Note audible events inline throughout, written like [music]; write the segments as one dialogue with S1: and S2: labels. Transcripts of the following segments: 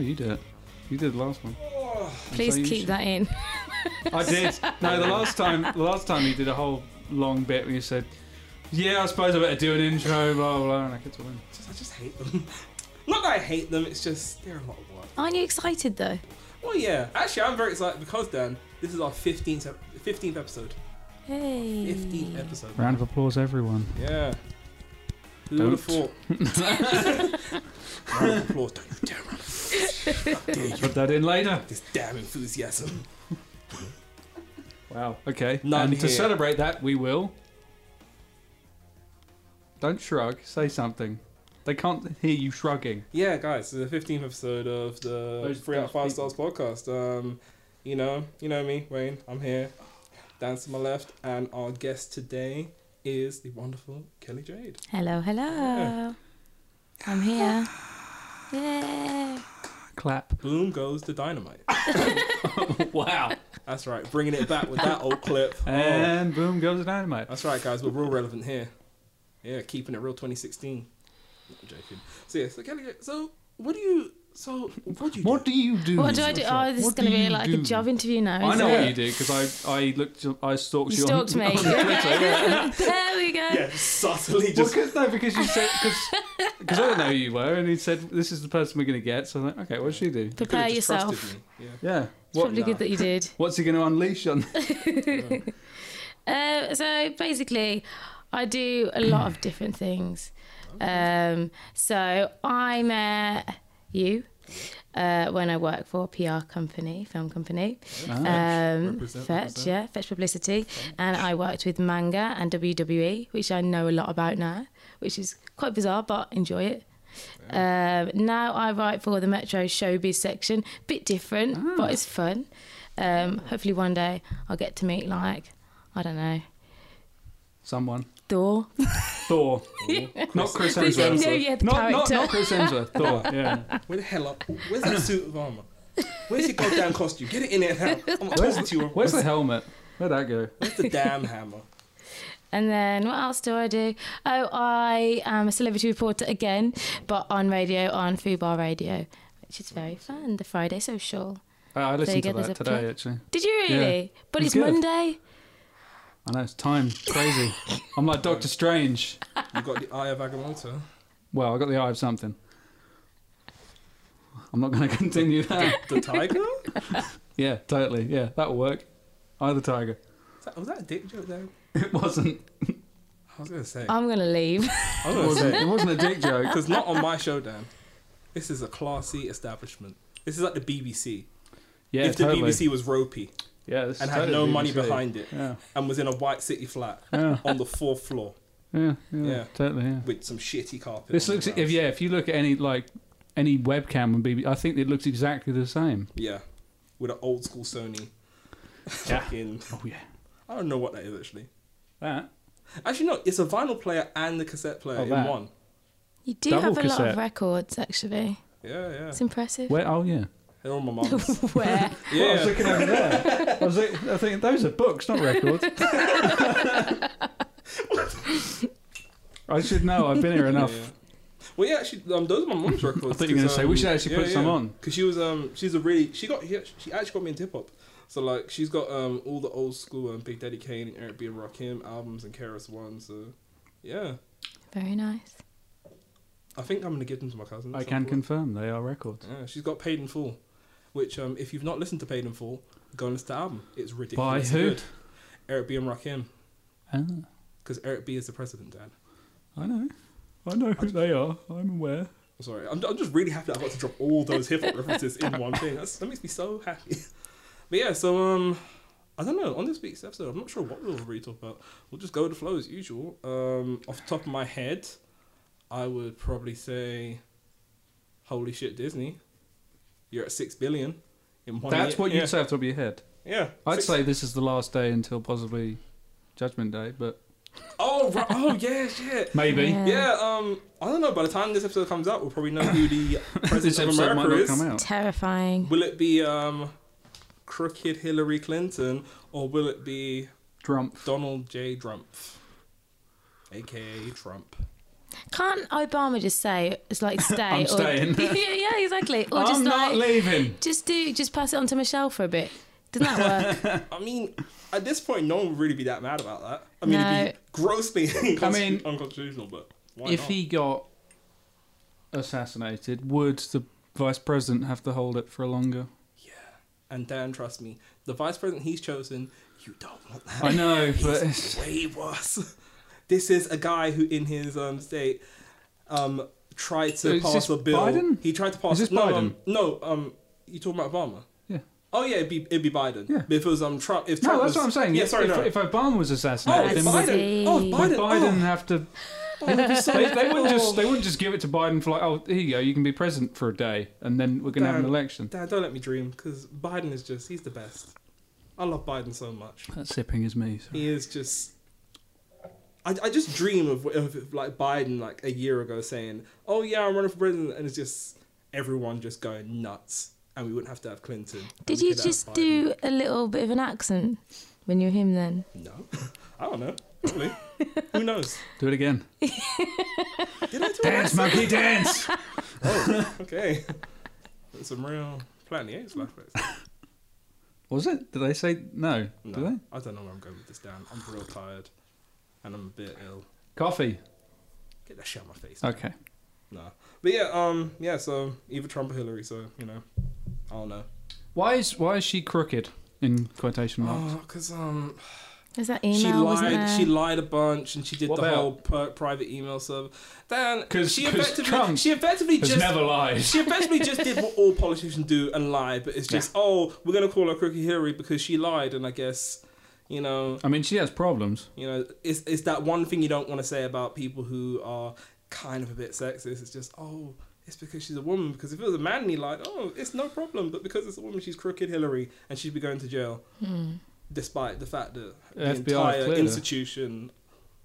S1: You do it. You did the last one. And
S2: Please
S1: so you
S2: keep
S1: should-
S2: that in.
S1: I did. No,
S2: [laughs]
S1: the last time, the last time you did a whole long bit where you said, "Yeah, I suppose I better do an intro." Blah blah. blah and I kept on.
S3: Just, I just hate them. [laughs] Not that I hate them, it's just they're a lot of work.
S2: Aren't you excited though?
S3: Well, yeah. Actually, I'm very excited because Dan, this is our 15th, ep- 15th episode.
S2: Hey.
S3: 15th episode.
S1: Round of applause, everyone.
S3: Yeah. Who would have
S1: Don't.
S3: thought?
S1: [laughs]
S3: Round of applause. Don't you dare [laughs] round of applause. How dare you
S1: Put that in later.
S3: this damn enthusiasm.
S1: Wow. Okay.
S3: None
S1: and to
S3: here.
S1: celebrate that, we will. Don't shrug. Say something. They can't hear you shrugging.
S3: Yeah, guys, this is the 15th episode of the
S1: Those-
S3: Three Out of Five
S1: those
S3: Stars podcast. Um, you know, you know me, Wayne. I'm here. Dan's to my left, and our guest today is the wonderful Kelly Jade.
S2: Hello, hello.
S3: Yeah.
S1: [sighs]
S2: I'm here. Yeah. [laughs]
S1: Clap.
S3: Boom goes the dynamite.
S1: wow.
S3: That's right, bringing it back with that
S1: [laughs]
S3: old clip. Oh.
S1: And boom goes the dynamite.
S2: Oh.
S3: That's right, guys. We're real relevant here. Yeah, keeping it real 2016. No, I'm joking. So yeah, so Kelly, so what do you? So what do you?
S1: What
S3: do?
S1: do you do?
S2: What do I do? Oh, this
S1: What
S2: is
S1: do
S2: going to be
S1: you
S2: like a
S1: do?
S2: job interview now.
S1: I
S2: Isn't
S1: know
S2: it?
S1: what you do because I, I looked I stalked
S2: You
S1: you.
S2: stalked
S1: on, [laughs]
S2: me.
S1: on
S2: [laughs]
S1: Twitter.
S2: there we go.
S3: [laughs] Yeah, subtly
S1: Well,
S3: just.
S1: 'cause no, because you said
S2: [laughs]
S1: because I didn't know who you were, and he said this is the person we're going to get. So I'm like, okay, what does she do?
S3: you could've
S2: Prepare
S3: just
S2: yourself.
S3: trusted me.
S1: Yeah,
S2: It's
S1: what,
S2: probably good that
S1: [laughs]
S2: you did.
S1: what's he going to unleash on? [laughs]
S3: Yeah.
S2: Uh, so basically, I do a lot of different things. Um, so I met you uh, when I worked for a PR company, film company. Um,
S3: Represent,
S2: Fetch,
S3: represent.
S2: yeah, Fetch Publicity. And I worked with manga and WWE, which I know a lot about now, which is quite bizarre, but enjoy it. Um, now I write for the Metro Showbiz section. Bit different,
S3: Ah.
S2: but it's fun. Um, hopefully one day I'll get to meet like I don't know
S1: Someone.
S2: Thor.
S1: Thor.
S2: [laughs]
S1: Not Chris
S2: They said
S1: Hemsworth.
S2: no, yeah, the
S1: Not, not,
S2: character.
S1: not Chris Hemsworth. Thor.
S2: [laughs]
S1: Yeah.
S3: Where the hell up? Where's that suit of armor? Where's your goddamn costume? Get it in there now. I'm not talking to you.
S1: Where's the helmet? Where'd that go?
S3: Where's the damn hammer?
S2: And then what else do I do? Oh, I am a celebrity reporter again, but on radio, on Fubar Radio, which is very fun. The Friday Social.
S1: Uh, I
S2: you
S1: listened to
S2: go, there's
S1: that
S2: a
S1: today
S2: plug.
S1: actually.
S2: Did you really? But
S1: It
S2: it's
S1: was good.
S2: Monday.
S1: I know it's time. Crazy. I'm like Doctor Strange.
S3: You got the eye of Agamotto.
S1: Well, I got the eye of something. I'm not going to [laughs] continue that.
S3: The tiger?
S1: Yeah, totally. Yeah, that'll work. Eye of the tiger. [laughs]
S3: Is that- was that a dick joke there?
S1: It wasn't.
S3: I was gonna say.
S2: I'm gonna leave.
S3: I
S2: [laughs]
S3: was
S1: It
S3: gonna
S1: wasn't,
S3: say
S1: it wasn't a
S3: [laughs]
S1: dick joke.
S3: because not on my show, Dan. This is a classy establishment. This is like the BBC.
S1: Yeah,
S3: if the
S1: totally.
S3: BBC was ropey
S1: yeah, this is
S3: and had
S1: totally
S3: no
S1: BBC.
S3: money behind it
S1: Yeah,
S3: and was in a white city flat
S1: yeah,
S3: on the fourth floor
S1: yeah, yeah,
S3: Yeah.
S1: totally. Yeah.
S3: with some shitty carpet.
S1: This
S3: on
S1: looks.
S3: the
S1: If
S3: ground.
S1: yeah, if you look at any like any webcam on BBC, I think it looks exactly
S3: [laughs]
S1: the same.
S3: yeah, with an old school Sony.
S1: Yeah.
S3: Fucking,
S1: Oh yeah,
S3: I don't know what that is actually.
S1: that.
S3: Actually, no, it's a vinyl player and the cassette player
S1: Oh,
S3: in
S1: that.
S3: one.
S2: You do
S1: Double
S2: have a lot
S1: cassette.
S2: of records, actually.
S3: Yeah, yeah.
S2: It's impressive.
S1: Where? Oh yeah.
S3: They're all my
S1: [laughs]
S3: mum's.
S2: [laughs] Where?
S3: Yeah,
S1: I was looking over there. I was like, I think those are books, not
S3: [laughs]
S1: records. [laughs] I should know. I've been here
S3: yeah,
S1: enough.
S3: yeah. Well, yeah, actually, um, those are my
S1: [laughs]
S3: mum's records. um,
S1: I thought you were going to say we should actually put some on.
S3: because she was um, she's a really she got yeah, she actually got me into hip hop. So like, she's got um all the old school um Big Daddy Kane and Eric B and Rakim albums and Keras One. So yeah,
S2: Very nice.
S3: I think I'm gonna give them to my cousin. at
S1: I
S3: some
S1: can
S3: point.
S1: confirm they are records.
S3: Yeah, she's got Paid in Full, which um, if you've not listened to Paid in Full, go and listen to the album. It's
S1: By
S3: ridiculous.
S1: who?
S3: good. Eric B and Rakim,
S1: Ah,
S3: because Eric B is the president, Dan.
S1: I know. I know who they are. I'm aware.
S3: I'm sorry. I'm, I'm just really happy that I got to drop all those hip
S1: [laughs]
S3: hop references in one thing. That's, that makes me so happy. But yeah, so um, I don't know. On this week's episode, I'm not sure what we'll really talk about. We'll just go with the flow as usual. Um, off the top of my head, I would probably say, "Holy shit, Disney! You're at six billion in one."
S1: That's
S3: year."
S1: what
S3: yeah.
S1: you'd say off the top of your head.
S3: Yeah,
S1: I'd
S3: Six-
S1: say this is the last day until possibly Judgment Day, but
S3: Oh, right. oh yeah,
S1: [laughs]
S3: shit.
S1: maybe
S2: Yeah.
S3: Yeah, um, I don't know. By the time this episode comes out, we'll probably know who the
S1: [laughs] this
S3: president of
S1: episode might
S3: America
S1: not
S3: is.
S1: come out.
S2: Terrifying.
S3: Will it be um, crooked Hillary Clinton or will it be
S1: Trump.
S3: Donald J. Trump, aka Trump?
S2: Can't Obama just say
S1: [laughs]
S2: it's like stay?
S1: I'm
S2: or,
S1: staying.
S2: yeah, [laughs] yeah, exactly. Or
S1: I'm
S2: just
S1: not
S2: like
S1: leaving.
S2: just do just pass it on to Michelle for a bit. Doesn't that work?
S3: I mean, at this point, no one would really be that mad about that. I mean, it'd be grossly [laughs]
S1: I mean,
S3: unconstitutional, but why
S1: if
S3: not?
S1: he got assassinated, would the vice president have to hold it for longer?
S3: Yeah. And Dan, trust me, the vice president he's chosen, you don't want that.
S1: I know,
S3: [laughs]
S1: but
S3: He's way worse. This is a guy who, in his um, state, um, tried
S1: So
S3: to
S1: is
S3: pass
S1: this
S3: a bill.
S1: Biden?
S3: He tried to pass.
S1: this
S3: no,
S1: Biden?
S3: Um, no, um, you talking about Obama?
S1: Yeah.
S3: Oh yeah, it'd be it'd be Biden.
S1: Yeah.
S3: But if it was um Trump, if Trump
S1: no,
S3: was-
S1: that's what I'm saying.
S3: Yeah, sorry,
S1: if,
S3: no.
S1: if Obama was
S3: oh,
S1: assassinated,
S3: it's
S1: then would-
S3: Biden. Oh,
S2: see.
S1: would
S3: Biden.
S1: Biden have to?
S3: Oh, oh, it'd be so
S1: They, they
S3: bad.
S1: wouldn't just
S3: Oh.
S1: they wouldn't just give it to Biden for like, oh, here you go, you can be president for a day, and then we're gonna have an
S3: Damn.
S1: election.
S3: Dad, don't let me dream, because Biden is just, he's the best. I love Biden so much.
S1: That sipping is me. sorry.
S3: He is just. I, I just dream of, of like Biden like a year ago saying, "Oh yeah, I'm running for president," and it's just everyone just going nuts, and we wouldn't have to have Clinton. and
S2: Did
S3: we
S2: you
S3: could have
S2: just
S3: Biden.
S2: do a little bit of an accent when you were him then?
S3: No, [laughs] I don't know. Probably. Who knows?
S1: Do it again.
S3: Did I do it? Oh,
S1: Dance,
S3: [laughs]
S1: monkey, dance.
S3: Okay. That's some real Planet Eight flashbacks.
S1: Was it? Did they say no?
S3: No,
S1: Did they?
S3: I don't know where I'm going with this. Dan, I'm real tired, and I'm a bit ill.
S1: Coffee.
S3: Get that shit out of my face.
S1: Okay.
S3: Nah. But yeah, um, yeah. So either Trump or Hillary. So you know, I don't know.
S1: Why is why is she crooked? In quotation marks.
S3: Oh, because um,
S2: Is that
S3: she
S2: email? wasn't
S3: lied.
S2: there?
S3: She lied a bunch, and she did
S1: What
S3: the
S1: about-
S3: whole per- private email server. Dan,
S1: 'Cause-
S3: she
S1: 'cause
S3: effectively,
S1: Trump
S3: she effectively
S1: has
S3: just
S1: never lied.
S3: She effectively just did what all politicians do and lie. But it's just, oh, we're gonna call her Crooked Hillary because she lied, and I guess, you know,
S1: I mean, she has problems.
S3: you know, it's it's that one thing you don't want to say about people who are kind of a bit sexist. It's just, oh. It's because she's a woman. Because if it was a man, and he lied. Oh, it's no problem. But because it's a woman, she's crooked Hillary, and she'd be going to jail
S2: Hmm.
S3: despite the fact that the
S1: FBI
S3: entire
S1: cleared her.
S3: institution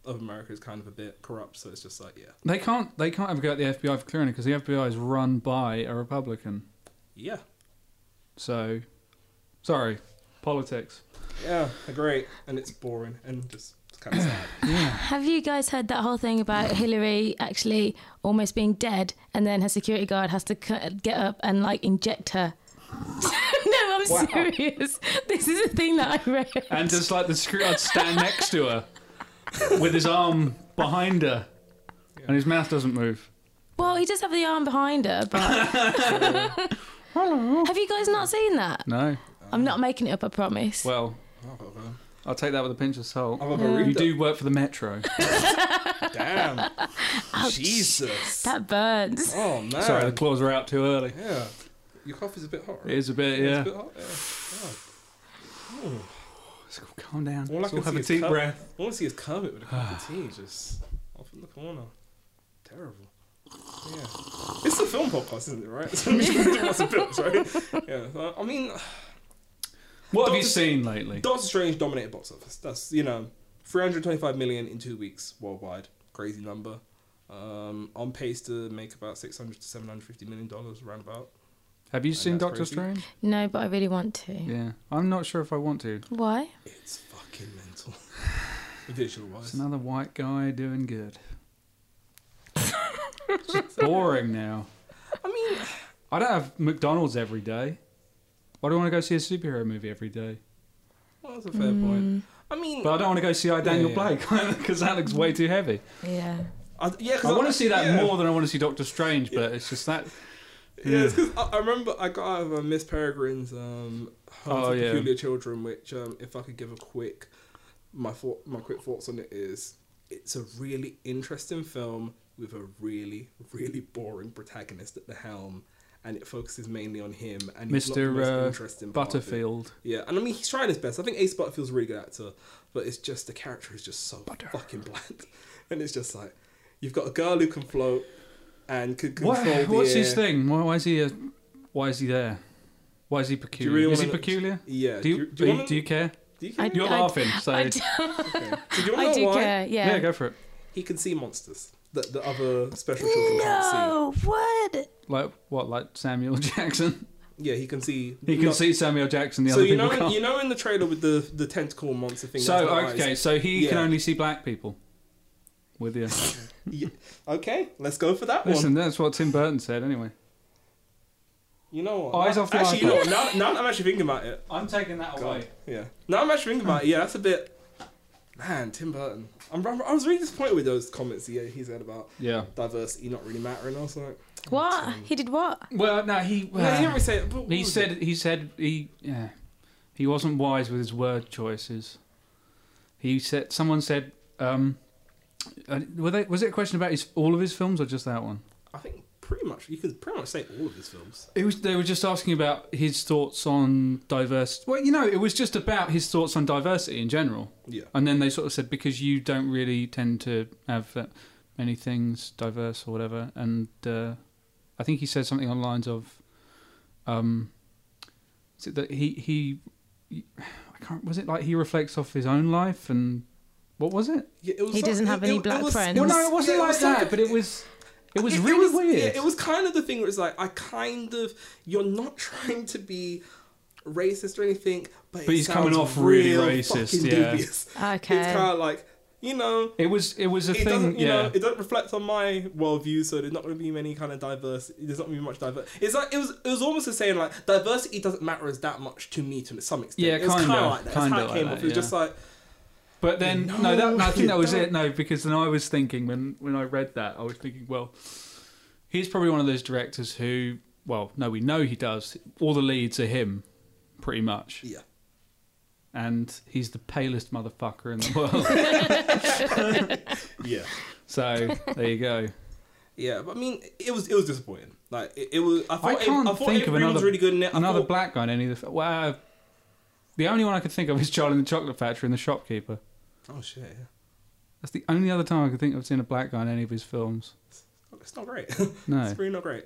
S3: of America is kind of a bit corrupt. So it's just like, yeah,
S1: They can't. They can't have a go at the FBI for clearing it because the FBI is run by a Republican.
S3: yeah,
S1: So, sorry, politics.
S3: yeah, great, and it's boring and just it's kind of
S2: [laughs]
S3: sad.
S1: Yeah.
S2: Have you guys heard that whole thing about Hillary actually almost being dead, and then her security guard has to cu- get up and like inject her? [laughs] no, I'm
S1: Wow.
S2: serious. [laughs] This is a thing that I read.
S1: [laughs] And just like the security guard stand next to her with his arm behind her, and his mouth doesn't move.
S2: well, he does have the arm behind her, but [laughs] have you guys not seen that?
S1: No.
S2: I'm not making it up. I promise.
S1: Well,
S3: I've got a-
S1: I'll take that with a pinch of salt.
S3: I've got a
S1: You
S3: burrito.
S1: do work for the Metro.
S3: Damn, Jesus.
S2: that burns.
S3: oh man.
S1: Sorry, the claws are out too early.
S3: yeah, your coffee's a bit hot.
S1: It
S3: Right?
S1: is a bit,
S3: It's
S1: yeah.
S3: a bit hot. Yeah. God.
S1: Let's go- calm down.
S3: All I
S1: Let's all
S3: can
S1: have
S3: see
S1: a
S3: is
S1: deep
S3: cup.
S1: breath.
S3: All I want to see is Kermit with a cup of tea, just off in the corner. Terrible. Yeah. It's a film podcast, isn't it, right? [laughs] So we should talk about some films, right? Yeah. so, I mean,
S1: What have you
S3: Doctor-
S1: seen lately?
S3: Doctor Strange dominated box office. That's, you know, 325 million in two weeks worldwide. Crazy number. Um, on pace to make about 600 to 750 million dollars roundabout.
S1: Have you seen
S3: that's
S1: Doctor
S3: crazy.
S1: Strange?
S2: No, but I really want to.
S1: Yeah. I'm not sure if I want to.
S2: Why?
S3: It's fucking mental. [sighs] Visual wise.
S1: It's another white guy doing good. it's boring now.
S3: I mean,
S1: I don't have McDonald's every day. Why do I want to go see a superhero movie every day?
S3: well, that's a fair point. I mean,
S1: But I don't want to go see I Daniel
S3: Yeah,
S1: Blake [laughs]
S3: yeah.
S1: 'cause Blake because that looks way too heavy.
S2: Yeah.
S3: I, yeah, 'cause
S1: I want to see that
S3: yeah.
S1: more than I want to see Doctor Strange, but it's just that.
S3: Yeah, it's 'cause I, I remember I got out of uh, Miss Peregrine's um, Home
S1: Oh,
S3: for
S1: yeah.
S3: Peculiar Children, which um, if I could give a quick my thought, my quick thoughts on it is it's a really interesting film with a really really boring protagonist at the helm, and it focuses mainly on him and he's not the most
S1: Mr. Uh,
S3: interesting part of it.
S1: Butterfield.
S3: Yeah, and I mean he's trying his best. I think Ace Butterfield's a really good actor, but it's just the character is just so fucking bland, [laughs] and it's just like you've got a girl who can float and could control
S1: What,
S3: the
S1: what's
S3: air.
S1: his thing? Why, why is he? A, why is he there? Why is he peculiar?
S3: really
S1: is he
S3: wanna-
S1: peculiar?
S3: Yeah.
S1: Do you do you,
S3: wanna-
S1: do you care?
S3: do you
S2: I-
S3: care?
S1: You're
S2: I-
S1: laughing, so
S2: I do,
S3: Okay. So [laughs] do you
S2: I
S3: want to
S2: do
S3: know why?
S2: care.
S1: yeah.
S2: Yeah.
S1: go for it.
S3: He can see monsters that the other special children can't
S2: no. What?
S1: Like what? Like Samuel [laughs] Jackson?
S3: see. Yeah, he can see.
S1: He can
S3: no-
S1: see Samuel Jackson. The
S3: So
S1: other
S3: you
S1: people
S3: know,
S1: can't.
S3: you know, in the trailer with the the tentacle monster thing.
S1: so
S3: that's got
S1: okay,
S3: eyes,
S1: so he can
S3: Yeah.
S1: only see black people. with you.
S3: Yeah. Okay, let's go for that one.
S1: Listen, that's what Tim Burton said anyway.
S3: You know what?
S1: Eyes off the
S3: actually, you know
S1: iPad.
S3: what? Now, now that I'm actually thinking about it.
S1: I'm taking that
S3: God. Yeah. Now I'm actually thinking about it. Yeah, that's a bit. Man, Tim Burton. I'm, I'm, I was really disappointed with those comments he, he said about
S1: Yeah.
S3: diversity not really mattering. I was like,
S2: What? He did what?
S1: Well, no, he.
S3: no, he didn't really say it. But what
S1: he
S3: was
S1: said.
S3: it?
S1: He said he. Yeah. He wasn't wise with his word choices. He said. Someone said. Um, uh, were they, was it a question about his, all of his films or just that one?
S3: I think pretty much you could pretty much say all of his films.
S1: It was. They were just asking about his thoughts on diversity. Well, you know, it was just about his thoughts on diversity in general.
S3: Yeah.
S1: And then they sort of said because you don't really tend to have that many things diverse or whatever, and uh, I think he said something on the lines of, um, is it that he he, I can't was it like he reflects off his own life and what was it?
S3: Yeah, it was
S2: He
S3: like-
S2: doesn't have any black friends.
S1: Well,
S2: Well,
S1: no, it wasn't
S3: yeah,
S1: like that,
S3: like-
S1: but it was it was
S3: It- it
S1: really
S3: was-
S1: weird.
S3: Yeah, it was kind of the thing where it's like, I kind of, you're not [laughs] trying to be racist or anything, but,
S1: But
S3: it
S1: he's coming
S3: sounds
S1: off really
S3: real
S1: racist,
S3: fucking
S1: yeah.
S3: Dubious.
S2: Okay.
S3: It's kind of like, you know,
S1: It was it was a
S3: it
S1: thing.
S3: doesn't, you
S1: yeah,
S3: know, it doesn't reflect on my worldview, so there's not going to be many kind of diverse. There's not going to be much diverse. It's like it was, it was almost as saying like diversity doesn't matter as that much to me to some extent.
S1: Yeah,
S3: it was
S1: kinda,
S3: kinda like that. That's
S1: kinda
S3: how it
S1: like
S3: came
S1: that,
S3: off. It was
S1: yeah.
S3: just like,
S1: But then no,
S3: No,
S1: that, no I
S3: you
S1: think that was
S3: don't.
S1: it. No, because then I was thinking when when I read that, I was thinking, well, he's probably one of those directors who, well, no, we know he does. All the leads are him, pretty much,
S3: yeah,
S1: and he's the palest motherfucker in the [laughs] world.
S3: yeah.
S1: so there you go.
S3: Yeah, but I mean, it was it was disappointing. Like it, it was. I thought,
S1: I can't
S3: it, I thought
S1: think
S3: it
S1: of
S3: really was
S1: another-
S3: really good in it. I
S1: Another
S3: thought,
S1: black guy in any of the. Well, the only one I could think of is Charlie in the Chocolate Factory and the Shopkeeper.
S3: Oh shit! Yeah.
S1: That's the only other time I could think of seeing a black guy in any of his films.
S3: It's not great. [laughs]
S1: No.
S3: it's really not great.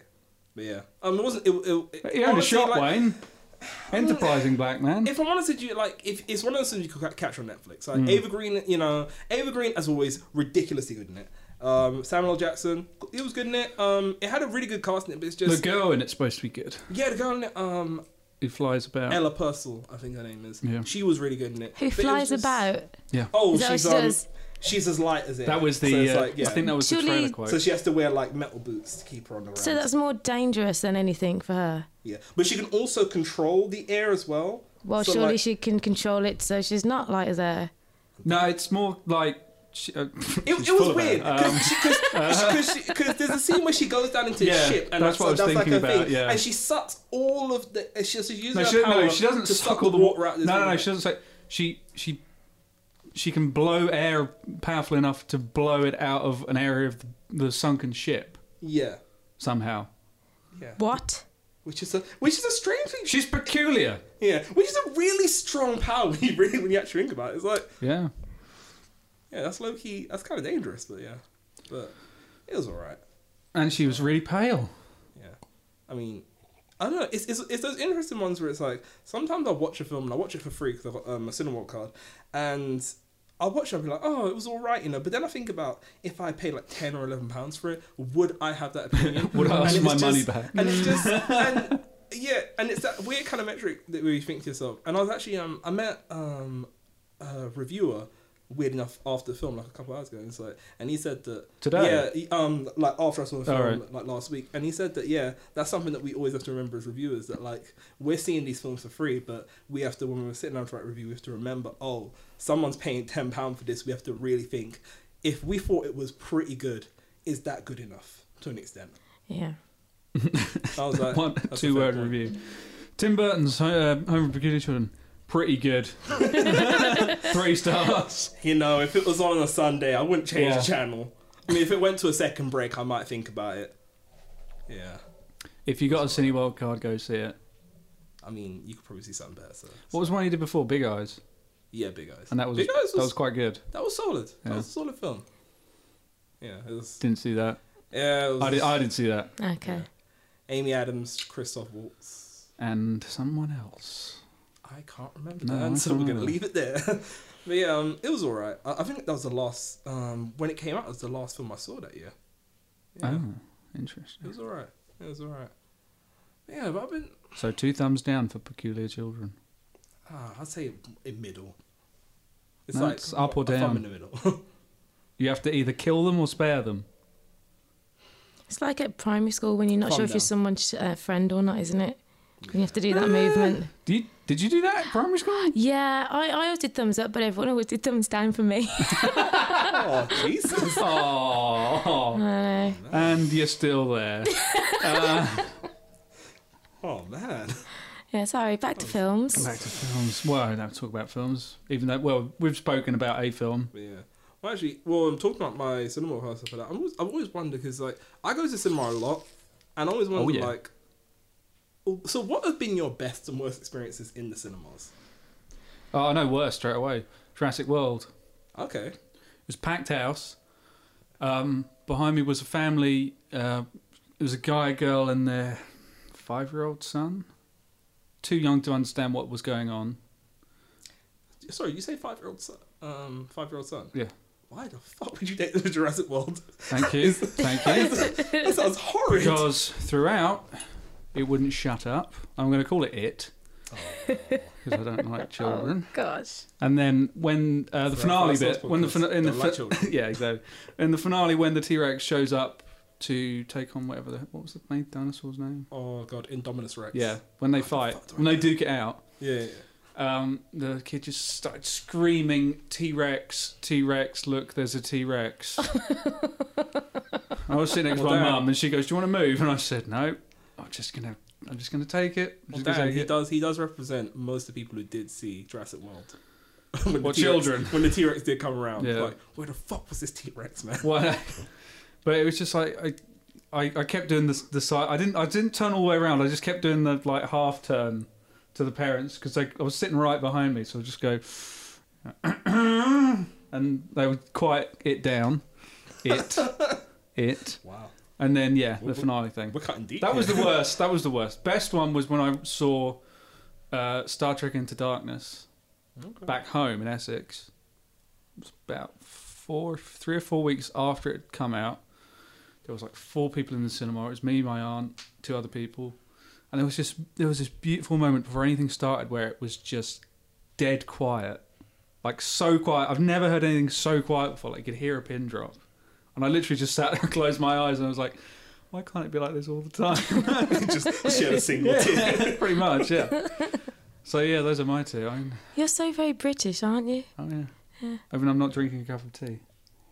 S3: But yeah, um, it wasn't. It, it, it,
S1: He owned a
S3: honestly,
S1: shop,
S3: like,
S1: Wayne. Enterprising black man.
S3: If I'm honest with you, like, if it's one of those things you could ca- catch on Netflix.
S1: Mm.
S3: Like Ava Green, you know, Ava Green as always ridiculously good in it. Um, Samuel L. Jackson, he was good in it. Um, it had a really good cast in it, but it's
S1: The
S3: just
S1: girl in it's supposed to be good.
S3: yeah, the girl in it, um,
S1: Who flies about?
S3: Ella Purcell, I think her name is.
S1: Yeah.
S3: She was really good in it.
S2: Who
S3: But it was
S2: flies
S3: just-
S2: about?
S1: Yeah.
S3: Oh,
S2: Is that what
S3: she's
S2: she
S3: um,
S2: does?
S3: she's as light as it.
S1: That was
S3: So
S1: the.
S3: it's
S1: uh,
S3: like, yeah.
S1: I think that was
S2: Surely-
S1: the trailer quote.
S3: So she has to wear like metal boots to keep her on the road.
S2: So that's more dangerous than anything for her.
S3: yeah, but she can also control the air as well.
S2: Well,
S3: So,
S2: surely
S3: like,
S2: she can control it, so she's not like as a
S1: no, it's more like. She, uh, [laughs]
S3: It,
S1: she's
S3: it was
S1: full of
S3: weird
S1: it. Um, [laughs]
S3: because there's a scene where she goes down into
S1: Yeah,
S3: the ship and
S1: that's
S3: that's,
S1: what I was
S3: that's like her
S1: thinking about,
S3: thing,
S1: yeah.
S3: and she sucks all of the. and She, she uses
S1: no,
S3: her
S1: she, doesn't- no,
S3: power
S1: she doesn't
S3: to
S1: suck all the
S3: water
S1: water
S3: out.
S1: No, no, no. She doesn't say. She she she can blow air powerful enough to blow it out of an area of the, the sunken ship
S3: yeah,
S1: somehow.
S3: yeah.
S2: what?
S3: Which is a which is a strange thing.
S1: She's peculiar.
S3: Yeah, which is a really strong power when you [laughs] really when you actually think about it. It's like
S1: Yeah.
S3: yeah, that's low key. That's kind of dangerous, but yeah, but it was alright.
S1: And she was really pale.
S3: Yeah, I mean, I don't know. It's, it's, it's those interesting ones where it's like sometimes I'll watch a film and I watch it for free because I've got um, a Cineworld card, and I'll watch it and be like, oh, it was all right, you know. But then I think about if I paid like ten or eleven pounds for it, would I have that opinion?
S1: [laughs] Would I
S3: And
S1: ask
S3: it's
S1: my money
S3: just-
S1: back?
S3: And it's
S1: [laughs]
S3: just and yeah, and it's that weird kind of metric that where you think to yourself. And I was actually um I met um a reviewer. Weird enough, after the film, like a couple hours ago, and, it's like, and he said that
S1: Today?
S3: yeah, he- um, like after I saw the film,
S1: All right.
S3: like last week, and he said that yeah, that's something that we always have to remember as reviewers that like we're seeing these films for free, but we have to when we're sitting down to write review, we have to remember oh, someone's paying ten pound for this. We have to really think if we thought it was pretty good, is that good enough to an extent?
S2: Yeah.
S3: I was like,
S1: [laughs] One
S3: Uh, that's a
S1: two
S3: fair
S1: word
S3: point.
S1: review. Tim Burton's uh, Home of Peculiar Children.
S3: [laughs]
S1: Pretty good. [laughs] Three stars.
S3: You know, if it was on a Sunday, I wouldn't change
S1: Yeah.
S3: the channel. I mean, if it went to a second break, I might think about it. Yeah,
S1: If you got a Cineworld card, go see it.
S3: I mean, you could probably see something better. So.
S1: What was one you did before? Big Eyes,
S3: yeah, big eyes.
S1: and that was,
S3: big eyes
S1: that was quite good.
S3: That was solid. That
S1: Yeah.
S3: was a solid film. Yeah, it was.
S1: Didn't see that.
S3: Yeah, it was
S1: I, did, I didn't see that.
S2: Okay.
S3: Amy Adams, Christoph Waltz.
S1: And someone else.
S3: I can't remember
S1: No,
S3: that,
S1: I
S3: and so
S1: can't
S3: we're gonna
S1: remember.
S3: leave it there. [laughs] but yeah, um, it was alright. I, I think that was the last. Um, when it came out, it was the last film I saw that year. Yeah,
S1: Oh,
S3: it
S1: interesting.
S3: was alright. It was alright. Yeah, but I've been.
S1: So two thumbs down for Peculiar Children.
S3: Ah, I'd say in middle. It's
S1: No,
S3: like
S1: it's up or
S3: a thumb
S1: down.
S3: in the middle.
S1: You have to either kill them or spare them.
S2: It's like at primary school when you're not
S3: Calm
S2: sure if
S3: down. Ah!
S2: you're someone's uh, friend or not, isn't it? When you have to do that movement.
S1: Did you, did you do that at primary school?
S2: Yeah, I, I always did thumbs up, but everyone always did thumbs down for me.
S3: [laughs] Oh,
S1: [laughs]
S3: Jesus.
S1: Oh,
S2: [laughs] I know.
S1: and you're still there.
S3: Oh, man.
S2: Yeah, sorry, back
S3: Oh.
S2: to films.
S1: Back to films. Well, I don't have to talk about films, even though well, we've spoken about a film.
S3: But yeah. Well, actually, well, I'm talking about my cinema rehearsal for that. I'm always, I've always wondered because, like, I go to cinema a lot, and I always wonder,
S1: yeah.
S3: like, oh, so what have been your best and worst experiences in the cinemas?
S1: Oh, I know worse straight away. Jurassic World.
S3: Okay.
S1: It was packed house. Um, behind me was a family. Uh, it was a guy, girl, and their five-year-old son. Too young to understand what was going on.
S3: Sorry, you say five year old son? Um, five year old son?
S1: Yeah.
S3: Why the fuck would you date them in Jurassic
S1: [laughs]
S3: World? [laughs]
S1: Thank you. Thank you.
S3: That sounds horrid.
S1: Because throughout, it wouldn't shut up. I'm going to call it it
S3: Oh.
S1: [laughs] because I don't like children.
S2: Gosh.
S1: And then when uh, the
S3: Right,
S1: finale
S3: Fast
S1: bit,
S3: Podcast.
S1: when the fina- in the
S3: Don't like
S1: fi-
S3: children.
S1: [laughs] yeah, exactly. In the finale, when the T Rex shows up to take on whatever the what was the main dinosaur's name?
S3: Oh god, Indominus Rex.
S1: Yeah, when they fight,
S3: fuck do I
S1: when they duke it out,
S3: Yeah. yeah, yeah.
S1: um, the kid just started screaming, "T Rex, T Rex! Look, there's a T Rex." I was sitting next to
S3: Well,
S1: my
S3: Dan-
S1: mum, and she goes, "Do you want to move?" And I said, "No, I'm just gonna, I'm just gonna take it." I'm
S3: Well,
S1: just gonna
S3: Dan,
S1: take
S3: he
S1: it."
S3: does. He does represent most of the people who did see Jurassic World. [laughs] When the
S1: What
S3: T-Rex-
S1: children?
S3: When the T Rex did come around,
S1: Yeah.
S3: like where the fuck was this T Rex, man?
S1: Well, [laughs] but it was just like I, I, I kept doing the the side. I didn't I didn't turn all the way around. I just kept doing the like half turn to the parents because I was sitting right behind me, so I just go, [clears throat] and they would quiet it down, it, it,
S3: Wow,
S1: and then yeah, the finale thing.
S3: we're cutting deep.
S1: That was the
S3: here.
S1: worst. That was the worst. Best one was when I saw uh, Star Trek Into Darkness
S3: Okay.
S1: [laughs] back home in Essex. It was about four, three or four weeks after it had come out. There was like four people in the cinema. It was me, my aunt, two other people, and there was just there was this beautiful moment before anything started where it was just dead quiet, like so quiet. I've never heard anything so quiet before. Like you could hear a pin drop, and I literally just sat there and [laughs] closed my eyes and I was like, why can't it be like this all the time? [laughs]
S3: just shed a single tear.
S1: Pretty much, yeah. So yeah, those are my two. I mean,
S2: You're so very British, aren't you?
S1: oh yeah. I mean, I'm not drinking a cup of tea.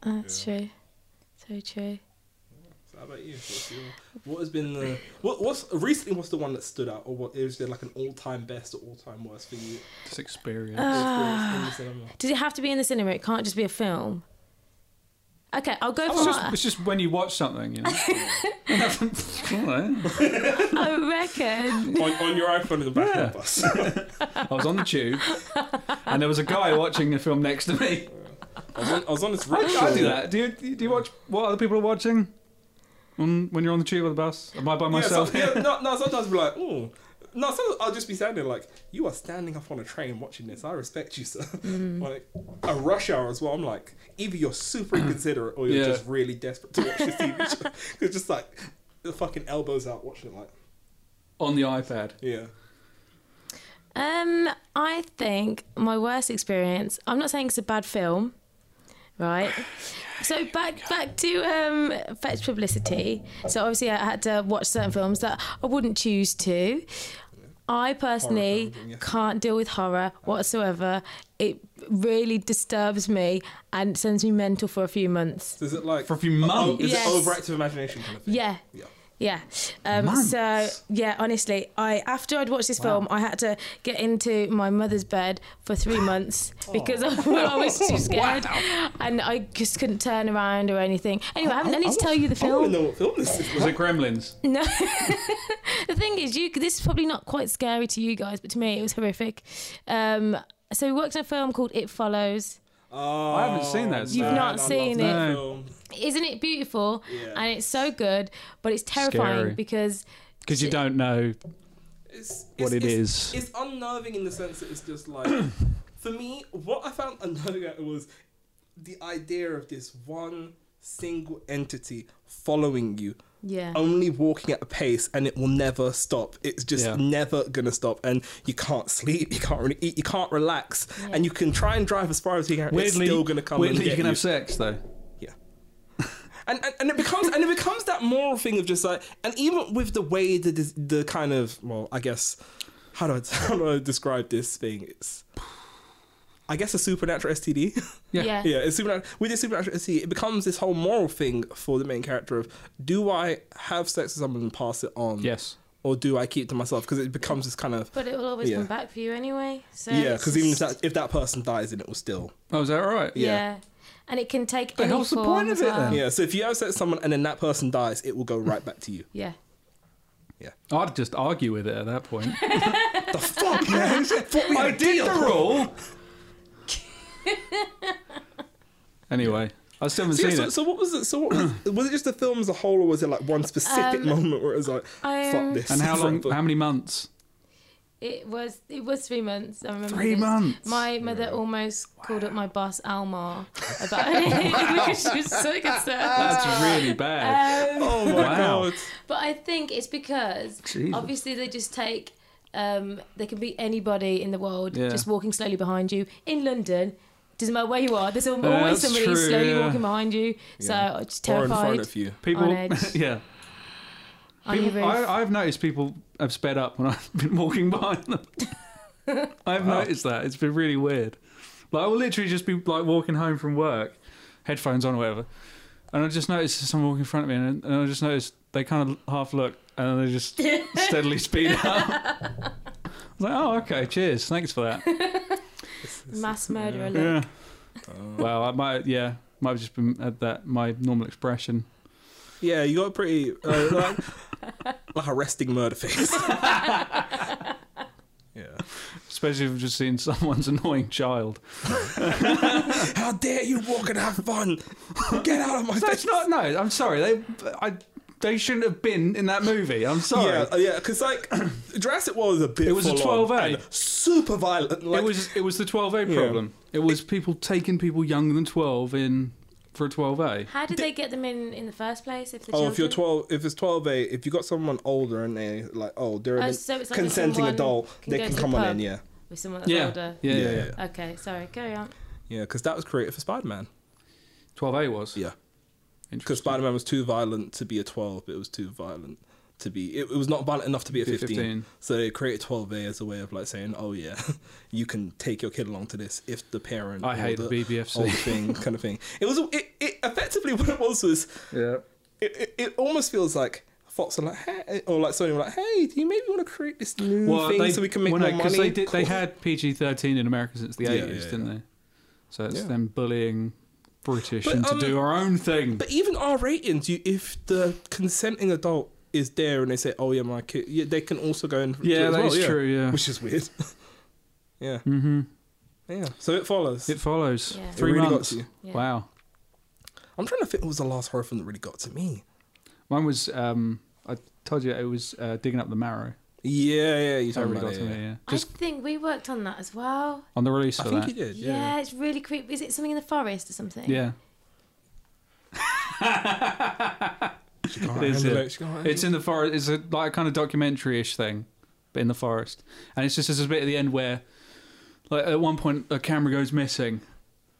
S2: Oh, That's true. So true.
S3: So how about you? What's your- What has been the what? What's recently? What's the one that stood out, or what is there like an all time best or all time worst for you?
S1: Just experience.
S3: Uh,
S1: Ah.
S3: experience in the cinema?
S2: Does it have to be in the cinema? It can't just be a film. Okay, I'll go
S1: It's
S2: for
S1: just, it's just when you watch something,
S3: [laughs]
S1: you know. eh? Alright.
S2: [laughs] I reckon.
S3: on, on your iPhone in the back of the bus. [laughs]
S1: I was on the tube, and there was a guy watching the film next to me.
S3: I was on, I was on this
S1: I,
S3: rickshaw.
S1: I do that. Do you, do you- do you watch what other people are watching? On- When you're on the tube or the bus? Am I by myself?
S3: Yeah, so, yeah, no, no, sometimes I'll be like, oh. No, sometimes I'll just be standing like, you are standing up on a train watching this. I respect you, sir. [laughs]
S2: Mm.
S3: like, a rush hour as well. I'm like, either you're super inconsiderate or you're
S1: Yeah.
S3: just really desperate to watch this TV
S2: [laughs]
S3: show. It's just like, the fucking elbows out watching it, like,
S1: On the iPad.
S3: yeah.
S2: Um, I think my worst experience. I'm not saying it's a bad film, right? So back back to um, fetch publicity. So obviously I had to watch certain films that I wouldn't choose to. I personally
S3: Horror film, yeah.
S2: can't deal with horror whatsoever. It really disturbs me and sends me mental for a few months.
S3: So is it like.
S1: For a few
S3: oh,
S1: months?
S3: is
S2: Yes.
S3: it overactive imagination kind of thing?
S2: Yeah,
S3: Yeah.
S2: Yeah. Um,
S1: Months.
S2: so yeah, honestly, I after I'd watched this film, I had to get into my mother's bed for three months
S1: Oh.
S2: because I, was
S1: [laughs]
S2: too scared, and I just couldn't turn around or anything. Anyway, I haven't
S1: Oh,
S2: I need to tell you the
S3: I want
S2: film.
S3: to know what film this is. [laughs]
S1: Was it Gremlins?
S2: No, the thing is, you this is probably not quite scary to you guys, but to me, it was horrific. Um, so we worked on a film called It Follows.
S3: Oh,
S1: I haven't seen that.
S2: You've
S1: Man,
S2: not
S3: I love
S2: seen it.
S3: that
S1: No.
S3: film.
S2: Isn't it beautiful?
S3: Yeah.
S2: And it's so good, but it's terrifying
S1: Scary.
S2: because
S1: Because you don't know
S3: it's, it's,
S1: What it
S3: it's-
S1: is.
S3: It's unnerving in the sense that it's just
S1: [coughs]
S3: like, for me, what I found [laughs] unnerving about it was the idea of this one single entity following you,
S2: yeah.
S1: Oh,
S3: only walking at a pace, and it will never stop. It's just
S1: Yeah.
S3: never gonna stop, and you can't sleep, [laughs] you can't really eat, you can't relax, and you can try and drive as far as you can. it's
S1: weirdly.
S3: still gonna come.
S1: weirdly,
S3: and
S1: you
S3: get
S1: can
S3: you.
S1: have sex though.
S3: Yeah. and, and and it becomes and it becomes that moral thing of just like and even with the way the the kind of well I guess how do I [laughs] how do I describe this thing it's I guess a supernatural [laughs] STD
S1: Yeah.
S2: yeah.
S3: yeah it's supernatural with the supernatural STD it becomes this whole moral thing for the main character of do I have sex with someone and pass it on
S1: Yes.
S3: or do I keep it to myself because it becomes this kind of
S2: But it will always
S3: Yeah.
S2: come back for you anyway. So
S3: yeah
S2: it's
S3: because even if
S2: just-
S3: that if that person dies then it will still
S1: Oh, is that right?
S3: yeah.
S2: yeah. and it can take
S1: But
S2: any
S1: what's the
S2: form
S1: point of
S2: as
S1: it
S2: well.
S1: then?
S3: yeah so if you have sex with someone and then that person dies it will go right back
S1: [laughs]
S3: to you
S2: Yeah.
S1: I'd just argue with it at that point.
S3: the fuck
S1: [laughs]
S3: man Thought we had
S1: I
S3: a
S1: did
S3: deal.
S1: the rule. [laughs] anyway, I still haven't
S3: So, yeah,
S1: seen
S3: so,
S1: it.
S3: so what was it? So what
S1: [clears throat]
S3: was, was it just the film as a whole, or was it like one specific moment where it was like,
S2: Um, I,
S3: "Fuck
S2: um,
S3: this"?
S1: and how long?
S3: forever?
S1: How many months?
S2: It was it was three months. I remember
S1: Three
S2: this.
S1: months.
S2: My mother almost called up my boss Almar about it [laughs] because she was so
S1: [laughs]
S2: concerned.
S1: That's really bad.
S2: Um,
S3: [laughs] oh my
S1: Wow.
S3: god!
S2: but I think it's because
S1: Jesus.
S2: obviously they just take um, they can be anybody in the world
S1: Yeah.
S2: just walking slowly behind you in London. Doesn't matter where you are, there's always
S1: that's
S2: somebody
S1: true,
S2: slowly
S1: yeah.
S2: walking behind you. So
S3: Yeah.
S2: I'm just
S3: Or in front
S2: terrified.
S3: of you.
S1: People,
S2: On
S1: [laughs]
S2: edge.
S1: yeah.
S2: On your
S1: People,
S2: roof.
S1: I, I've noticed people have sped up when [laughs] I've been walking behind them. I've
S3: Wow.
S1: noticed that. It's been really weird. Like I will literally just be like walking home from work, headphones on or whatever, and I just noticed someone walking in front of me, and, and I just noticed they kind of half look and then they just steadily speed up. [laughs] I was like, oh, okay, cheers, thanks for that.
S2: Mass murder alert.
S1: Yeah.
S3: Oh.
S1: Well, I might, yeah, might have just been at that my normal expression.
S3: Yeah, you got a pretty uh,
S1: [laughs]
S3: like, like a resting murder
S2: [laughs]
S3: face. yeah.
S1: Especially if I've just seen [laughs] someone's annoying child.
S3: How dare you walk and have fun? Get out of my
S1: That's
S3: face!
S1: not. No, I'm sorry. They, I, they shouldn't have been in that movie. I'm sorry.
S3: Yeah, uh, yeah, because like [clears throat] Jurassic World is a bit.
S1: It was a
S3: full on
S1: 12A.
S3: and super violent. Like,
S1: it was. It was the 12A
S3: Yeah.
S1: problem. It was people taking people younger than 12 in for a 12A.
S2: How did they get them in in the first place? If the
S3: Oh, if you're
S2: children?
S3: 12, if it's 12 A, if you got someone older and they like, oh, they're
S2: Oh,
S3: a
S2: so it's like if
S3: consenting
S2: someone
S3: adult,
S2: can
S3: they
S2: go
S3: can
S2: to the
S3: come on
S2: pub.
S3: in, yeah,
S2: with someone that's
S1: Yeah.
S2: older.
S1: Yeah, yeah,
S3: Yeah,
S1: yeah.
S3: yeah.
S2: Okay, sorry, carry on.
S3: yeah, because that was created for Spider Man,
S1: 12A was.
S3: yeah,
S1: Interesting.
S3: because Spider Man was too violent to be a 12, but it was too violent to be, it, it was not violent enough to be a
S1: Be a
S3: 15.
S1: 15.
S3: So they created 12 A as a way of like saying, oh yeah, [laughs] you can take your kid along to this if the parent,
S1: I
S3: or
S1: hate the BBFC.
S3: or the thing kind of thing. It was, it, it effectively [laughs] what it was was
S1: Yeah.
S3: it, it, it almost feels like Fox are like, hey, or like Sony were like, hey, do you maybe want to create this new
S1: Well,
S3: thing
S1: they,
S3: so we can make
S1: well,
S3: more
S1: no, 'cause
S3: money?
S1: They, did, they had PG-13 in America since the
S3: Yeah,
S1: 80s,
S3: yeah,
S1: didn't
S3: yeah.
S1: they? So it's
S3: Yeah.
S1: them bullying British
S3: But,
S1: into
S3: um,
S1: do our own thing.
S3: But even R ratings, you if the consenting adult is there and they say, oh yeah, my kid, yeah, they can also go in. for it
S1: yeah,
S3: as
S1: that is
S3: well,
S1: true. Yeah.
S3: Which is weird. [laughs] yeah,
S1: mm-hmm.
S3: yeah. So it follows.
S1: It follows.
S2: Yeah. It
S1: Three
S3: really got
S1: months.
S3: to you.
S2: Yeah.
S1: Wow.
S3: I'm trying to think what was the last horror film that really got to me.
S1: Mine was. Um, I told you it was uh, digging up the marrow.
S3: Yeah, yeah, you
S1: That
S3: told me
S1: really got
S3: about
S1: to
S3: it, yeah.
S1: me. Yeah. Just
S2: I think we worked on that as well.
S1: on the release
S3: I
S1: of
S3: think
S1: that.
S3: you did.
S2: Yeah.
S3: Yeah.
S2: it's really creepy. Is it something in the forest or something?
S1: Yeah.
S3: She can't
S1: It is,
S3: handle
S1: yeah.
S3: it, she can't handle
S1: It's in the forest. It's a, like a kind of documentary-ish thing, but in the forest. And it's just there's a bit at the end where, like, at one point a camera goes missing,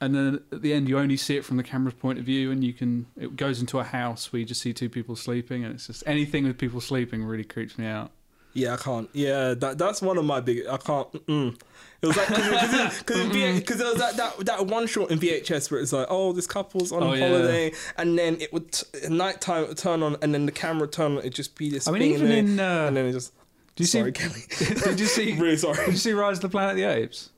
S1: and then at the end you only see it from the camera's point of view, and you can it goes into a house where you just see two people sleeping, and it's just anything with people sleeping really creeps me out.
S3: Yeah, I can't. Yeah, that that's one of my big. I can't. Mm-mm. It was like
S1: [laughs] Mm-hmm.
S3: because there was that, that that one short in VHS where it's like, oh, this couple's on
S1: Oh, yeah.
S3: holiday, and then it would t- at night time it would turn on, and then the camera would turn on, it'd just be this.
S1: I mean,
S3: thing, and
S1: even
S3: then,
S1: in uh,
S3: and then it just.
S1: do you see?
S3: sorry, Kelly.
S1: [laughs]
S3: [laughs]
S1: did you see?
S3: really
S1: Did
S3: sorry.
S1: you see Rise of the Planet of the Apes?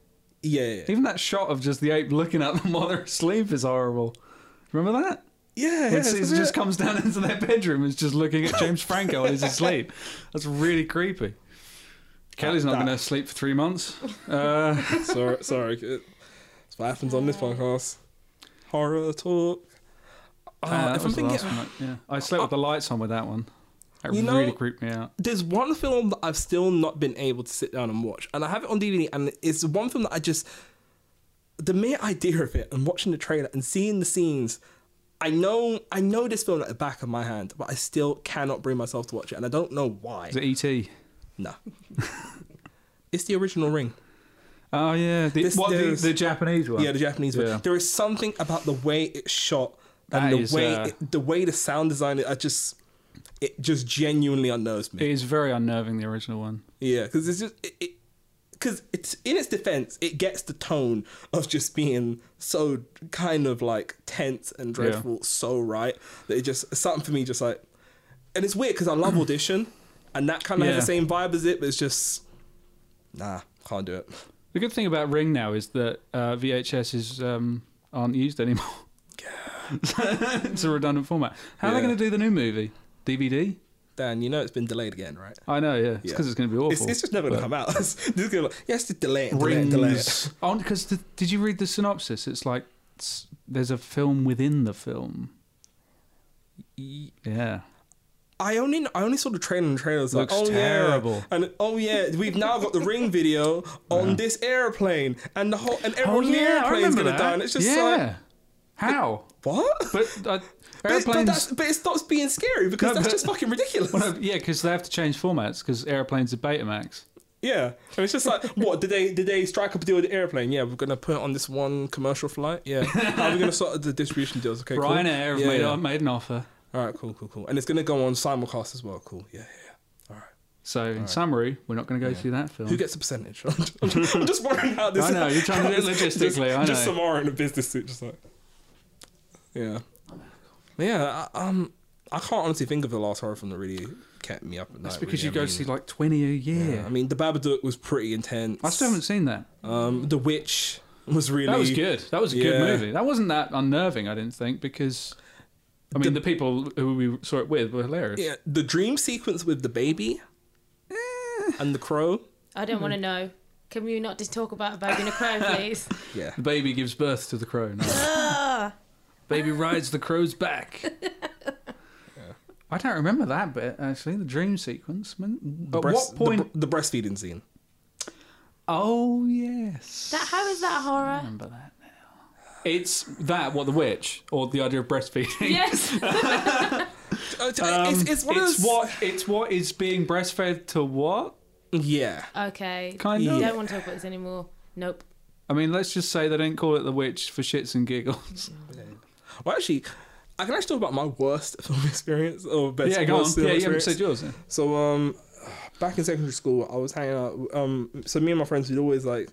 S3: Yeah,
S1: [laughs]
S3: yeah, yeah.
S1: Even that shot of just the ape looking at them [laughs] while they're asleep is horrible. Remember that?
S3: yeah, yeah,
S1: When Caesar
S3: so
S1: just
S3: yeah.
S1: comes down [laughs] into their bedroom and is just looking at James Franco while he's asleep. That's really creepy. Kelly's not
S3: that- Oh,
S1: going to sleep for three months.
S3: [laughs]
S1: Uh,
S3: sorry, sorry. It- That's what happens on this podcast. Horror talk. Uh,
S1: uh, that
S3: if I'm
S1: was the
S3: thinking, Oh.
S1: last one, yeah. I slept with the lights on with that one. That
S3: You know-
S1: really creeped me out.
S3: there's one film that I've still not been able to sit down and watch, and I have it on DVD, and it's one film that I just the mere idea of it and watching the trailer and seeing the scenes. I know, I know this film at the back of my hand, but I still cannot bring myself to watch it, and I don't know why.
S1: Is it E E.T.?
S3: no, [laughs] it's the original Ring.
S1: Oh, yeah. The,
S3: This-
S1: what, the,
S3: there's-
S1: the Japanese one?
S3: Yeah, the Japanese
S1: Yeah.
S3: one. There is something about the way it's shot
S1: That
S3: and the
S1: is,
S3: way
S1: uh,
S3: it, the way the sound design, I just it just genuinely unnerves me.
S1: It is very unnerving. The original one.
S3: Yeah, because it's just it. Because it's in its defense, it gets the tone of just being so kind of like tense and
S1: Yeah.
S3: dreadful, so right that it just something for me just like, and it's weird because I
S1: [clears throat]
S3: love audition, and that kind of has the
S1: Yeah.
S3: same vibe as it, but it's just nah, can't do it.
S1: The good thing about Ring now is that uh, VHSs um, aren't used anymore. [laughs] it's a redundant format. How are
S3: Yeah.
S1: they going to do the new movie? DVD?
S3: Dan, you know it's been delayed again, right?
S1: I know, yeah. It's
S3: Yeah.
S1: because it's going to be awful.
S3: It's, it's just never gonna come out. [laughs] It's just gonna be like, yes, delay it, delay it, delay it.
S1: Rings. Because did you read Oh, the synopsis? It's like it's, there's a film within the film. Yeah.
S3: I only I only saw the trailer and the trailer was
S1: Looks
S3: like, oh yeah,
S1: terrible.
S3: and oh yeah, we've now got the ring video on this airplane, and the whole and
S1: Oh,
S3: everyone in the airplane's gonna die, and it's just
S1: yeah.
S3: like
S1: How?
S3: what?
S1: But uh,
S3: But it, but, that's,
S1: airplanes.
S3: but it stops being scary because
S1: No,
S3: that's
S1: but-
S3: just fucking ridiculous.
S1: [laughs] Well, no, yeah, because they have to change formats because airplanes are Betamax.
S3: yeah, and it's just like, what did they did they strike up a deal with the airplane? Yeah, we're gonna put it on this one commercial flight. Yeah, how are we gonna sort the distribution deals? Okay, cool.
S1: Ryanair have
S3: Yeah,
S1: made,
S3: yeah.
S1: made an offer.
S3: All right, cool, cool, cool, and it's gonna go on simulcast as well. Cool, yeah, yeah, yeah. All right.
S1: So, in summary, we're not going to go through that film.
S3: Who gets a percentage? [laughs] I'm just, I'm just wondering how this.
S1: I know, you're trying to do it
S3: how this-
S1: logistically,
S3: Just,
S1: I
S3: just
S1: know.
S3: Samara in a business suit, just like. Yeah, But yeah. I, um, I can't honestly think of the last horror film that really kept me up at night.
S1: That's because
S3: really.
S1: you go
S3: I mean,
S1: see like 20 a year.
S3: I mean, The Babadook was pretty intense.
S1: I still haven't seen that.
S3: Um, The Witch was really.
S1: That was good. That was a
S3: Yeah.
S1: good movie. That wasn't that unnerving, I didn't think, because I mean, the, people who we saw it with were hilarious.
S3: Yeah, the dream sequence with the baby,
S1: Eh.
S3: and the crow.
S2: I don't want to know. Can we not just talk about a bag in
S1: [laughs]
S2: a crow, please?
S3: Yeah.
S1: The baby gives birth to the crow. No.
S3: Ah.
S1: baby rides the crow's
S3: [laughs]
S1: back. I don't remember that bit actually. The dream sequence. Man,
S3: The
S1: At
S3: breast-
S1: what point?
S3: The, bre- the breastfeeding scene.
S1: oh yes.
S2: that, how is that
S1: [laughs]
S2: horror?
S1: remember that now. It's that what the witch or the idea of breastfeeding.
S2: yes.
S3: Uh, it's, it's one of
S1: Um, it's
S3: those-
S1: what it's what is being breastfed to what
S3: Yeah.
S2: Okay.
S1: kind of.
S2: I don't want to talk about this anymore. Nope.
S1: I mean, let's just say they don't call it the witch for shits and giggles.
S3: Well, actually, I can actually talk about my worst [laughs] film experience or best.
S1: yeah, go on.
S3: worst film
S1: Yeah, you haven't
S3: experience.
S1: said yours.
S3: So, um, back in secondary school, I was hanging out. Um, so me and my friends would always like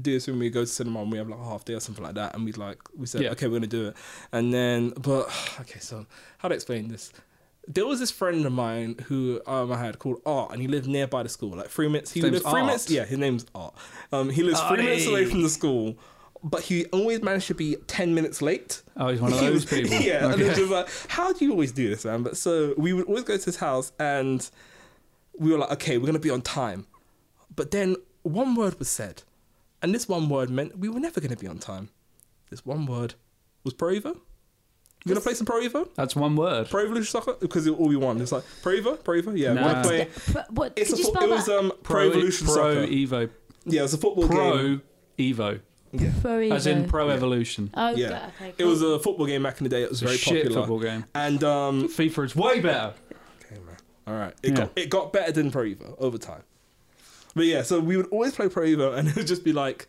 S3: do this when we go to cinema and we have like a half day or something like that, and we'd like we said,
S1: Yeah.
S3: okay, we're gonna do it, and then but [sighs] okay, so how to explain this? There was this friend of mine who um, I had called Art, and he lived nearby the school, like three minutes. He
S1: His
S3: lived
S1: name's
S3: three
S1: Art?
S3: minutes. Yeah, his name's Art. Um, he lives three minutes away
S1: Artie.
S3: from the school, but he always managed to be ten minutes late.
S1: Oh, he's one
S3: [laughs]
S1: of
S3: He
S1: those
S3: was-
S1: people.
S3: Yeah, and it was
S1: Okay.
S3: just like, how do you always do this, man? But so we would always go to his house, and we were like, okay, we're gonna be on time. But then one word was said, and this one word meant we were never gonna be on time. This one word was Pro Evo. You gonna play some Pro Evo?
S1: That's one word.
S3: Pro Evolution Soccer? Because it all we want. It's like Pro Evo, Pro Evo. Yeah,
S1: Nah.
S3: wanna play.
S2: But what?
S3: It's a
S2: could you
S3: fo-
S2: spell
S3: it was
S2: that?
S3: um, Pro Evolution
S1: pro
S3: Soccer.
S1: Evo.
S3: yeah, it was a football game.
S1: Pro Evo.
S2: Pro
S1: As in
S2: Evo.
S1: Pro Evolution.
S2: Oh,
S3: Yeah,
S2: okay,
S3: it
S2: cool.
S3: was a football game back in the day. It was
S1: It's a
S3: very
S1: shit
S3: popular.
S1: football game.
S3: And um,
S1: FIFA is way better.
S3: Okay, man. All right. It,
S1: Yeah.
S3: got, it got better than Pro Evo over time. But yeah, so we would always play Pro Evo [laughs] and it would just be like,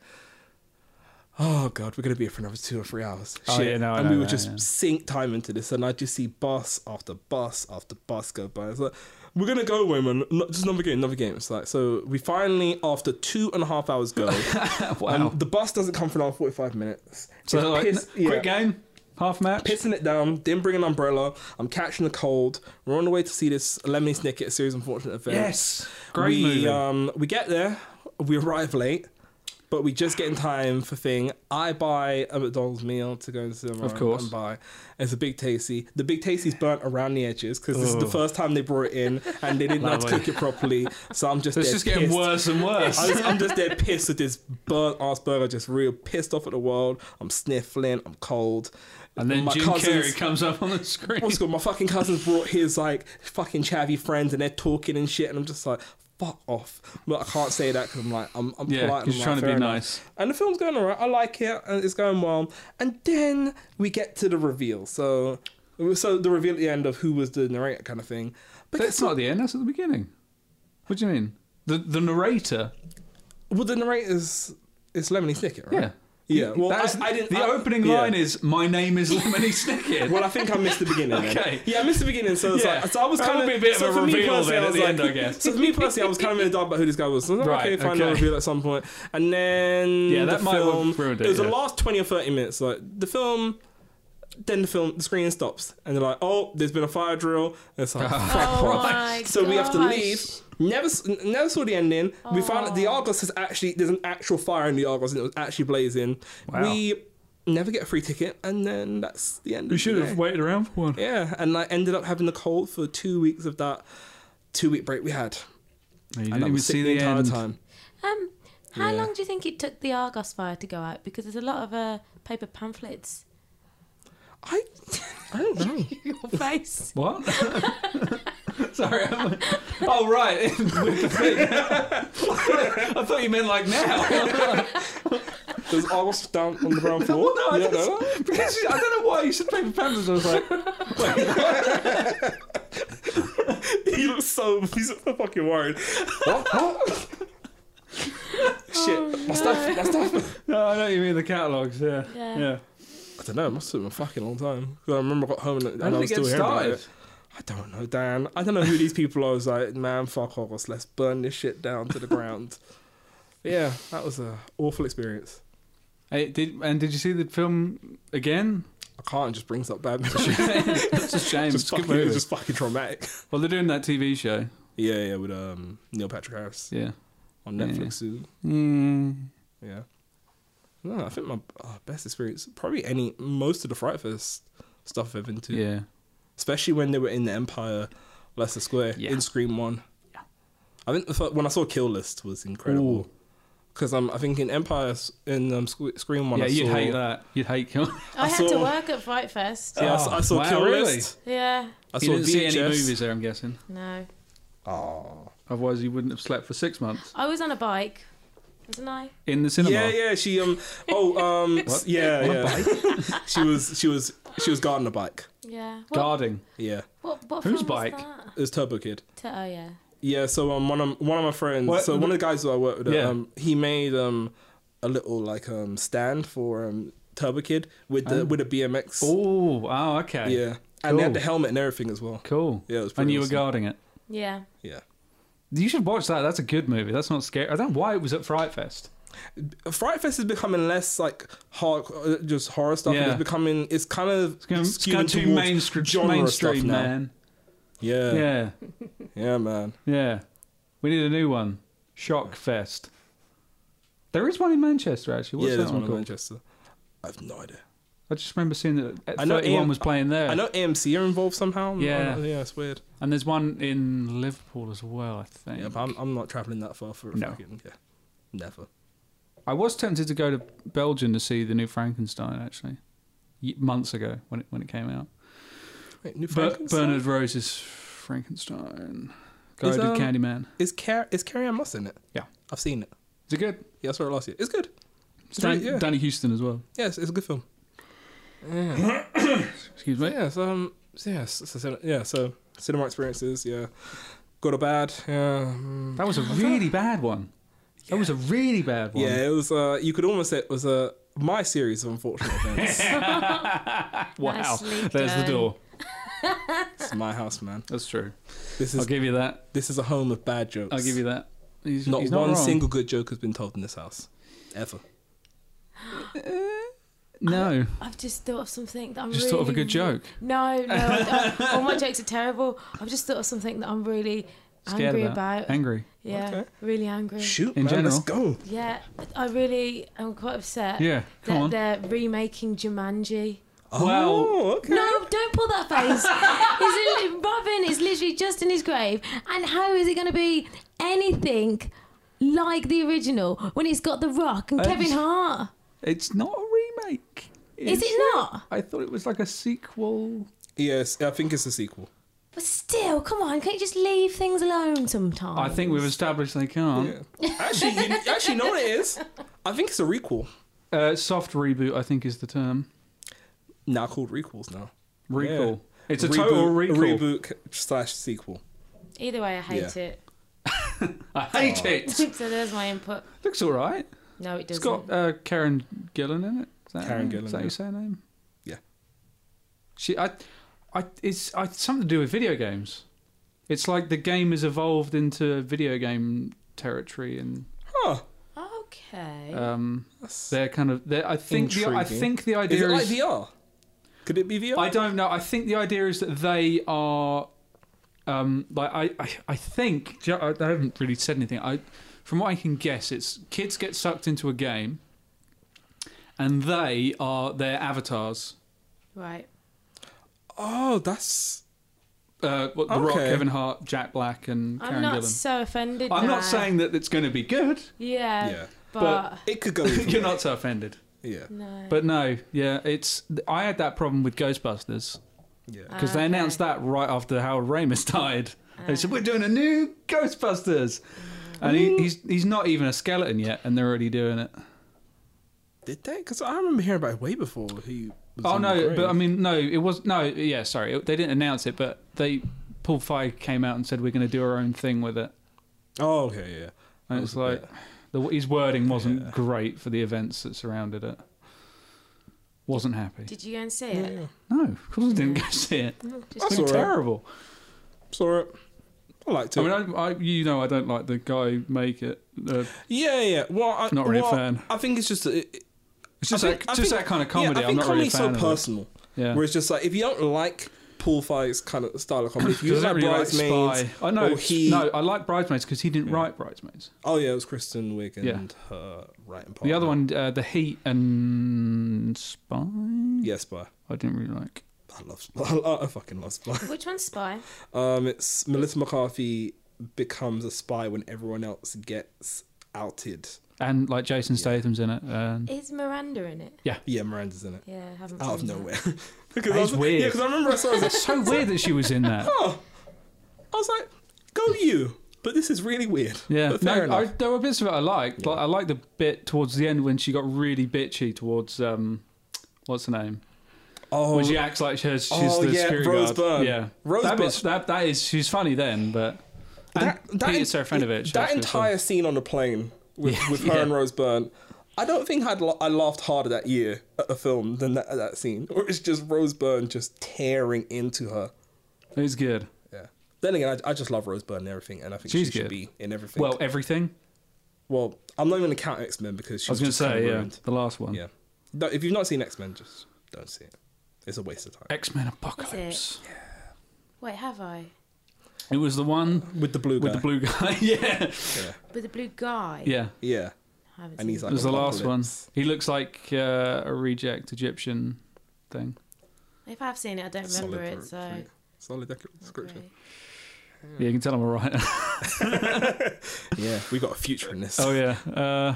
S3: oh God, we're going to be here for another two or three hours. Shit.
S1: Oh, yeah, no, I
S3: and
S1: know
S3: we would
S1: that,
S3: just
S1: yeah.
S3: sink time into this and I'd just see bus after bus after bus go by. It's like, we're going to go away, man. No, just another game, another game. It's like, so we finally, after two and a half hours
S1: [laughs]
S3: go,
S1: wow.
S3: and the bus doesn't come for another 45 minutes.
S1: so
S3: It's
S1: they're like,
S3: piss-
S1: n- quick game, half match.
S3: pissing it down, didn't bring an umbrella. I'm catching a cold. We're on the way to see this Lemony Snicket series unfortunate event.
S1: Yes. Great
S3: we,
S1: movie.
S3: Um, we get there, we arrive late, but we just get in time for thing. I buy a McDonald's meal to go into cinema
S1: Of course.
S3: and buy. It's a big tasty. The big tasty's burnt around the edges because this is the
S1: Ugh.
S3: first time they brought it in and they didn't know how to
S1: Oh. Lovely.
S3: cook it properly. So I'm just
S1: it's
S3: dead
S1: just getting
S3: pissed.
S1: worse and worse.
S3: I was, I'm just
S1: [laughs]
S3: dead pissed at this burnt ass burger. Just real pissed off at the world. I'm sniffling. I'm cold.
S1: and then
S3: My
S1: Jim
S3: cousins-
S1: Carrey comes up on the screen.
S3: What's good? My fucking cousins brought his like fucking chavvy friends, and they're talking and shit, and I'm just like, fuck off. But I can't say that because I'm like, I'm, I'm
S1: Yeah,
S3: polite. and
S1: he's
S3: I'm
S1: trying
S3: like,
S1: to be
S3: fair enough.
S1: nice.
S3: And the film's going alright. I like it, and it's going well. And then we get to the reveal. So, so the reveal at the end of who was the narrator kind of thing. But
S1: That's
S3: it's
S1: not at the end, that's at the beginning. What do you mean? The the narrator.
S3: well, the narrator's it's Lemony Snicket, right?
S1: Yeah.
S3: Yeah, well,
S1: That's-
S3: I, I didn't.
S1: the
S3: I-
S1: opening
S3: yeah.
S1: line is, "My name is Lemony Snicket."
S3: Well, I think I missed the beginning. then.
S1: Okay.
S3: Yeah, I missed the beginning, so it's
S1: Yeah.
S3: like, so I was
S1: That
S3: kind
S1: would be a bit
S3: so
S1: of a
S3: for me
S1: reveal
S3: personally,
S1: then
S3: I
S1: at
S3: was
S1: the
S3: like,
S1: end, I guess.
S3: So for me personally, I was kind of in the dark about who this guy was. So I was like,
S1: Right,
S3: okay, fine,
S1: okay.
S3: I'll reveal at some point. And then
S1: Yeah,
S3: the
S1: that might have
S3: film,
S1: ruined it,
S3: was
S1: yeah.
S3: the last twenty or thirty minutes. Like the film. Then the film, the screen stops, and they're like, "Oh, there's been a fire drill." And it's
S1: [laughs]
S3: like,
S2: Oh
S3: "Fuck off."
S2: my
S3: So we have to
S2: gosh.
S3: leave. Never, s- never saw the ending. We found that the Argos is actually there's an actual fire in the Argos, and it was actually blazing.
S1: Wow.
S3: We never get a free ticket, and then that's the end.
S1: we
S3: of
S1: should
S3: the
S1: have
S3: day.
S1: waited around for one.
S3: Yeah, and I ended up having the cold for two weeks of that two week break we had.
S1: No, you
S3: and
S1: didn't
S3: I
S1: even
S3: was sick
S1: see
S3: the
S1: the
S3: entire
S1: end.
S3: time.
S2: Um, how
S3: Yeah.
S2: long do you think it took the Argos fire to go out? Because there's a lot of uh, paper pamphlets. [laughs]
S3: I, I don't know.
S2: Your face.
S1: What? [laughs] Sorry. I'm like, oh right. [laughs] With the thing. I thought you meant like [laughs] now.
S3: There's Argos down on the ground floor.
S1: [laughs] well, Oh, no, I,
S3: You don't
S1: just,
S3: know?
S1: because you- I don't know why you said paper pamphlets. I was
S3: [laughs]
S1: like, [laughs]
S3: he looks so he's so fucking worried. What? [laughs] Shit, my stuff, my stuff.
S1: [laughs] no, I know you mean the catalogs. Yeah.
S2: Yeah.
S3: I don't know. It must have been a fucking long time. 'Cause I remember I got home and, and
S1: How
S3: I
S1: did it
S3: was
S1: get
S3: still here.
S1: started?
S3: I don't know, Dan. I don't know who these people are. I was like, man, fuck Argos. Let's burn this shit down to the ground. But yeah, that was a awful experience.
S1: Hey, did and did you see the film [laughs] again?
S3: I can't just brings up bad
S1: [laughs]
S3: memories.
S1: it's a shame.
S3: just,
S1: It's a good
S3: fucking, it's
S1: movie.
S3: just fucking traumatic.
S1: Well, they're doing that TV show.
S3: Yeah, yeah, with um Neil Patrick Harris
S1: Yeah.
S3: on
S1: Yeah.
S3: Netflix soon. Mm, Yeah. No, I think my uh, best experience probably any most of the Fright Fest stuff I've been to,
S1: Yeah.
S3: especially when they were in the Empire Leicester Square
S1: Yeah.
S3: in Scream One.
S1: Yeah.
S3: I think the, fir- when I saw Kill List was incredible
S1: Ooh.
S3: because um, I think in Empire s- in um, Sque- Scream One
S1: Yeah,
S3: I
S1: you'd
S3: saw,
S1: hate that. You'd hate [laughs] killing.
S3: [laughs]
S2: I,
S3: I
S2: had to
S3: saw-
S2: work at Fright Fest.
S3: Yeah, I s- I,
S1: Oh,
S3: saw
S1: wow,
S3: Kill
S1: really?
S3: List.
S2: Yeah.
S3: I
S1: you
S3: saw
S1: didn't see any
S3: VHS.
S1: movies there, I'm guessing.
S2: No.
S3: Oh.
S1: Otherwise, you wouldn't have slept for six months
S2: I was on a bike, wasn't I?
S1: in the cinema.
S3: Yeah, yeah. She um. Oh um.
S1: What?
S3: Yeah,
S1: On a
S3: yeah. [laughs] she was she was she was guarding a bike.
S2: Yeah. What?
S1: Guarding.
S3: Yeah,
S2: What?
S1: Whose
S2: What? film was
S1: bike?
S2: that?
S3: it was Turbo Kid.
S2: T- oh yeah.
S3: Yeah. So um, one of one of my friends.
S1: What?
S3: So one of the guys who I work with.
S1: Yeah.
S3: Um, he made um, a little like um stand for um Turbo Kid with the
S1: Oh.
S3: with a BMX.
S1: Oh, oh, okay.
S3: Yeah. And they
S1: Cool.
S3: had the helmet and everything as well.
S1: Cool.
S3: Yeah, it was pretty
S1: and you were
S3: awesome.
S1: guarding it.
S2: Yeah.
S3: Yeah.
S1: You should watch that. That's a good movie. That's not scary. I don't know why it was at Fright Fest.
S3: Fright Fest is becoming less like hard, uh, just horror stuff. and
S1: Yeah.
S3: It's becoming, it's kind of
S1: It's going, it's going
S3: skewing
S1: too
S3: towards
S1: mainstream,
S3: genre
S1: mainstream
S3: stuff now.
S1: man.
S3: Yeah, yeah,
S1: Yeah.
S3: man.
S1: Yeah. We need a new one. Shock Fest. There is one in Manchester, actually. What's
S3: yeah,
S1: that
S3: there's
S1: one
S3: one in
S1: called?
S3: Manchester. I have no idea.
S1: I just remember seeing that
S3: I know
S1: 31
S3: AM
S1: was playing there.
S3: I know AMC are involved somehow. I'm-
S1: Yeah.
S3: I'm- yeah, it's weird.
S1: And there's one in Liverpool as well, I think.
S3: Yeah, but I'm, I'm not traveling that far for a
S1: No.
S3: fucking yeah, never.
S1: I was tempted to go to Belgium to see the new Frankenstein, actually, Y- months ago when it, when it came out.
S3: Wait, New
S1: Ber-
S3: Frankenstein?
S1: Bernard Rose's Frankenstein. Guy
S3: Is,
S1: who did
S3: um,
S1: Candyman.
S3: is Car- is Carrie Ann Moss in it?
S1: Yeah.
S3: I've seen it.
S1: Is it good?
S3: Yeah, I saw it last year. It's good. It's
S1: Dan-
S3: really- yeah.
S1: Danny Houston as well.
S3: Yes, it's a good film.
S1: [laughs] Excuse me.
S3: But yeah, so um, so yeah, so, so, yeah, so cinema experiences, yeah, good or bad, yeah. mm.
S1: That was a really bad one. That was a really bad one.
S3: Yeah, it was. Uh, you could almost say it was a my series of
S1: [laughs]
S3: unfortunate events.
S1: Wow.
S2: Nicely
S1: There's the
S2: done.
S1: door.
S3: it's my house, man.
S1: That's true.
S3: This
S1: I'll
S3: is
S1: give you that.
S3: this is a home of bad jokes.
S1: I'll give you that. He's
S3: Not
S1: he's
S3: one
S1: wrong.
S3: single good joke has been told in this house, ever.
S1: No.
S2: I've just thought of something that I'm
S1: Just
S2: really,
S1: thought of a good joke.
S2: No, no, I- I- all my jokes are terrible. I've just thought of something that I'm really
S1: Scared
S2: angry
S1: about.
S2: about.
S1: Angry.
S2: Yeah,
S3: Okay.
S2: really angry.
S3: Shoot,
S1: In
S3: man, let's go.
S2: Yeah, I really am quite upset.
S1: Yeah, come
S2: that
S1: on.
S2: they're remaking Jumanji.
S3: oh, okay.
S2: No, don't pull that [laughs] face. He's li- Robin is literally just in his grave, and how is it going to be anything like the original when it's got The Rock and
S1: I
S2: Kevin
S1: just-
S2: Hart?
S1: It's not a remake.
S2: Is it not?
S1: I thought it was like a sequel.
S3: Yes, I think it's a sequel.
S2: But still, come on, can't you just leave things alone sometimes?
S1: I think we've established they can't.
S3: actually, you, actually, no, it is. I think it's a requel.
S1: Uh, soft reboot, I think, is the term.
S3: Now called requels now.
S1: Recall.
S3: Yeah.
S1: It's a total
S3: Reboot-
S1: recall.
S3: Reboot c- slash sequel.
S2: Either way, I hate
S3: Yeah.
S2: it. [laughs]
S1: I hate it. [laughs]
S2: so there's my input.
S1: Looks all right.
S2: No, it
S1: It's
S2: doesn't.
S1: got uh, Karen Gillan in it. Is that her
S3: Karen
S1: name?
S3: Gillan,
S1: Is that
S3: yeah.
S1: you say her name?
S3: Yeah.
S1: She, I, I, it's I, something to do with video games. It's like the game has evolved into video game territory, and
S3: Huh.
S2: okay.
S1: um,
S3: That's,
S1: they're kind of. They're, I think the I
S4: Intriguing.
S1: think the
S3: is
S1: idea
S3: it
S1: is,
S3: like VR? Could it be VR?
S1: I don't know. I think the idea is that they are, um, like I, I, I think ju- I I haven't really said anything. I, from what I can guess, it's kids get sucked into a game, and they are their avatars.
S2: right.
S3: Oh, that's.
S1: Uh, what, the Rock,
S3: Okay.
S1: Kevin Hart, Jack Black, and Karen
S2: I'm not
S1: Gillan.
S2: so offended.
S1: I'm
S2: now.
S1: not saying that it's going to be good.
S2: Yeah,
S3: yeah.
S2: but,
S3: It
S1: [laughs]
S3: could go. either
S1: You're
S3: way.
S1: not so offended,
S3: Yeah.
S2: no.
S1: but no, yeah, it's. I had that problem with Ghostbusters
S3: Yeah.
S1: because they
S2: Ah, Okay.
S1: announced that right after Harold Ramis [laughs] died. They said
S2: Ah. Mm.
S1: we're doing a new Ghostbusters, and he, he's he's not even a skeleton yet, and they're already doing it.
S3: Did they? Because I remember hearing about it way before he. Was
S1: Oh
S3: in the
S1: no,
S3: grave.
S1: but I mean no, it was no, yeah, sorry, it- they didn't announce it, but they Paul Feig came out and said we're going to do our own thing with it,
S3: Oh, okay, yeah.
S1: and
S3: That
S1: it's
S3: was a
S1: like
S3: bit-
S1: the, his wording wasn't
S3: Yeah.
S1: great for the events that surrounded it. Wasn't happy.
S2: Did you go and see
S3: Yeah,
S2: it?
S3: yeah.
S1: no, of course I didn't
S2: Yeah.
S1: go see it.
S2: Just-
S3: That's
S1: It's been
S3: all right.
S1: terrible.
S3: Saw it. I liked it.
S1: I mean, I, I, you know, I don't like the guy make it. Uh,
S3: yeah, yeah. Well, I,
S1: Not really a
S3: well,
S1: fan.
S3: I think it's just it, it-
S1: it's just
S3: I think-
S1: that,
S3: I
S1: just
S3: think-
S1: that kind of
S3: yeah,
S1: comedy.
S3: I
S1: I'm
S3: think
S1: not really a
S3: comedy's
S1: fan
S3: so
S1: of
S3: personal.
S1: it. Yeah.
S3: Where it's just like if you don't like Paul Feig's kind of style of comedy, if you
S1: Because I
S3: don't like
S1: don't really like
S3: Bridesmaids,
S1: Spy. I know.
S3: or he-
S1: No, I like Bridesmaids because he didn't
S3: Yeah.
S1: write Bridesmaids.
S3: oh yeah, it was Kristen Wiig and
S1: Yeah.
S3: her writing partner.
S1: The other one, uh, The Heat and Spy.
S3: yeah, Spy.
S1: I didn't really like.
S3: I love Spy. [laughs] I, I fucking love Spy.
S2: Which one's Spy?
S3: Um, it's Melissa McCarthy becomes a spy when everyone else gets outed.
S1: And like Jason Statham's in it. And
S2: Is Miranda in it?
S3: Yeah, Miranda's in it.
S2: Yeah, I haven't.
S3: Out of
S2: seen that.
S3: nowhere. [laughs] because I
S1: is
S3: was,
S1: weird.
S3: Yeah, because I remember I saw it. I was like, [laughs]
S1: it's so weird that she was in that.
S3: oh, I was like, go you. But this is really weird.
S1: Yeah,
S3: But fair
S1: no, I,
S3: enough.
S1: there were bits of it I liked. Like, I liked the bit towards the end when she got really bitchy towards um, what's her name?
S3: oh,
S1: when she acts like she's, she's
S3: Oh,
S1: the
S3: yeah,
S1: security
S3: Rose
S1: guard.
S3: Byrne.
S1: Yeah,
S3: Rose
S1: that,
S3: Byrne.
S1: bit's- that that is she's funny then, but and
S3: that, that
S1: Peter
S3: en-
S1: Serafinovich.
S3: That
S1: actually, as well.
S3: entire scene on the plane with,
S1: Yeah, [laughs]
S3: with her
S1: yeah.
S3: and Rose Byrne. I don't think I'd la- I laughed harder that year at a film than that, at that scene. Or it's just Rose Byrne just tearing into her.
S1: it was good.
S3: Yeah. Then again, I, I just love Rose Byrne and everything, and I think
S1: She's
S3: she should
S1: good.
S3: be in everything.
S1: Well, everything.
S3: well, I'm not even going to count X Men because she's
S1: I was going to
S3: just kinda
S1: say yeah,
S3: ruined.
S1: the last one.
S3: Yeah. No, if you've not seen X Men, just don't see it. It's a waste of time.
S1: X Men Apocalypse.
S2: Wait, have I?
S1: It was the one
S3: With the blue
S1: with the blue guy. [laughs] yeah,
S3: Yeah.
S2: With the blue guy.
S1: yeah.
S3: Yeah.
S2: I
S3: And
S2: haven't seen
S3: he's
S1: It
S2: that.
S3: like,
S1: was the last one.
S3: apocalypse.
S1: He looks like uh, a reject Egyptian thing.
S2: If I've seen it, I don't remember
S3: Solid
S2: it.
S3: proof,
S2: So.
S3: yeah. Solid dec-
S2: not
S3: description.
S2: great.
S1: Yeah, you can tell I'm a [laughs] writer.
S3: Yeah, we got a future in this.
S1: [laughs] oh yeah. Uh,
S2: [laughs]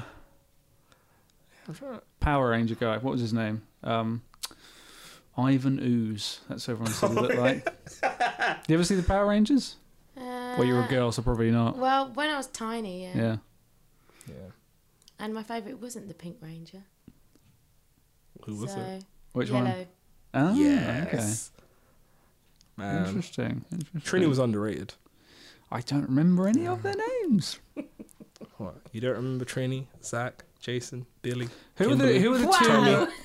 S1: Power Ranger guy. What was his name? Um, Ivan Ooze. That's everyone said he looked like.
S2: [laughs]
S1: you ever see the Power Rangers? well, you were a
S2: Uh,
S1: girl, so probably not.
S2: Well, when I was tiny, yeah.
S1: Yeah.
S3: Yeah.
S2: And my favourite wasn't the Pink Ranger.
S3: Who was
S2: so,
S3: it?
S1: Which
S2: yellow.
S1: one? Oh,
S3: yes.
S1: okay.
S3: Man.
S1: Interesting. Interesting.
S3: Um, Trini was underrated.
S1: I don't remember any of their names.
S3: What? You don't remember Trini, Zach, Jason, Billy?
S1: Who were the
S3: Kimberly?
S1: Who were the
S2: Wow.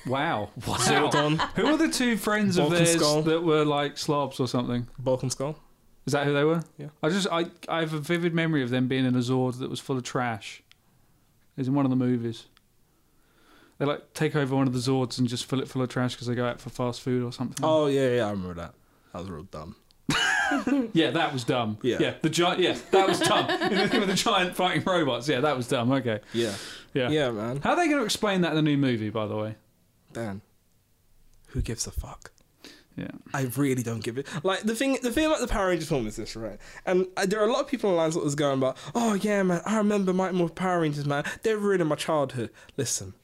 S1: two? Wow. Wow.
S3: Zildon,
S1: Who were the two friends of
S3: Bulk and
S1: theirs
S3: Skull.
S1: that were like slobs or something?
S3: Balkan Skull?
S1: Is that who they were?
S3: Yeah.
S1: I just I I have a vivid memory of them being in a Zord that was full of trash. It's in one of the movies. They like take over one of the Zords and just fill it full of trash because they go out for fast food or something.
S3: Oh, yeah, yeah, I remember that. That was real dumb.
S1: yeah, that was dumb.
S3: Yeah.
S1: yeah, the giant. Yeah, that was dumb. [laughs] You know, the thing with the giant fighting robots. Yeah, that was dumb. Okay,
S3: Yeah.
S1: yeah.
S3: Yeah, man.
S1: How are they going to explain that in the new movie? By the way,
S3: Dan, who gives a fuck? [laughs]
S1: yeah.
S3: I really don't give it. Like the thing, the thing about the Power Rangers film is this, right? And uh, there are a lot of people online that was going about, oh yeah, man, I remember Mighty Morphin Power Rangers, man. They ruined my childhood. Listen,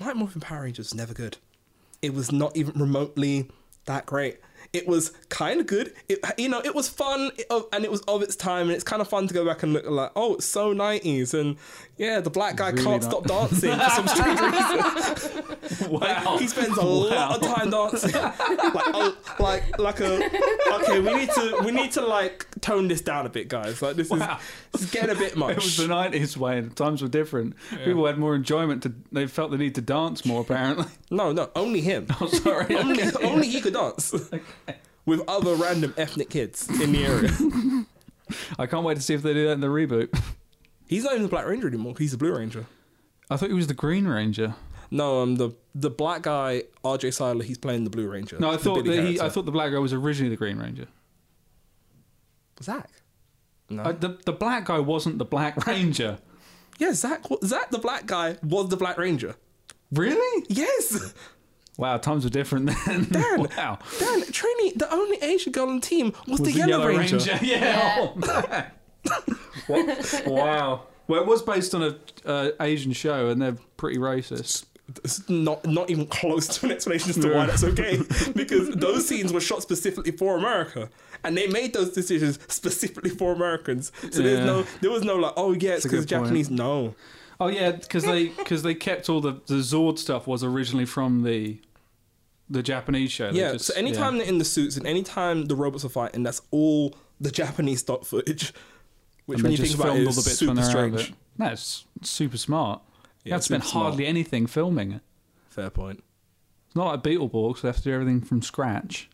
S3: Mighty Morphin Power Rangers was never good. It was not even remotely that great. It was kind of good. It, you know, it was fun, it- of- and it was of its time, and it's kind of fun to go back and look at, like, oh, it's so nineties, and yeah, the black guy
S1: Really
S3: can't
S1: [laughs]
S3: stop
S1: not-
S3: dancing for some strange reason.
S1: Wow.
S3: He spends a lot of time dancing. like, oh, like, like a. Okay, we need to, we need to like tone this down a bit, guys. Like, this
S1: Wow.
S3: is it's getting a bit much.
S1: [laughs] [laughs] It was the nineties way, and times were different. People had more enjoyment. To, they felt the need to dance more. Apparently, [laughs]
S3: No, no, only him.
S1: I'm Oh, sorry.
S3: only, only he could dance with other random ethnic kids in the area.
S1: I can't wait to see if they do that in the reboot. [laughs]
S3: He's not even the Black Ranger anymore. He's the Blue Ranger.
S1: I thought he was the Green Ranger.
S3: No, um, the the black guy R.J. Seiler. He's playing the Blue Ranger.
S1: No, I
S3: The
S1: thought
S3: Billy
S1: that he,
S3: character.
S1: I thought the black guy was originally the Green Ranger.
S3: Zach. No.
S1: Uh, the the black guy wasn't the Black [laughs] Ranger.
S3: yeah, Zach. wa- Zach, the black guy, was the Black Ranger.
S1: Really?
S3: Yes,
S1: Wow, times were different then.
S3: [laughs] Dan.
S1: [laughs] wow.
S3: Dan Trini, the only Asian girl on the team, was, the, Yellow, Ranger.
S1: [laughs] Yeah. Oh, man. [laughs] What? Wow. Well, it was based on a uh, Asian show, and they're pretty racist.
S3: It's not not even close to an explanation as to why
S1: Yeah.
S3: that's
S1: [laughs]
S3: okay, because those scenes were shot specifically for America, and they made those decisions specifically for Americans. So there's
S1: Yeah.
S3: no, there was no like, oh yeah, it's
S1: That's a
S3: because
S1: good point.
S3: Japanese. No,
S1: Oh yeah, because they because they kept all the the Zord stuff was originally from the the Japanese show. They
S3: Yeah,
S1: just-
S3: so anytime they're in the suits and anytime the robots are fighting, that's all the Japanese stock footage. Which,
S1: And
S3: when
S1: they
S3: you think
S1: just
S3: about it,
S1: filmed all
S3: is
S1: the bits when
S3: super
S1: they're out of
S3: strange.
S1: it. No, it's super smart.
S3: Yeah,
S1: you have to spend
S3: super smart.
S1: hardly anything filming it.
S3: Fair point.
S1: It's not like Beetleborgs, so they have to do everything from
S3: [laughs]
S1: scratch.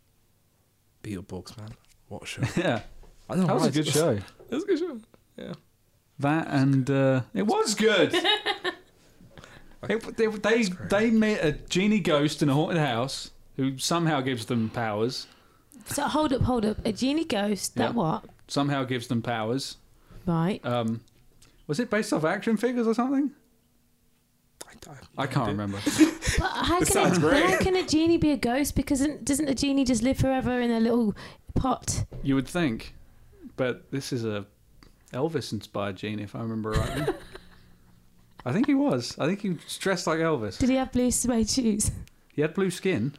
S3: Beetleborgs, man. What a show.
S1: Yeah,
S3: [laughs] I know,
S1: that was a
S3: right?
S1: good show.
S3: [laughs] That was a good show. Yeah.
S1: That and uh, it was good. It- they they, they met a genie ghost in a haunted house who somehow gives them powers.
S2: So hold up, hold up. A genie ghost. That
S1: Yeah.
S2: what?
S1: Somehow gives them powers.
S2: Right.
S1: Um, was it based off action figures or something?
S3: I,
S1: I can't remember.
S2: [laughs] But how
S3: This
S2: can
S3: sounds
S2: a,
S3: great.
S2: how can a genie be a ghost? Because doesn't- doesn't a genie just live forever in a little pot?
S1: You would think, but this is a Elvis-inspired genie, if I remember rightly. I think he was. I think he was dressed like Elvis.
S2: Did he have blue suede shoes?
S1: He had blue skin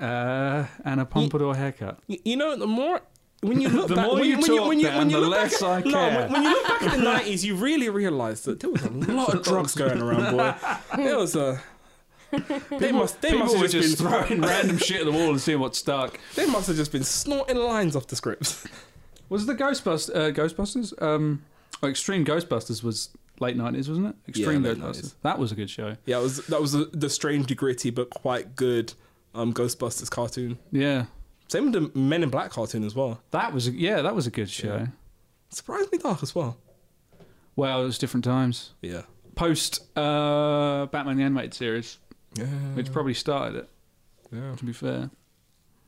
S1: uh, and a pompadour haircut.
S3: You, you know, the more. When
S1: [laughs]
S3: you look
S1: The
S3: back,
S1: more
S3: when,
S1: you
S3: when
S1: talk,
S3: when you, when
S1: Dan,
S3: you
S1: the
S3: look back
S1: less
S3: at,
S1: I
S3: [laughs] no,
S1: care.
S3: when- when you look back at
S1: [laughs]
S3: the nineties, you really realise that there was a lot of drugs going around, boy. [laughs] There was a. They must. They must
S1: People
S3: have
S1: were
S3: just,
S1: just
S3: been,
S1: throwing random shit at the wall and seeing what stuck.
S3: [laughs] They must have just been snorting lines off the scripts. [laughs]
S1: Was the Ghostbusters? Uh, Ghostbusters? Um, oh, Extreme Ghostbusters was late nineties, wasn't it? Extreme
S3: late
S1: Ghostbusters.
S3: 90s.
S1: That was a good show.
S3: Yeah, it was that was the the strangely gritty but quite good um, Ghostbusters cartoon.
S1: Yeah,
S3: Same with the Men in Black cartoon as well.
S1: that was. a- Yeah, that was a good show.
S3: Yeah. Surprisingly dark as well.
S1: Well, it was different times.
S3: Yeah.
S1: Post uh, Batman the Animated Series,
S3: Yeah.
S1: which probably started it.
S3: Yeah.
S1: To be fair,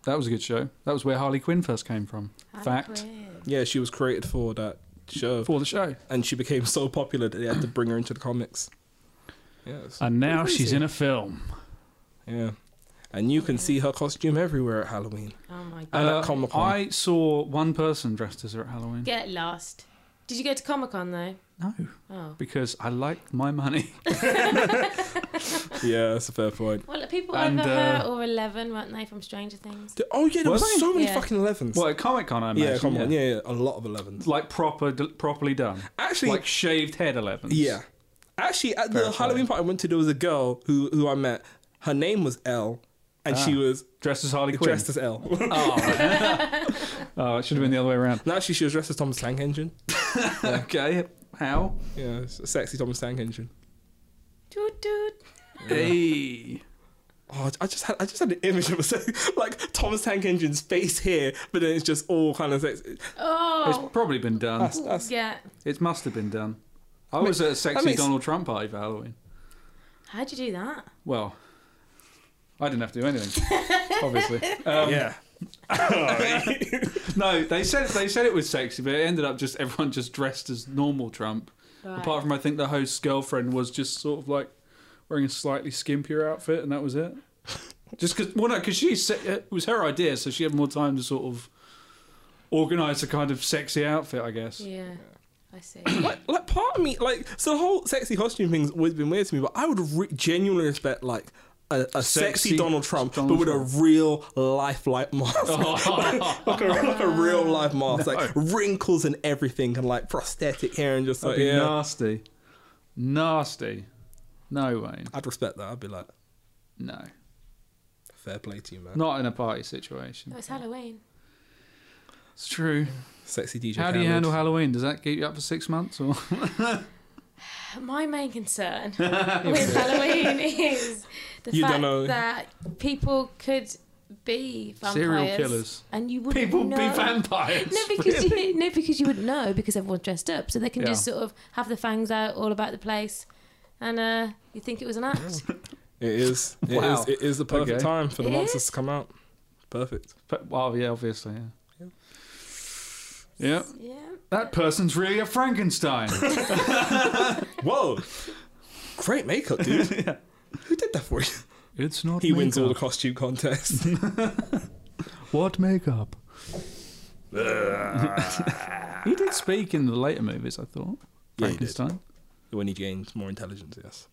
S1: that was a good show. That was where Harley Quinn first came from. Fact
S3: Yeah, she was created for that show,
S1: for the show,
S3: and she became [laughs] so popular that they had to bring her into the comics. Yes.
S1: and now she's
S3: crazy.
S1: in a film.
S3: Yeah. And you can see her costume everywhere at Halloween.
S2: Oh my god.
S3: And at Comic Con.
S1: Uh, I saw one person dressed as her at Halloween.
S2: Get lost. Did you go to Comic Con though?
S1: No,
S2: Oh.
S1: because I like my
S3: [laughs]
S1: money.
S3: yeah, that's a fair point.
S2: Well, people
S1: And,
S2: over
S1: uh,
S2: her or Eleven, weren't they from Stranger Things?
S3: Oh yeah, there
S1: Was
S3: was,
S1: I?
S3: so many
S2: Yeah.
S3: fucking elevens.
S1: Well, at Comic Con, I imagine.
S3: yeah, come on. Yeah, yeah, a lot of elevens.
S1: like proper, d- properly done.
S3: Actually,
S1: like shaved head 11s.
S3: Yeah. Actually, at the
S1: Fair
S3: Halloween party I went to, there was a girl who, who I met. Her name was Elle, and
S1: Ah.
S3: she was
S1: dressed as Harley Quinn.
S3: dressed as Elle. [laughs]
S1: [laughs] oh, it should have been the other way around.
S3: and actually, she was dressed as Thomas Tank Engine.
S1: okay, how?
S3: Yeah, s- sexy Thomas Tank Engine.
S2: Doot doot.
S1: Hey,
S3: Oh, I just had I just had an image of a se- [laughs] like Thomas Tank Engine's face here, but then it's just all kind of sexy.
S2: Oh.
S1: it's probably been done.
S3: That's, that's,
S2: Yeah.
S1: It must have been done. I was at a sexy
S3: makes-
S1: Donald Trump party for Halloween.
S2: How'd you do that?
S1: Well, I didn't have to do anything, [laughs] obviously. Um,
S3: yeah.
S1: No, they said they said it was sexy, but it ended up just everyone just dressed as normal Trump.
S2: Right.
S1: Apart from I think the host's girlfriend was just sort of like wearing a slightly skimpier outfit, and that
S3: [laughs]
S1: was it. Just because, well, no, because she said it was her idea, so she had more time to sort of organize a kind of sexy outfit, I guess.
S2: Yeah. I see.
S3: [laughs] like, like part of me, like so the whole sexy costume thing's always been weird to me, but I would re- genuinely respect like. A, a sexy,
S1: Sexy
S3: Donald Trump,
S1: Donald
S3: but with
S1: Trump.
S3: a real lifelike
S1: [laughs]
S3: mask. [laughs] like, a, like a real life mask, like wrinkles and everything, and like prosthetic hair, and just
S1: That'd
S3: like,
S1: be
S3: yeah.
S1: nasty, nasty. No, Wayne.
S3: I'd respect that. I'd be like,
S1: No,
S3: Fair play to you, man.
S1: not in a party situation.
S2: No, it's Halloween.
S1: It's true.
S3: Sexy DJ.
S1: How do you handle Halloween? Does that keep you up for six months or?
S2: My main concern
S1: [laughs]
S2: with Halloween is the
S3: You don't
S2: fact
S3: know.
S2: that people could be vampires.
S1: Serial killers.
S2: And you wouldn't
S1: People
S2: know.
S1: be vampires.
S2: No, because you no, because you would know because everyone's dressed up, so they can
S1: Yeah.
S2: just sort of have the fangs out all about the place, and uh, you think it was an act.
S3: It is. It is.
S1: Wow.
S3: It is the perfect
S1: Okay.
S3: time for the
S2: It
S3: monsters
S2: is?
S3: to come out. Perfect.
S1: But, well, yeah, obviously, yeah. Yeah.
S2: [laughs] yeah.
S1: That person's really a Frankenstein.
S3: Whoa. Great makeup,
S1: [laughs]
S3: dude. Who did that for you?
S1: [laughs] it's not.
S3: He wins all the
S1: makeup.
S3: costume contests. [laughs]
S1: What makeup? [laughs] he did speak in the later movies, I thought.
S3: Yeah, he did.
S1: Frankenstein.
S3: when he gains more intelligence, yes.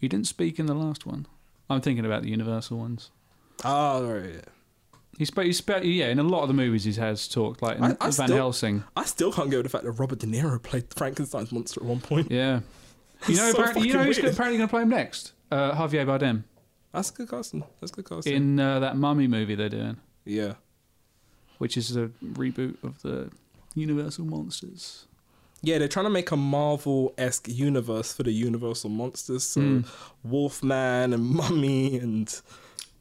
S1: He didn't speak in the last one. I'm thinking about the Universal ones. Ah,
S3: Oh, right, yeah.
S1: He spoke, he spoke yeah, in a lot of the movies he has talked, like in
S3: I- I
S1: Van
S3: still-
S1: Helsing.
S3: I still can't go with the fact that Robert De Niro played Frankenstein's monster at one point.
S1: Yeah. You know,
S3: So
S1: apparently, you know
S3: fucking
S1: who's
S3: weird.
S1: apparently going to play him next? Uh, Javier Bardem
S3: That's a good casting. That's a good casting.
S1: in uh, that Mummy movie they're doing,
S3: yeah.
S1: which is a reboot of the Universal Monsters.
S3: Yeah, they're trying to make a Marvel esque universe for the Universal monsters. So
S1: Hmm.
S3: Wolfman and [laughs] Mummy and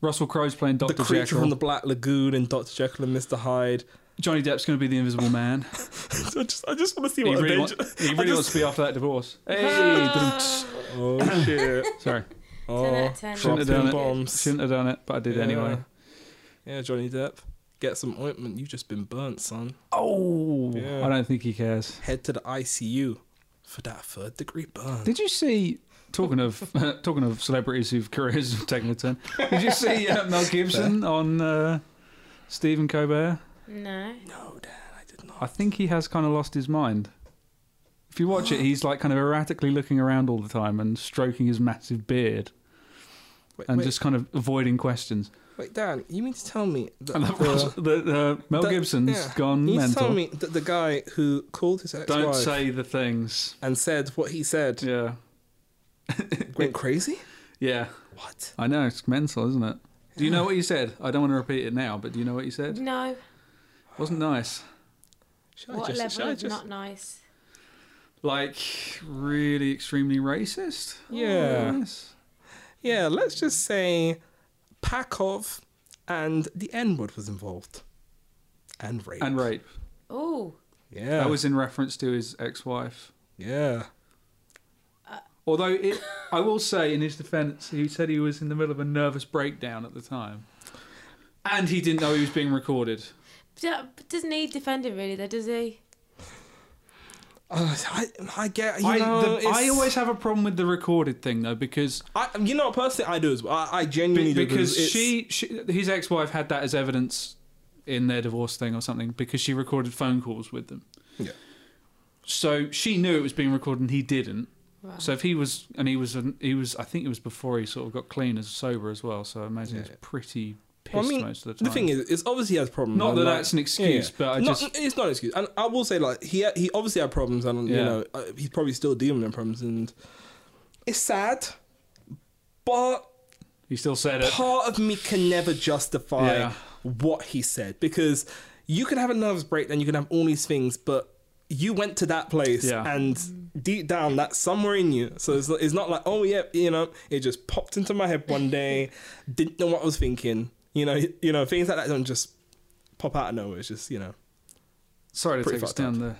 S1: Russell Crowe's playing Doctor
S3: the creature
S1: Jekyll.
S3: from the Black Lagoon and Doctor Jekyll and Mr. Hyde.
S1: Johnny Depp's going to be the
S3: [laughs]
S1: Invisible Man.
S3: I just, I just want to see
S1: he
S3: what
S1: really,
S3: Avenger.
S1: wants, he really wants to be after
S3: [laughs]
S1: that divorce. Hey, dum-ts.
S3: Oh shit!
S1: sorry,
S3: Oh,
S2: out of ten.
S1: shouldn't
S3: dropping
S1: have done it.
S3: bombs.
S1: Shouldn't have done it, but I did
S3: Yeah.
S1: anyway.
S3: Yeah, Johnny Depp, get some ointment. You've just been burnt, son.
S1: Oh,
S3: Yeah.
S1: I don't think he cares.
S3: Head to the ICU for that third degree burn.
S1: Did you see? Talking of [laughs] talking of celebrities whose careers have taken a turn, did you see uh, Mel Gibson on uh, Stephen Colbert?
S2: No.
S3: no, Dad, I did not.
S1: I think he has kind of lost his mind. If
S3: [gasps]
S1: you watch it, he's like kind of erratically looking around all the time and stroking his massive beard
S3: Wait,
S1: and
S3: wait,
S1: just kind of avoiding questions.
S3: wait, Dan, you mean to tell me that
S1: And that was-
S3: the-
S1: [laughs] the, the Mel
S3: that-
S1: Gibson's
S3: yeah,
S1: gone
S3: you mean to
S1: mental.
S3: tell me that the guy who called his ex-wife
S1: Don't say the things.
S3: and said what he said
S1: Yeah.
S3: went crazy?
S1: Yeah.
S3: What?
S1: I know, it's mental, isn't it? Do you know what you said? I don't want to repeat it now, but do you know what you said?
S2: No.
S1: Wasn't nice.
S3: Should
S2: What
S3: just, should
S2: level
S3: I
S2: of
S3: just-
S2: not nice?
S1: Like, really extremely racist?
S2: Oh.
S3: Yeah.
S1: Yes.
S3: Yeah, let's just say Pakov and the N word was involved. And rape.
S1: And rape.
S2: Oh,
S3: Yeah.
S1: That was in reference to his ex wife.
S3: Yeah.
S1: Although, it, I will say, in his defense, he said he was in the middle of a nervous breakdown at the time. And he didn't know he was being recorded.
S2: doesn't need defending really, though, does he?
S3: Uh, I, I get. You
S1: I,
S3: know,
S1: the-
S3: it's-
S1: I always have a problem with the recorded thing, though, because
S3: I, you know, personally, I do as well. I, I
S1: Be-
S3: genuinely do
S1: because
S3: it's-
S1: she, she his ex-wife had that as evidence in their divorce thing or something because she recorded phone calls with them
S3: Yeah.
S1: so she knew it was being recorded and he didn't
S2: Right.
S1: so if he was and he was an, he was i think it was before he sort of got clean as sober as well so i imagine
S3: Yeah,
S1: he's
S3: yeah.
S1: pretty pissed
S3: Well, I mean,
S1: most of the
S3: the
S1: time
S3: thing is, it's obviously he has problems.
S1: Not
S3: and,
S1: that
S3: like-
S1: that's an excuse, but I
S3: Not-
S1: just-
S3: it's not an excuse. And I will say, like, he he obviously had problems, and you
S1: Yeah.
S3: know, uh, he's probably still dealing with problems, and it's sad, but
S1: he still said it
S3: part of me can never justify
S1: Yeah.
S3: what he said because you can have a nervous breakdown, you can have all these things, but you went to that place
S1: Yeah.
S3: and deep down that's somewhere in you. So it's, it's not like, oh, yeah, you know, it just popped into my head one
S1: [laughs]
S3: day, didn't know what I was thinking. You know, you know, things like that don't just pop out of nowhere. It's just, you know,
S1: sorry to
S3: Pretty
S1: take us
S3: fucked up.
S1: down the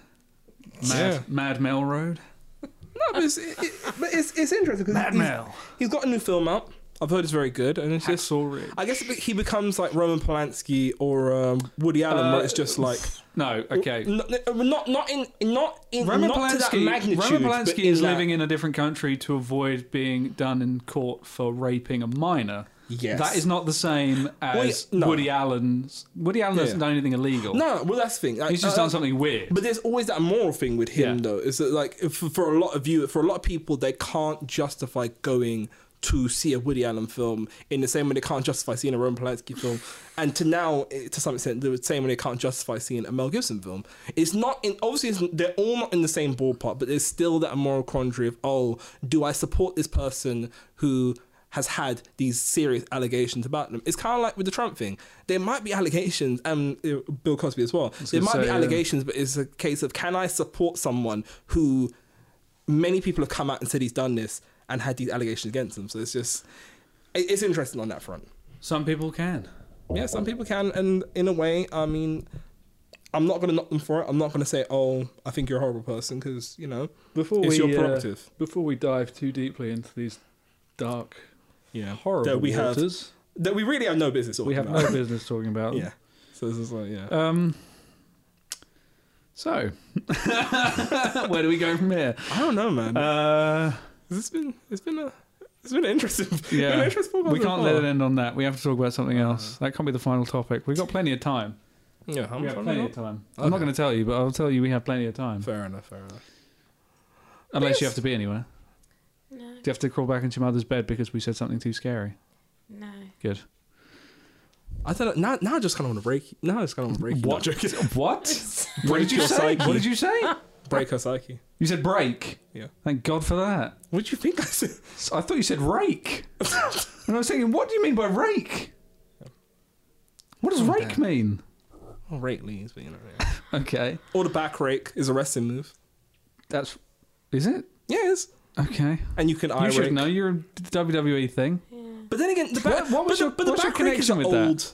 S1: mad,
S3: Yeah.
S1: mad mel road
S3: no, but it's, it, it- but it's, it's interesting
S1: [laughs]
S3: because
S1: mad
S3: he's,
S1: mel
S3: he's got a new film out. I've heard it's very good, and it's just
S1: Hacksaw Ridge.
S3: I guess he becomes like Roman Polanski or um, Woody Allen,
S1: Uh,
S3: where it's just like
S1: no okay
S3: n- n- not not in not in
S1: Roman
S3: not to that
S1: Polanski,
S3: magnitude.
S1: Roman
S3: but
S1: Polanski is
S3: that-
S1: living in a different country to avoid being done in court for raping a minor.
S3: Yes.
S1: That is not the same as
S3: yeah, no.
S1: Woody Allen's. Woody Allen
S3: Yeah.
S1: hasn't done anything illegal.
S3: No, well that's the thing. Like,
S1: He's just
S3: uh,
S1: done something weird.
S3: But there's always that moral thing with him,
S1: Yeah.
S3: though. Is that like for, for a lot of you, for a lot of people, they can't justify going to see a Woody Allen film in the same way they can't justify seeing a Roman Polanski film, and to now, eh, to some extent, the same way they can't justify seeing a Mel Gibson film. It's not in obviously it's, they're all not in the same ballpark, but there's still that moral quandary of oh, do I support this person who has had these serious allegations about them. It's kind of like with the Trump thing. There might be allegations, and uh, Bill Cosby as well. There
S1: gonna
S3: might be
S1: say, yeah.
S3: allegations, but it's a case of can I support someone who many people have come out and said he's done this and had these allegations against him. So it's just it- it's interesting on that front.
S1: Some people can.
S3: Yeah, some people can, and in a way, I mean, I'm not gonna knock them for it. I'm not gonna say, oh, I think you're a horrible person, because you know,
S4: Before
S3: it's
S4: we
S3: your
S4: uh,
S3: prerogative.
S4: before we dive too deeply into these dark,
S3: yeah,
S4: horrible
S3: that we have
S4: waters,
S3: that we really have no business.
S4: we have
S3: talking
S4: no
S3: about. [laughs]
S4: business talking about. them.
S3: yeah. So this is like, yeah.
S1: Um, so, [laughs] where do we go from here?
S3: I don't know, man.
S1: Uh,
S3: it's been it's been a it's been an interesting [laughs]
S1: Yeah.
S3: been an interesting podcast
S1: we can't
S3: so
S1: let
S3: far.
S1: it end on that. We have to talk about something else. That can't be the final topic. We've got plenty of time.
S3: Yeah, I'm
S1: we have
S3: trying
S1: plenty
S3: to
S1: of time. I'm not
S3: Okay.
S1: going to tell you, but I'll tell you we have plenty of time.
S3: Fair enough. Fair enough.
S1: Unless you
S3: Yes.
S1: have to be anywhere.
S2: No,
S1: Do you have to crawl back into your mother's bed because we said something too scary?
S2: no.
S1: Good.
S3: I don't know. Now, now I just kind of want to break. Now I just kind of want to break. you.
S1: [laughs] What?
S3: No, joking.
S1: What? what
S3: Break
S1: did you
S3: your
S1: say?
S3: psyche.
S1: What did you say?
S3: break her psyche.
S1: You said break.
S3: Yeah.
S1: Thank God for that.
S3: What do you think I said?
S1: S- I thought you said
S3: [laughs]
S1: rake. and I was thinking, what do you mean by rake? What does rake mean?
S3: Oh, rake leaves, but you know. Yeah.
S1: Okay.
S3: [laughs] Or the back rake is a wrestling move.
S1: That's. Is it?
S3: Yes,
S1: Okay.
S3: and you can eye
S1: you should
S3: rake.
S1: know. You're a WWE E thing.
S3: But then again, the back.
S1: What- what
S3: but
S1: was your-
S3: the, but the
S1: what's your
S3: back rake is
S1: connection with that?
S3: old.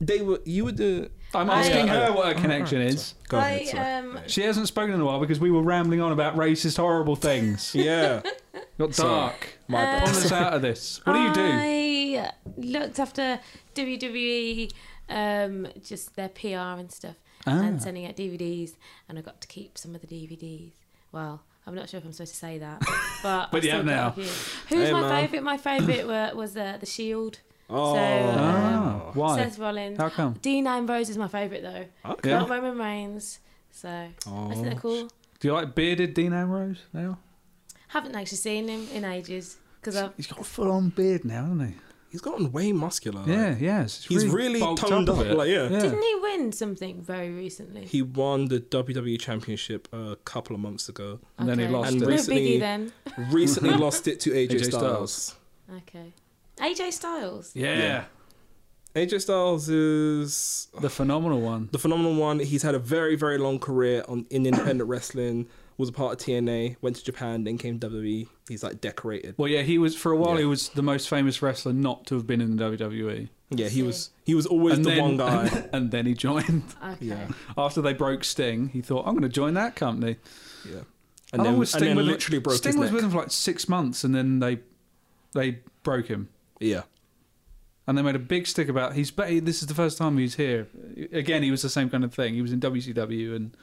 S3: They were. You were the.
S1: I'm
S2: I-
S1: asking
S2: Yeah.
S1: her what her connection is.
S3: Go
S2: I,
S3: ahead. Sorry.
S2: um,
S1: She hasn't spoken in a while because we were rambling on about racist, horrible
S3: [laughs]
S1: things.
S3: yeah.
S1: Got dark.
S2: [laughs]
S3: My
S2: Uh,
S1: Pull
S3: bad.
S1: us out of this. What do you do?
S2: I looked after WWE, um, just their PR and stuff,
S1: Ah.
S2: and sending out DVDs, and I got to keep some of the DVDs. Well, I'm not sure if I'm supposed to
S1: [laughs]
S2: say that, but
S1: But
S2: I've
S1: you have
S2: still got
S1: now.
S2: a few. Who's
S3: Hey,
S2: my
S3: man.
S2: favourite?
S1: [coughs]
S2: My favourite were, was uh, the Shield.
S3: Oh.
S2: um,
S1: Ah, why?
S2: Seth Rollins.
S1: How come?
S2: Dean Ambrose is my favourite though.
S3: Okay.
S1: Yeah.
S2: Not Roman Reigns. So isn't that cool?
S1: Do you like bearded Dean Ambrose now?
S2: Haven't actually seen him in ages because I've
S1: He's got a full on beard now, hasn't he?
S3: He's gotten way muscular.
S1: yeah, yes. It's
S3: He's really
S1: bulked
S3: toned
S1: a
S3: up.
S1: bit.
S3: Like yeah.
S2: Didn't he win something very recently?
S3: He won the WWE Championship a couple of months ago.
S1: And then he
S2: Okay.
S1: lost
S3: And
S1: it.
S2: No
S3: recently-
S2: biggie then.
S3: Recently
S1: [laughs]
S3: lost it to AJ,
S1: AJ Styles.
S3: Styles.
S2: Okay. AJ Styles.
S1: Yeah.
S3: Yeah. AJ Styles is
S1: The phenomenal one.
S3: the phenomenal one. He's had a very, very long career on in independent [coughs] wrestling. Was a part of TNA. Went to Japan, then came to WWE. He's like decorated.
S1: Well, yeah, he was for a while.
S3: Yeah.
S1: He was the most famous wrestler not to have been in the WWE.
S3: Yeah, he was. He was always
S1: and
S3: the
S1: then,
S3: one
S1: [laughs]
S3: guy.
S1: And then he joined.
S2: Okay.
S3: Yeah.
S1: After they broke Sting, he thought, "I'm going to join that company."
S3: Yeah.
S1: How
S3: And
S1: long
S3: then,
S1: was
S3: and
S1: Sting
S3: then
S1: with him?
S3: literally broke
S1: Sting
S3: his
S1: was
S3: neck.
S1: with him for like six months, and then they they broke him,
S3: Yeah.
S1: and they made a big stick about he's. ba- This is the first time he's here. Again, he was the same kind of thing. He was in WCW and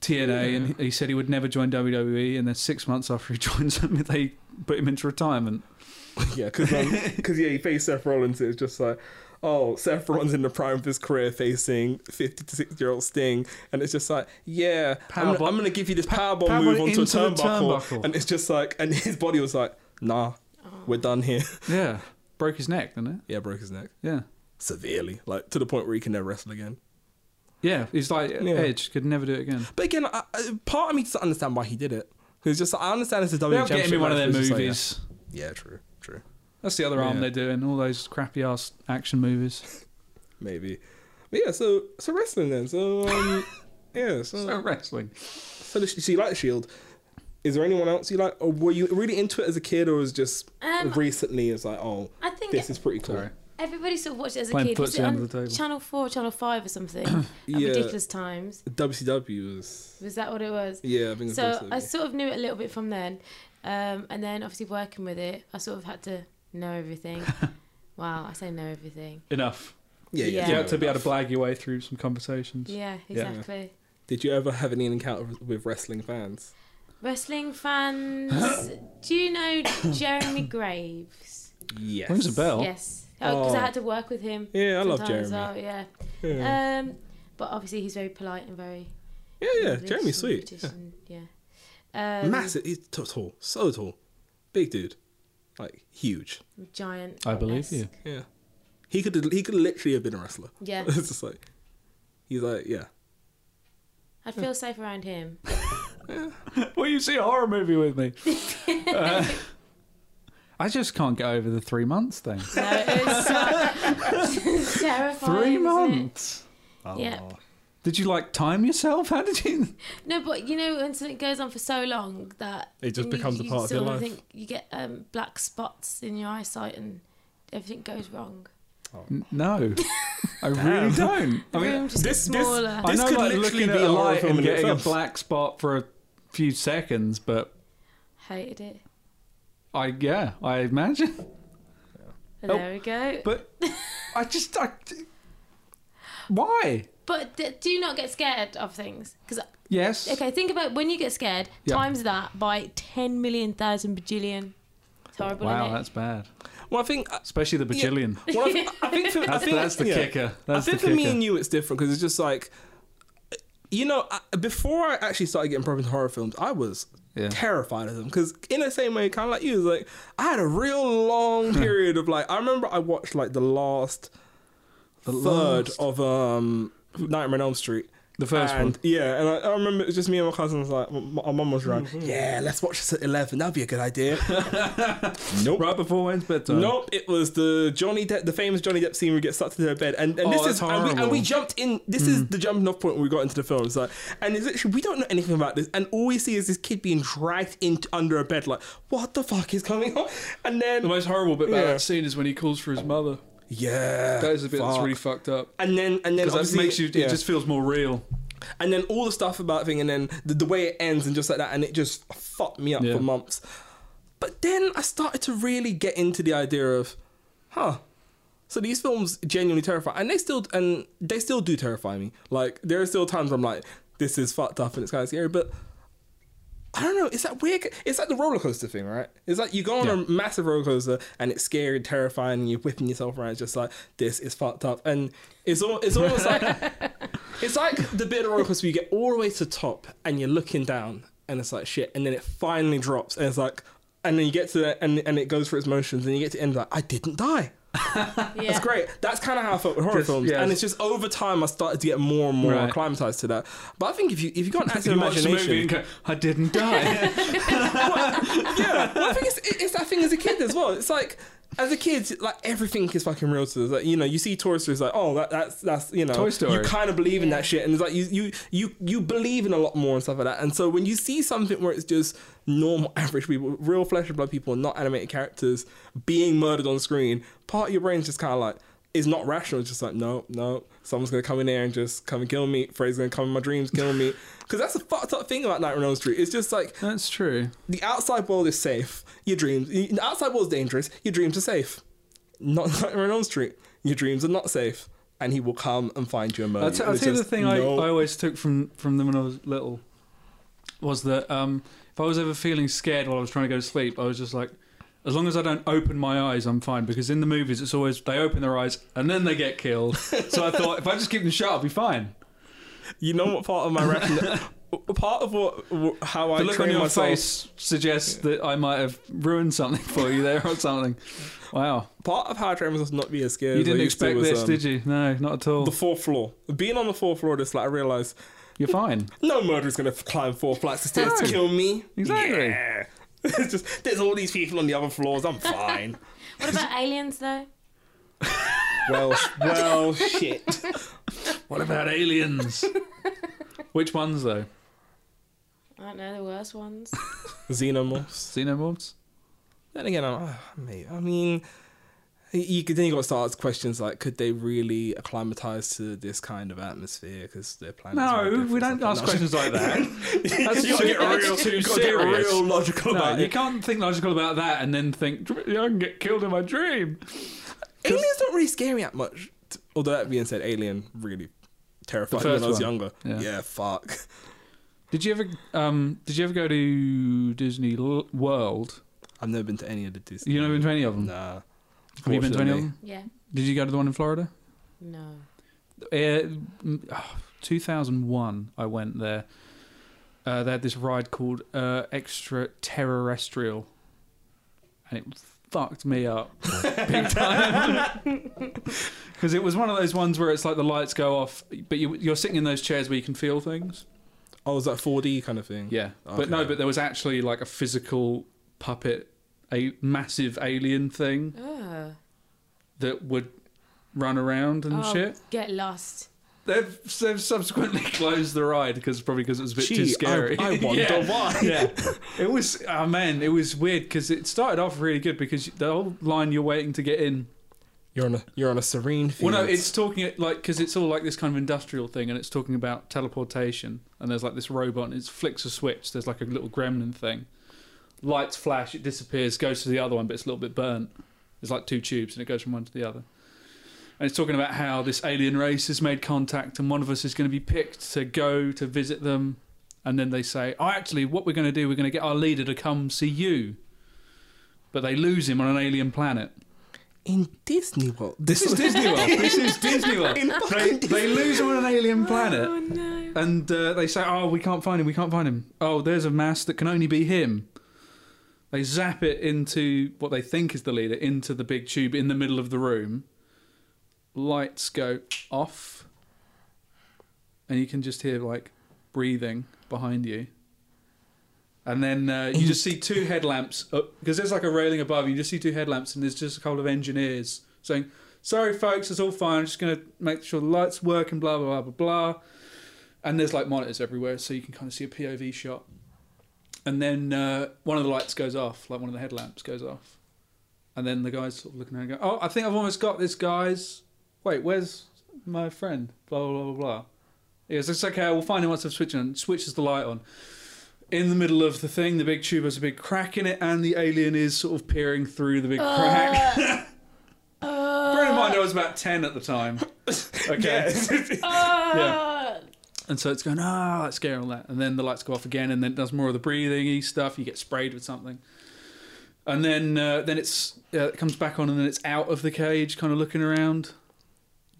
S1: TNA, and he said he would never join WWE. And then six months after he [laughs] joins them, they put him into retirement.
S3: [laughs] Yeah, because
S1: [laughs]
S3: yeah, he faced Seth Rollins. It's just like, oh, Seth Rollins in the prime of his career facing fifty to sixty year old Sting, and it's just like, yeah, I'm,
S1: Powerbomb-
S3: gonna- I'm gonna give you this powerbomb
S1: powerbomb
S3: move onto a
S1: into the
S3: turnbuckle,
S1: turnbuckle.
S3: and it's just like, and his body was like, nah, we're done here. [laughs]
S1: Yeah, broke his neck, didn't it?
S3: yeah, broke his neck
S1: Yeah.
S3: severely, like to the point where he can never wrestle again.
S1: Yeah, he's like Edge could never do it again.
S3: But again, I, I, part of me doesn't understand why he did it. It's just I understand it's a WWE
S1: They'll get him
S3: championship
S1: in one of
S3: match,
S1: their
S3: but it's just like,
S1: movies.
S3: yeah. yeah, true, true.
S1: That's the other arm
S3: Yeah.
S1: they're doing. All those crappy ass action movies.
S3: Maybe. But yeah, so so wrestling then. So um [laughs] yeah,
S1: So
S2: Mm.
S3: so
S1: wrestling.
S3: so, the, so you like Shield. Is there anyone else you like or were you really into it as a kid or was just
S2: Um,
S3: recently it's like, oh
S2: I think
S3: this is pretty cool.
S1: Sorry.
S2: everybody sort of watched it as a
S1: Playing
S2: kid. Was
S1: footsie
S2: it
S1: under
S2: on
S1: the table.
S2: Channel Four, Channel Five, or
S3: [clears throat]
S2: something? at
S3: Yeah.
S2: ridiculous times.
S3: WCW was
S2: Was that what it was?
S3: Yeah, I think it was
S2: So
S3: WCW.
S2: I sort of knew it a little bit from then, um, and then obviously working with it, I sort of had to
S3: [laughs]
S2: know everything. wow, I say know everything.
S1: Enough.
S3: yeah,
S2: yeah.
S3: yeah.
S1: You had to be able to blag your way through some conversations.
S2: Yeah,
S1: Yeah.
S2: exactly.
S3: Did you ever have any encounter with wrestling fans? [gasps]
S2: Wrestling fans, do you know Jeremy Graves?
S3: Yes.
S1: Rings a bell.
S2: Yes, because
S3: Oh.
S2: I had to work with him.
S3: Yeah, I love
S2: sometimes,
S3: Jeremy.
S2: Oh, yeah.
S3: Yeah,
S2: Um, but obviously he's very polite and very.
S3: yeah, yeah.
S2: English
S3: Jeremy's
S2: and
S3: sweet.
S2: British
S3: Yeah.
S2: and- Yeah. Um,
S3: Massive he's t- tall. So tall. Big dude. Like huge.
S2: Giant.
S1: I believe you.
S2: esque.
S3: Yeah. He could he could literally have been a wrestler.
S2: Yeah.
S3: [laughs] it's just like he's like, yeah.
S2: I'd feel safe around him. [laughs]
S1: Will you see a horror movie with me? Uh, I I just can't get over the three months thing.
S2: No,
S3: [laughs]
S2: it's so [laughs] terrifying.
S1: three
S2: isn't it?
S1: months.
S2: Oh. Yeah.
S1: Did you like time yourself? How did you?
S2: No, but you know when something goes on for so long that
S3: It just
S2: and you-
S3: becomes a
S2: you
S3: part of
S2: sort
S3: your life.
S2: Think you get um, black spots in your eyesight and everything goes wrong.
S1: N- No, I really don't. I
S2: The
S1: mean,
S2: room just
S3: this- this-
S2: gets smaller.
S1: I
S3: This
S1: know
S3: could
S1: like
S3: literally
S1: looking at
S3: be
S1: a
S3: a horror
S1: light
S3: film
S1: and
S3: in
S1: getting a
S3: itself.
S1: black spot for a few seconds, but
S2: Hated it.
S1: I yeah, I imagine.
S2: And
S1: Oh.
S2: there we go. But,
S1: But I just I, why?
S2: d- do you not get scared of things? Because
S1: Yes.
S2: okay, think about when you get scared.
S1: Yeah.
S2: Times that by ten million thousand bajillion. It's horrible.
S1: Wow,
S2: isn't it?
S1: that's bad.
S3: Well, I think. uh,
S1: Especially the
S3: Yeah.
S1: bajillion.
S3: Well, I think, I think for, I
S1: That's,
S3: think
S1: that's the
S3: yeah.
S1: kicker. That's
S3: I think
S1: the
S3: for
S1: kicker.
S3: me and you, it's different because it's just like, you know, I, before I actually started getting proper into horror films, I was
S1: Yeah.
S3: terrified of them because, in the same way, kind of like you, it's like I had a real
S1: [laughs]
S3: long period of like. I remember I watched like the last
S1: The
S3: third
S1: last-
S3: of um Nightmare on Elm Street.
S1: The first
S3: and,
S1: one.
S3: yeah. And I, I remember it was just me and my cousins. Like, m- our mum was
S1: Mm-hmm.
S3: around. Yeah, let's watch this at eleven. That'd be a good
S1: [laughs]
S3: idea. nope.
S1: Right before when's bedtime?
S3: Nope, it was the Johnny Depp, the famous Johnny Depp scene where he gets sucked into their bed, and, and
S1: Oh,
S3: this
S1: that's
S3: is and we, and
S1: horrible.
S3: we jumped in. This
S4: Mm.
S3: is the jumping off point when we got into the film. It's like, and it's literally we don't know anything about this, and all we see is this kid being dragged into under a bed. Like, what the fuck is going on? And
S4: The
S3: then
S4: most horrible bit about
S3: Yeah.
S4: that scene is when he calls for his mother.
S3: yeah,
S4: That is a bit that's
S3: fuck.
S4: really fucked up.
S3: And then and then
S4: Because that
S3: obviously-
S4: makes you.
S3: yeah.
S4: It just feels more real.
S3: and then all the stuff about thing, and then the, the way it ends, and just like that, and it just fucked me up
S1: Yeah.
S3: for months. But then I started to really get into the idea of, huh. So these films genuinely terrify, and they still and they still do terrify me. Like there are still times I'm like, this is fucked up and it's kind of scary, but. I don't know. It's that weird. It's like the roller coaster thing, right? It's like you go on a massive roller coaster and it's scary and terrifying, and you're whipping yourself around. It's just like this is fucked up, and it's all. It's almost like
S1: [laughs]
S3: it's like the bit of roller coaster where you get all the way to the top and you're looking down and it's like shit, and then it finally drops and it's like, and then you get to the and and it goes through its motions and you get to the end like I didn't die.
S2: Yeah.
S3: That's great. That's kind of how I felt with horror
S1: Just-
S3: films,
S1: yeah.
S3: and it's just over time I started to get more and more
S1: Right.
S3: acclimatized to that. But I think if you if you got an active
S1: You watch the
S3: imagination,
S1: movie and go, I didn't die.
S3: yeah, [laughs] well, I think it's, it's that thing as a kid as well. It's like as a kid, like everything is fucking real to us. Like you know, you see Toy Story, it's like oh that, that's that's you know,
S1: Toy Story.
S3: You kind of believe in
S2: Yeah.
S3: that shit, and it's like you you you you believe in a lot more and stuff like that. And so when you see something where it's just normal, [laughs] average people, real flesh and blood people, not animated characters being murdered on screen, part of your brain's just kind of like. It's not rational. It's just like no, no. Someone's gonna come in there and just come and kill me. Freddy's gonna come in my dreams, kill me. [laughs] Because that's the fucked up thing about Nightmare on Elm Street. It's just like
S1: [laughs] That's true.
S3: the outside world is safe. Your dreams, the outside world is dangerous. Your dreams are safe. Not [laughs] Nightmare on Elm Street. Your dreams are not safe, and he will come and find you and murder.
S1: I'll, t-
S3: you.
S1: I'll
S3: It's
S1: tell you the
S3: just,
S1: thing I,
S3: Uh, no.
S1: I always took from from them when I was little was that um, if I was ever feeling scared while I was trying to go to sleep, I was just like, as long as I don't open my eyes, I'm fine. Because in the movies, it's always they open their eyes and then they
S3: [laughs]
S1: get killed. so I thought if I just keep them shut, I'll be fine.
S3: you know what part of my rationale? [laughs] part of what wh- how I
S1: The look on
S3: train
S1: your
S3: myself.
S1: face suggests that I might have ruined something for you there or
S3: [laughs]
S1: something. Wow,
S3: Part of how I train myself to not be as scared.
S1: you
S3: as I
S1: didn't
S3: used to
S1: expect
S3: was,
S1: this,
S3: um,
S1: did you? No, not at all.
S3: The fourth floor. Being on the fourth floor, just like I realized,
S1: You're
S3: [laughs]
S1: fine.
S3: no murderer's gonna climb four flights of stairs to
S1: No.
S3: kill me.
S1: Exactly.
S3: Yeah. [laughs] It's just there's all these people on the other floors. I'm
S1: [laughs]
S3: fine.
S2: What about aliens though?
S3: well, sh- well, shit.
S1: What about aliens? [laughs] Which
S3: [laughs]
S1: ones though?
S2: I don't know the worst ones.
S3: Xenomorphs.
S1: Xenomorphs.
S3: Then again, I'm, uh, mate, I mean, you could then you got to start asking questions like, could they really acclimatize to this kind of atmosphere because their planet?
S1: No, we don't ask questions like [laughs] that.
S3: [laughs]
S1: That's
S3: you
S1: too,
S3: gotta get
S1: that's
S3: real,
S1: too
S3: you gotta get
S1: serious.
S3: real logical
S1: no,
S3: about
S1: you
S3: it.
S1: can't think logical about that and then think "Dr- I can get killed in my dream.
S3: Aliens don't really scare me that much. T- Although that being said, Alien really terrified
S1: The
S3: me when
S1: first
S3: I was
S1: one.
S3: younger.
S1: Yeah.
S3: Yeah, fuck.
S1: Did you ever? Um, did you ever go to Disney L- World?
S3: I've never been to any of the Disney.
S1: You never been to any of them?
S3: Nah.
S1: Have you been to any of
S3: Fortunately.
S1: them?
S2: yeah.
S1: Did you go to the one in Florida?
S2: No.
S1: Uh, 2001, I went there. Uh, they had this ride called uh, Extraterrestrial, and it fucked me up big time. [laughs] Because it was one of those ones where it's like the lights go off, but you, you're sitting in those chairs where you can feel things.
S3: Oh, is that 4D kind of thing?
S1: Yeah, but no,
S3: Okay.
S1: but there was actually like a physical puppet a massive alien thing
S2: Oh.
S1: that would run around and
S2: Oh,
S1: shit.
S2: Get lost.
S1: They've, they've subsequently [laughs] closed the ride because probably because it was a bit
S3: Gee,
S1: too scary.
S3: I, I wonder
S1: [laughs] Yeah.
S3: why.
S1: yeah, it was. Oh man, it was weird because it started off really good because the whole line you're waiting to get in.
S3: You're on a you're on a serene field.
S1: Well, no, it's talking it- like because it's all like this kind of industrial thing, and it's talking about teleportation. And there's like this robot, and it flicks a switch. There's like a little gremlin thing. Lights flash, it disappears, goes to the other one, but it's a little bit burnt. It's like two tubes, and it goes from one to the other. And it's talking about how this alien race has made contact, and one of us is going to be picked to go to visit them. And then they say, "Oh, actually, what we're going to do, we're going to get our leader to come see you." But they lose him on an alien planet.
S3: in Disney World. This
S1: This is Disney
S3: [laughs]
S1: World. This is Disney World.
S3: In
S1: They,
S3: fucking
S1: they lose him on an alien
S3: Oh,
S1: planet,
S2: no.
S1: and uh, they say, "Oh, we can't find him. We can't find him. Oh, there's a mass that can only be him." They zap it into what they think is the leader into the big tube in the middle of the room. Lights go off, and you can just hear like breathing behind you. And then uh, you just see two headlamps because there's like a railing above. You just see two headlamps, and there's just a couple of engineers saying, "Sorry, folks, it's all fine. I'm just going to make sure the lights work and blah blah blah blah blah." And there's like monitors everywhere, so you can kind of see a POV shot. And then uh, one of the lights goes off, like one of the headlamps goes off, and then the guys sort of looking around and go, "Oh, I think I've almost got this, guys. Wait, where's my friend?" Blah blah blah blah. He goes, "It's okay. We'll find him once I've switched on." Switches the light on in the middle of the thing, the big tube has a big crack in it, and the alien is sort of peering through the big crack. [laughs]
S2: Oh.
S1: Bear in mind, I was about 10 at the time. Okay.
S2: Oh.
S1: And so it's going, ah, that's scary, all that. And then the lights go off again, and then it does more of the breathing stuff. You get sprayed with something. And then uh, then it's uh, it comes back on, and then it's out of the cage, kind of looking around.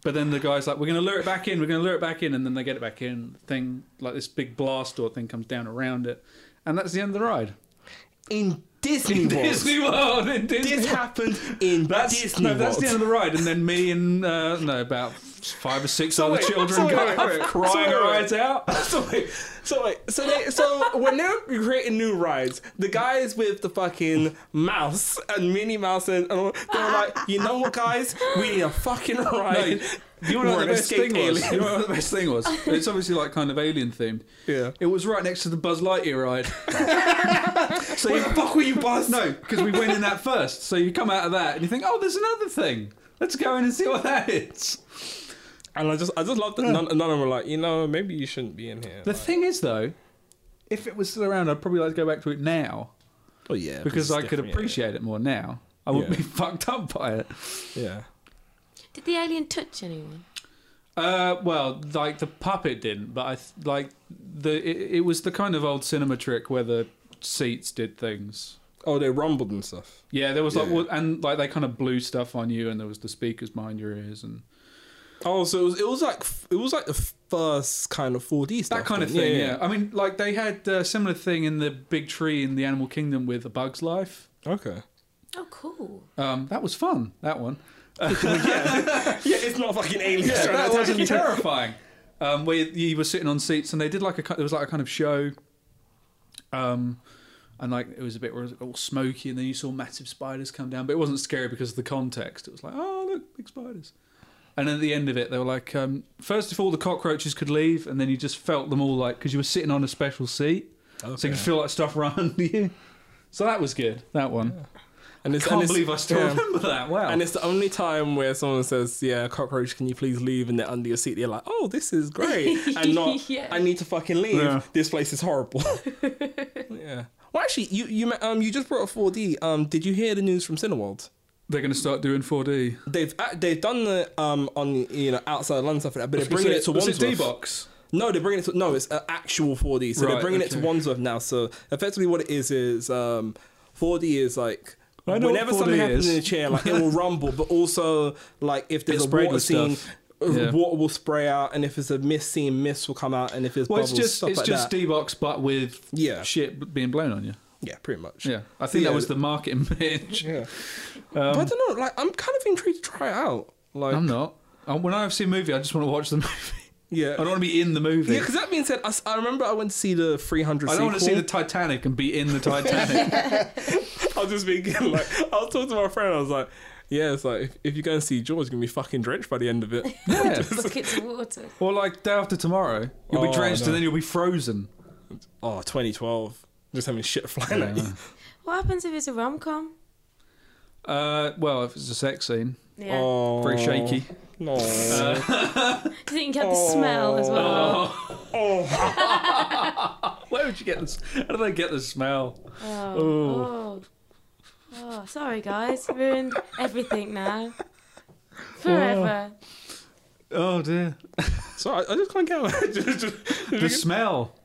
S1: But then the guy's like, we're going to lure it back in, we're going to lure it back in. And then they get it back in. The thing, like this big blast door thing comes down around it. And that's the end of the ride.
S3: in
S1: [laughs]
S3: Disney World.
S1: Disney World in Disney.
S3: This happened in
S1: that's
S3: Disney
S1: no, that's
S3: World.
S1: the end of the ride, and then me and uh, no about five or six other
S3: wait,
S1: children
S3: so wait,
S1: got
S3: wait, wait.
S1: up [laughs] crying
S3: So wait,
S1: our
S3: wait.
S1: eyes out.
S3: [laughs] so wait, so wait, so they, so when they're creating new rides, the guys with the fucking mouse and Minnie Mouse and, and all, they're like, you know what, guys, we need a fucking ride.
S1: Do you want to
S3: We're
S1: know what
S3: an
S1: the best
S3: escaped
S1: thing was?
S3: alien.
S1: You know what the best thing was?
S3: [laughs]
S1: It's obviously like kind of alien themed.
S3: Yeah.
S1: It was right next to the Buzz Lightyear
S3: [laughs]
S1: ride. so
S3: Where the fuck were you, Buzz?
S1: No, because we went in that first. So you come out of that and you think, oh, there's another thing. Let's go in and see what that is.
S3: And I just, I just love that none, none of them were like, you know, maybe you shouldn't be in here.
S1: The thing is, though, if it was still around, I'd probably like to go back to it now.
S3: oh yeah,
S1: because I could appreciate it more now. I wouldn't
S3: Yeah.
S1: be [laughs] fucked up by it.
S3: Yeah.
S2: Did the alien touch anyone?
S1: Uh, well, like the puppet didn't, but I th- like the it, it was the kind of old cinema trick where the seats did things.
S3: Oh, they rumbled and stuff.
S1: Yeah, there was like
S3: Yeah.
S1: wa- and like they kind of blew stuff on you, and there was the speakers behind your ears, and
S3: Oh, so it was, it was like f- it was like the first kind of 4D stuff.
S1: that kind of
S3: then.
S1: thing. Yeah, I mean, like they had a similar thing in the big tree in the Animal Kingdom with A Bug's Life.
S3: Okay.
S2: Oh, [laughs] cool.
S1: Um, that was fun. That one.
S3: [laughs] [laughs] Yeah, it's not fucking aliens.
S1: Yeah,
S3: trying to
S1: that
S3: attack
S1: wasn't
S3: you.
S1: terrifying. Um, where you you were sitting on seats, and they did like a ki- there was like a kind of show, um, and like it was a bit where it was all smoky, and then you saw massive spiders come down, but it wasn't scary because of the context. It was like, oh look, big spiders. And at the end of it, they were like, um, first of all, the cockroaches could leave, and then you just felt them all like because you were sitting on a special seat, so you could feel like stuff [laughs] run under you. So that was good. That one.
S3: And it's,
S1: Can't
S3: and it's-
S1: believe I still
S3: yeah.
S1: remember that. Wow.
S3: And it's the only time where someone says, "Yeah, cockroach, can you please leave?" And they're under your seat. They're like, "Oh, this is
S1: [laughs]
S3: great," and not,
S2: Yeah.
S3: "I need to fucking leave.
S1: Yeah.
S3: This place is
S1: [laughs]
S3: horrible." yeah. Well, actually, you you ma- um you just brought up 4D. Um, did you hear the news from Cineworld?
S1: They're going to start doing 4D.
S3: They've uh, they've done the um on you know outside London stuff, like that, but they're bringing it to
S1: was it
S3: Wandsworth.
S1: D-Box?
S3: No, they're bringing it to no. It's uh, actual 4D. So
S1: Right,
S3: they're bringing it to
S1: okay.
S3: Wandsworth now. So effectively, what it is is um, 4D is like
S1: I know what
S3: whenever something
S1: 4D
S3: happens
S1: is.
S3: in the chair, like it will rumble, but also like if there's
S1: It's
S3: a
S1: sprayed
S3: water
S1: with
S3: scene,
S1: stuff.
S3: uh,
S1: Yeah.
S3: water will spray out, and if it's a mist scene, mist will come out, and if there's
S1: Well,
S3: bubbles,
S1: it's just
S3: stuff
S1: it's
S3: like
S1: just
S3: that.
S1: D box, but with
S3: Yeah.
S1: shit b- being blown on you.
S3: yeah, pretty much.
S1: Yeah, I think
S3: Yeah.
S1: that was the marketing [laughs] pitch.
S3: yeah. but I don't know. Like I'm kind of intrigued to try it out. Like
S1: I'm not. Um, When I see a movie, I just want to watch the movie. [laughs]
S3: yeah.
S1: I don't want to be in the movie.
S3: yeah, because that being said, I, s- I remember I went to see the 300
S1: I don't want to see
S3: sequel. [laughs]
S1: the Titanic [laughs] and be in the Titanic.
S3: I was just thinking, [laughs] like, I was talking to my friend, I was like, yeah, it's like, if, if you go and see Jaws, you're going to be fucking drenched by the end of it.
S1: Yeah.
S5: Buckets of water.
S1: Or like day after tomorrow, you'll
S3: Oh,
S1: be drenched
S3: no.
S1: and then you'll be frozen.
S3: Oh, 2012. Just having shit flying at you.
S2: What happens if it's a rom com?
S1: Uh, well, if it's a sex scene,
S2: Yeah.
S3: Oh,
S1: very shaky. [laughs] Uh.
S3: No.
S5: Do you think you have the smell
S3: Oh.
S5: as well?
S1: Where would you get this? How did I get the smell?
S2: Oh,
S1: Ooh.
S2: oh. Oh, sorry guys, ruined everything
S3: [laughs]
S2: now. Forever.
S1: Oh dear,
S3: so I, I just can't get it. [laughs] just, just,
S1: the
S3: [laughs]
S1: smell. [laughs]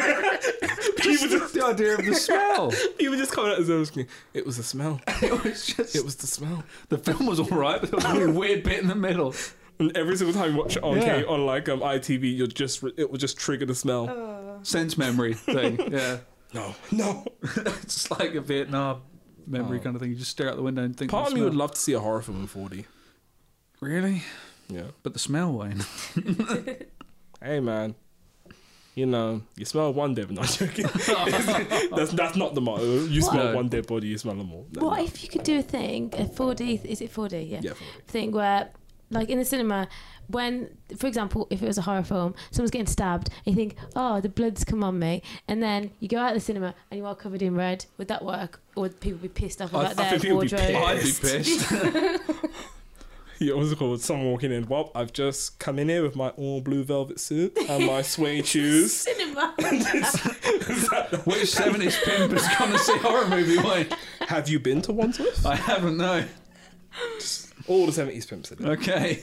S3: people, just,
S1: the idea of
S3: [laughs]
S1: the smell.
S3: people just coming out as I was thinking, It was the smell.
S1: it was just
S3: It was the smell.
S1: the film was all right, but there was a really weird bit in the middle.
S3: And every single time you watch it on,
S1: Yeah. Oh.
S3: K on like um, ITV, you'll just re- it will just trigger the smell.
S1: Sense memory thing. [laughs] Yeah,
S3: No, [laughs] no.
S1: it's like a Vietnam memory
S3: Oh.
S1: kind of thing. You just stare out the window and think.
S3: Part
S1: the
S3: of me would
S1: smell.
S3: love to see a horror film in 4D.
S1: really,
S3: Yeah.
S1: but the smell, Wayne.
S3: Hey man, you know you smell one dead. [laughs] No, I'm joking. that's that's not the motto. You
S1: What?
S3: smell
S1: No.
S3: one dead body, you smell them all. No,
S2: What
S3: no.
S2: if you could do a thing, a 4D, is it 4D?
S3: Yeah. 4D.
S2: thing where like in the cinema when for example if it was a horror film someone's getting stabbed and you think oh the blood's come on me and then you go out of the cinema and you're all covered in red would that work or would people be pissed off
S3: I-
S2: about
S3: I think
S2: their
S3: people would be
S2: wardrobe
S1: [laughs] I'd be [laughs] pissed.
S3: Yeah, what's it called? Someone walking in. Well, I've just come in here with my all blue velvet suit and
S1: [laughs]
S3: my suede shoes. [laughs]
S2: [laughs] cinema
S1: Which seventies pimp has gone to see a horror movie? Wayne?
S3: Have you been to Wandsworth?
S1: I haven't. No.
S3: All the seventies pimps in it.
S1: Okay.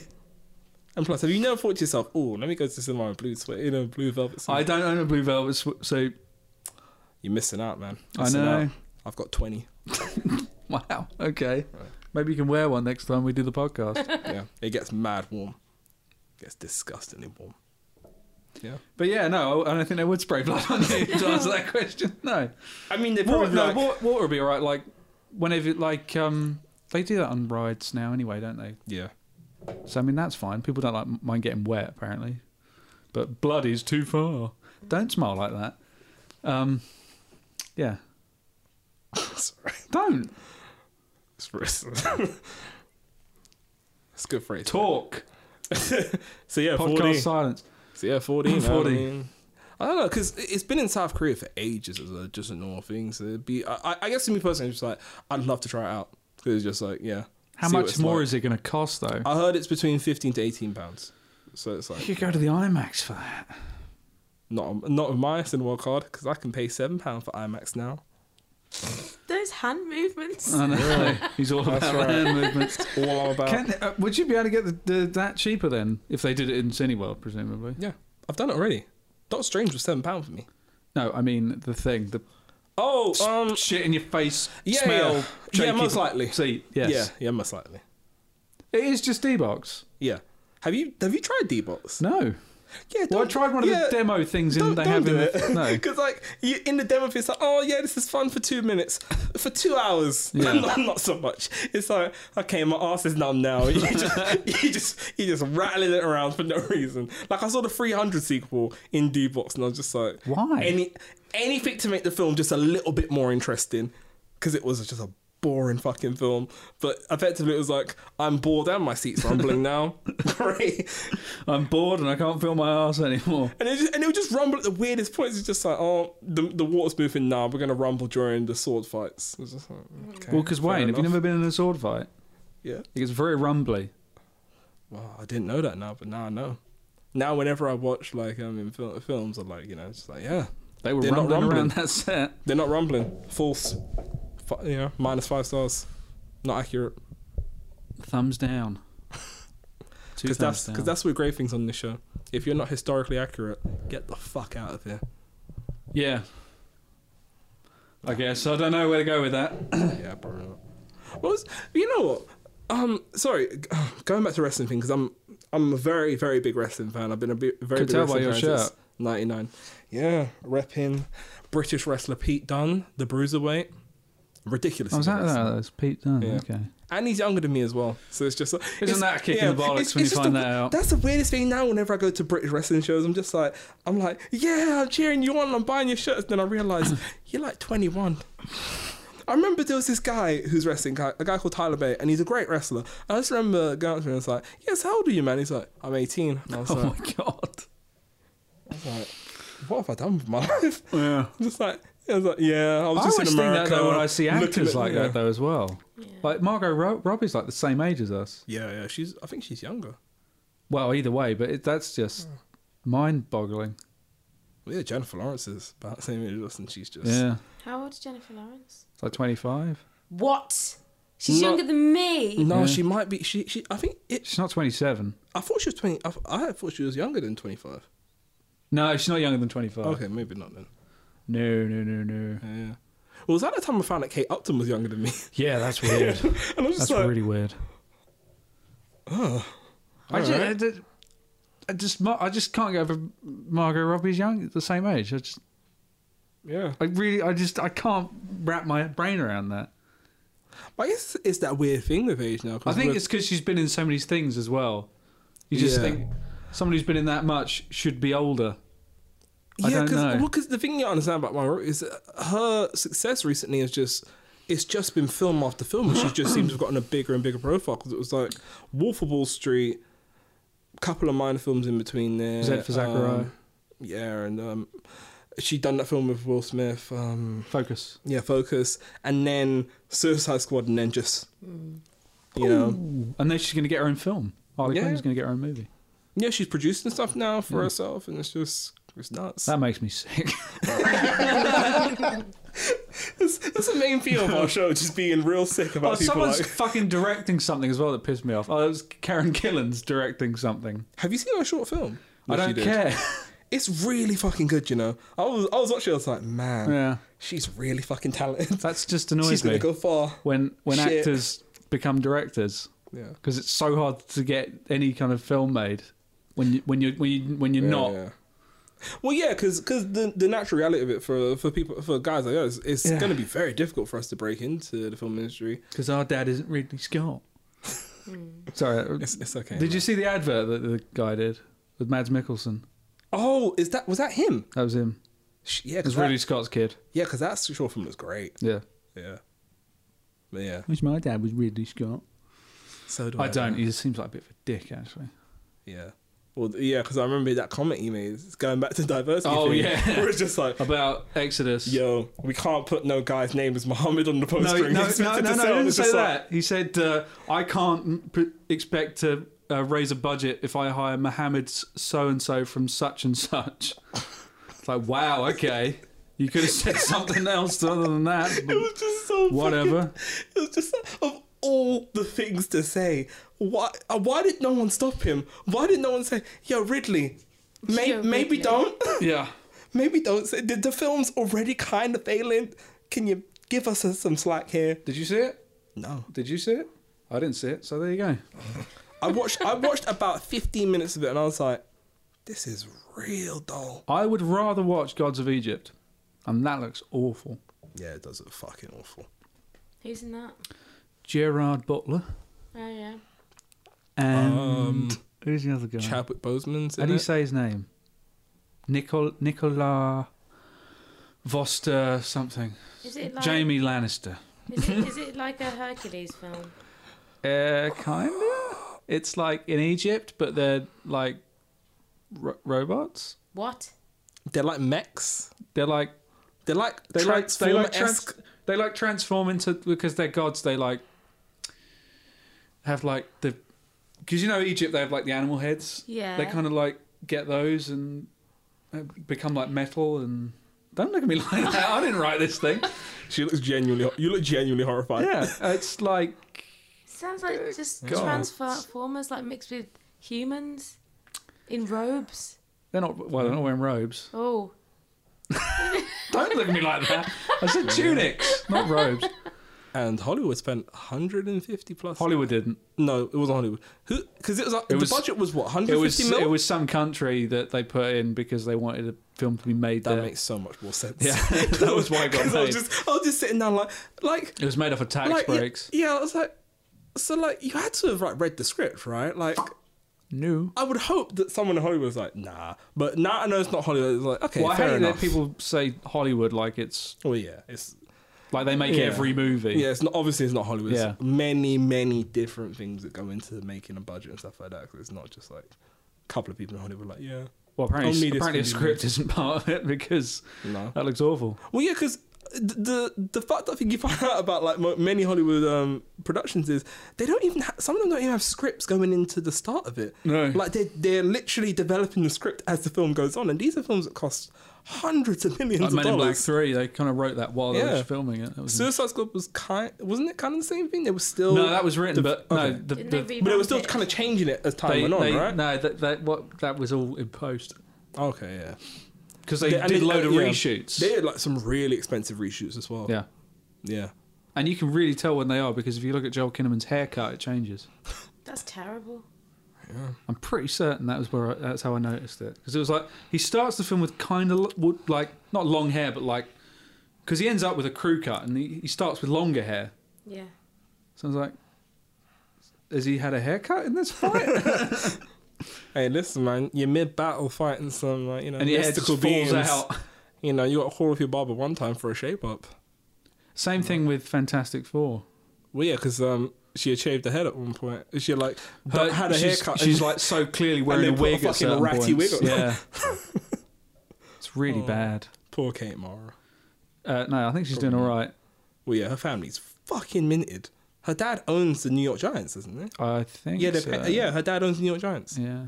S3: And plus, have you never thought to yourself, "Oh, let me go to the cinema in a blue sweat in a blue velvet suit"?
S1: I don't own a blue velvet sw- suit.
S3: You're missing out, man.
S1: I
S3: Missing
S1: know.
S3: out. I've got twenty.
S1: Wow. Okay. Maybe you can wear one next time we do the [laughs] podcast.
S3: yeah, it gets mad warm. gets disgustingly warm. Yeah.
S1: but yeah, no, I I don't think they would spray blood on you to answer that question. No.
S3: I mean, they
S1: Water,
S3: probably
S1: no,
S3: like-
S1: water, water would be all right. Like, whenever, like, um, they do that on rides now anyway, don't they?
S3: Yeah.
S1: So, I mean, that's fine. People don't like mind getting wet, apparently. But blood is too far. Don't smile like that. Um, yeah.
S3: Sorry.
S1: Don't
S3: It's very- [laughs] It's a good phrase.
S1: talk.
S3: So yeah,
S1: Podcast
S3: 4D.
S1: silence.
S3: So yeah,
S1: [laughs]
S3: 4D. 4D. I,
S1: 4D.
S3: mean, I don't know because it's been in South Korea for ages as a, just a normal thing. So it'd be, I, I- I guess to me personally, it's just like I'd love to try it out because it's just like yeah.
S1: How
S3: see what
S1: much
S3: it's
S1: more
S3: like. Uh,
S1: is it going to cost, though?
S3: I heard it's between fifteen to eighteen pounds. So it's
S1: you [laughs]
S3: like
S1: could go to the IMAX for that.
S3: not not with my cinema card because I can pay seven pound for IMAX now.
S2: those hand movements
S3: [laughs]
S1: I know. [laughs] He's all
S3: That's
S1: about
S3: right.
S1: hand movements.
S3: [laughs] It's all I'm about.
S1: Can, uh, would you be able to get the, the, that cheaper then if they did it in Cineworld, presumably?
S3: yeah, I've done it already. Doctor Strange was seven pound for me.
S1: No, I mean the thing, the
S3: Oh, um,
S1: shit in your face
S3: yeah,
S1: smell.
S3: yeah. Yeah,
S1: shaky
S3: most likely.
S1: Seat, yes.
S3: yeah, yeah, most likely.
S1: It is just D-Box.
S3: Yeah. Have you have you tried D-Box?
S1: No.
S3: Yeah.
S1: Well, I
S3: don't-
S1: tried one of
S3: yeah,
S1: the demo things in
S3: Don't,
S1: they
S3: don't
S1: have
S3: do
S1: in the,
S3: it. [laughs]
S1: No.
S3: Because like you, in the demo, it's like, oh yeah, this is fun for two minutes. For two hours, [laughs]
S1: Yeah.
S3: not, not so much. It's like, okay, my ass is numb now. [laughs] You
S1: [laughs]
S3: just you just you just rattling it around for no reason. Like I saw the 300 sequel in D-Box, and I was just like,
S1: Why?
S3: Any anything to make the film just a little bit more interesting, because it was just a boring fucking film. But effectively, it was like, I'm bored and my seat's
S1: [laughs]
S3: rumbling now. [laughs] Great.
S1: I'm bored and I can't feel my ass anymore.
S3: And it, just, and it would just rumble at the weirdest points. It's just like, oh, the, the water's moving now. we're going to rumble during the sword fights. It's just like, okay,
S1: well, because
S3: fair
S1: Wayne, have you
S3: enough.
S1: never been in a sword fight?
S3: Yeah.
S1: It gets very rumbly.
S3: Well, I didn't know that now, but now I know. Now, whenever I watch, like, um, in fil- films, I'm like, you know, it's just like, yeah,
S1: They were
S3: They're not
S1: rumbling,
S3: rumbling.
S1: around that set.
S3: they're not rumbling. False. F- you know, minus five stars. Not accurate. [laughs]
S1: Thumbs down. Two
S3: Because
S1: thumbs
S3: that's,
S1: down.
S3: 'cause that's where great things on this show. If you're not historically accurate, get the fuck out of here.
S1: Yeah. I guess I don't know where to go
S3: [laughs]
S1: with that.
S3: yeah, probably not. What was you know what? Um, sorry, [sighs] g- going back to wrestling thing because I'm I'm a very very big wrestling fan. I've been a bi- very
S1: Could
S3: big
S1: tell by
S3: wrestling
S1: your
S3: fan since
S1: shirt.
S3: '99. Yeah, repping British wrestler Pete Dunne, the Bruiserweight. Ridiculous.
S6: Oh, was that,
S3: ignorance.
S6: that was Pete Dunne?
S3: Yeah.
S6: Okay.
S3: And he's younger than me as well, so it's just like,
S1: Isn't that a kick in the bollocks
S3: it's-
S1: when
S3: it's
S1: you
S3: just
S1: find
S3: the-
S1: that out?
S3: That's the weirdest thing now. Whenever I go to British wrestling shows, I'm just like, I'm like, yeah, I'm cheering you on. I'm buying your shirts. Then I realise
S1: [clears throat]
S3: you're like 21. I remember there was this guy who's wrestling, guy, a guy called Tyler Bay, and he's a great wrestler. And I just remember going up to him and it's like, yes, how old are you, man? He's like, I'm 18. And I was,
S1: [laughs] Oh
S3: like,
S1: my god.
S3: I was like, what have I done with my [laughs] life?
S1: Yeah.
S3: I'm just like, I was like, yeah, I was
S1: I
S3: just
S1: always
S3: in America.
S1: think that though when I see
S3: looking
S1: actors
S3: at-
S1: like
S3: yeah.
S1: that though as well. Like Margot Ro- Robbie's like the same age as us.
S3: Yeah, yeah, she's. I think she's younger.
S1: Well, either way, but it, that's just mind-boggling.
S3: Well, yeah, Jennifer Lawrence is about the same age as us, and she's just.
S1: Yeah,
S2: How old is Jennifer Lawrence?
S1: it's like twenty-five.
S2: What? She's
S3: No.
S2: younger than me.
S3: No,
S1: Yeah.
S3: she might be. She, she. I think it.
S1: She's not twenty-seven.
S3: I thought she was twenty. I, I thought she was younger than twenty-five.
S1: No, she's not younger than twenty-five.
S3: Okay, maybe not then.
S1: No, no, no, no.
S3: Yeah. Well, was that the time I found out Kate Upton was younger than me? [laughs]
S1: Yeah, that's weird.
S3: and I was [laughs] just
S1: that's
S3: like,
S1: really weird. I just, I just, I just, Mar- I just can't get over Margot Robbie's young, the same age. I just,
S3: yeah.
S1: I really, I just, I can't wrap my brain around that.
S3: But it's it's that weird thing with age now.
S1: I
S3: 'cause
S1: think
S3: we're-
S1: it's because she's been in so many things as well. You just
S3: Yeah.
S1: think someone who's been in that much should be older. I
S3: yeah,
S1: don't
S3: because
S1: know.
S3: the thing you don't understand about Margot Robbie is that her success recently is just it's just been film after film, and she just seems to have gotten a bigger and bigger profile. Because it was like Wolf of Wall Street, couple of minor films in between there.
S1: Was that for Zachariah?
S3: um, yeah, and um, she done that film with Will Smith. Um,
S1: Focus.
S3: yeah, Focus, and then Suicide Squad, and then just you know,
S1: And then she's going to get her own film. Harley
S3: Yeah.
S1: Quinn's going to get her own movie.
S3: yeah, she's producing stuff now
S1: Mm.
S3: for herself, and it's just it's nuts.
S1: That makes me sick.
S3: That's, that's the main feel of
S1: [laughs]
S3: our show, just being real sick [laughs] about
S1: Oh,
S3: people.
S1: someone's
S3: like- [laughs]
S1: fucking directing something as well that pissed me off. Oh, it was Karen Gillan's directing something.
S3: Have you seen her short film?
S1: I
S3: that she
S1: don't
S3: did? [laughs]
S1: care.
S3: It's really fucking good, you know. I was I was watching. it, I was like, man,
S1: yeah,
S3: she's really fucking talented.
S1: that's just [laughs] annoys
S3: she's
S1: me
S3: gonna go far.
S1: when when
S3: Shit.
S1: actors become directors
S3: Yeah.
S1: because it's so hard to get any kind of film made when you when you when you when you're
S3: Yeah,
S1: not.
S3: yeah. Well, yeah, because the the natural reality of it for for people for guys like us, it's
S1: Yeah.
S3: going to be very difficult for us to break into the film industry.
S1: Because our dad isn't Ridley Scott.
S3: Hmm.
S1: Sorry. uh,
S3: It's, it's okay.
S1: Did you see the advert that the guy did with Mads Mikkelsen?
S3: Oh, is that was that him?
S1: That was him.
S3: Sh- Yeah,
S1: It was
S3: because
S1: Ridley
S3: really...
S1: Scott's kid.
S3: yeah, because that short film was great.
S1: Yeah.
S3: Yeah, but yeah.
S1: Wish my dad was Ridley Scott.
S3: So do I.
S1: I don't. He just seems like a bit of a dick, actually.
S3: Yeah. Well, yeah, because I remember that comment he made. It's going back to [laughs] diversity.
S1: Oh,
S3: thing,
S1: yeah.
S3: where it's just like,
S1: About Exodus.
S3: yo, we can't put no guy's name as Muhammad on the
S1: No,
S3: poster.
S1: no, no,
S3: [laughs]
S1: no, no, no, he didn't say
S3: Like,
S1: that. He said, uh, I can't p- expect to uh, raise a budget if I hire Mohammed so and so from such and such. It's like, wow, okay. You could have said something else other than that.
S3: [laughs] it was just so [laughs]
S1: Whatever.
S3: fucking- it was just of all the things to say. Why? Uh, why did no one stop him? Why did no one say, yo, Ridley? May,
S2: Yo,
S3: maybe
S1: [laughs]
S2: Ridley.
S3: don't. [laughs]
S1: yeah.
S3: maybe don't. Say, the, the film's already kind of failing. Can you give us some slack here?
S1: Did you see it?
S3: No.
S1: Did you see it? I didn't see it, so there you go.
S3: I watched I watched about 15 minutes of it and I was like, this is real dull.
S1: I would rather watch Gods of Egypt, and that looks awful.
S3: Yeah, it does look fucking awful.
S2: Who's in that?
S1: Gerard Butler
S2: Oh yeah.
S1: and who's the other guy?
S3: Chadwick Boseman's
S1: How
S3: in
S1: do you
S3: it.
S1: say his name? Nicol Nicola Voster something.
S2: Is it like
S1: Jamie Lannister.
S2: Is it, is it like a Hercules film?
S1: Uh, kinda. It's like in Egypt, but they're like ro- robots.
S2: What?
S3: They're like mechs.
S1: They're like
S3: They're like
S1: they like they like trans-
S3: Transformer-esque.
S1: they like transform into because they're gods. They like have like the because you know Egypt they have like the animal heads.
S2: Yeah.
S1: They kind of like get those and uh, become like metal and don't look at me [laughs] like that. I didn't write this
S3: [laughs]
S1: thing.
S3: She looks genuinely. You look genuinely horrified.
S1: Yeah, it's like
S2: Sounds like just
S1: God.
S2: Transformers, like mixed with humans in robes.
S1: they're not well they're not
S3: [laughs]
S1: wearing robes.
S2: Oh,
S3: [laughs]
S1: Don't look at me like that. I said tunics, not robes.
S3: and Hollywood spent 150 plus.
S1: Hollywood didn't.
S3: No, it wasn't Hollywood. Who? Because it was, like,
S1: It
S3: the
S1: was-
S3: budget was what
S1: It
S3: 150
S1: was
S3: mil.
S1: it was some country that they put in because they wanted a film to be made
S3: that
S1: there.
S3: makes so much more sense.
S1: yeah, [laughs] that was why it
S3: [laughs]
S1: got
S3: 'Cause I was
S1: made.
S3: just, I was just sitting down like, like
S1: It was made off of tax
S3: like, yeah-
S1: breaks.
S3: Yeah, I was like, so like you had to have like read the script, right? Like
S1: No.
S3: I would hope that someone in Hollywood was like, nah, but now I know it's not Hollywood. It's like okay,
S1: well, I
S3: fair
S1: hate
S3: enough.
S1: that people say Hollywood like it's
S3: Well, yeah, it's
S1: like they make
S3: Yeah.
S1: every movie.
S3: yeah, it's not obviously it's not Hollywood.
S1: Yeah.
S3: It's many many different things that go into making a budget and stuff like that. 'cause it's not just like a couple of people in Hollywood like yeah,
S1: Well, apparently,
S3: Only this
S1: apparently
S3: can
S1: a
S3: be
S1: script isn't part of it because
S3: no.
S1: that looks awful.
S3: Well, yeah, because the the fucked up thing you find [laughs] out about like mo- many Hollywood um, productions is they don't even ha- some of them don't even have scripts going into the start of it.
S1: No.
S3: like they they're literally developing the script as the film goes on, and these are films that cost hundreds of millions
S1: Like
S3: of
S1: Men in Black
S3: dollars.
S1: Three, they kind of wrote that while they
S3: Yeah.
S1: were filming it. That was
S3: Suicide Squad was kind, wasn't it? Kind of the same thing. They were still
S1: Mm-hmm. no, that was written,
S3: the-
S1: but no,
S3: okay.
S1: the,
S7: Didn't
S1: the,
S7: they
S3: but they were
S7: revamp
S3: still
S7: it?
S3: kind of changing it as time
S1: they-
S3: went on,
S1: they-
S3: right?
S1: No, that, that what that was all in post
S3: Okay, yeah.
S1: because they
S3: They- and
S1: did a
S3: they-
S1: load of
S3: yeah.
S1: reshoots.
S3: They had like some really expensive reshoots as well.
S1: yeah,
S3: yeah.
S1: and you can really tell when they are because if you look at Joel Kinnaman's haircut, it changes.
S7: That's terrible.
S1: I'm pretty certain that was where I, that's how I noticed it because it was like he starts the film with kind of like not long hair, but like because he ends up with a crew cut and he, he starts with longer hair.
S7: Yeah.
S1: So I was like, has he had a haircut
S3: [laughs]
S1: in this fight?
S3: Hey, listen, man, you're mid battle fighting some, like, you know,
S1: and your hair just
S3: mystical
S1: falls
S3: beings.
S1: out.
S3: You know, you got to call off your barber one time for a shape up.
S1: Same thing with Fantastic Four.
S3: Well, yeah, because um, she had shaved her head at one point. She had like
S1: Her-
S3: had a
S1: she's,
S3: haircut. [laughs]
S1: She's
S3: and-
S1: like so clearly wearing a
S3: they put a
S1: wig. at
S3: fucking
S1: certain
S3: ratty wig
S1: points.
S3: on. [laughs] Oh.
S1: Yeah, it's really bad.
S3: poor Kate Mara.
S1: Uh, no, I think she's doing all right.
S3: Well, yeah, her family's fucking minted. Her dad owns the New York Giants, doesn't he?
S1: I think.
S3: Yeah,
S1: so.
S3: they're pa- yeah, her dad owns the New York Giants.
S1: uh, yeah.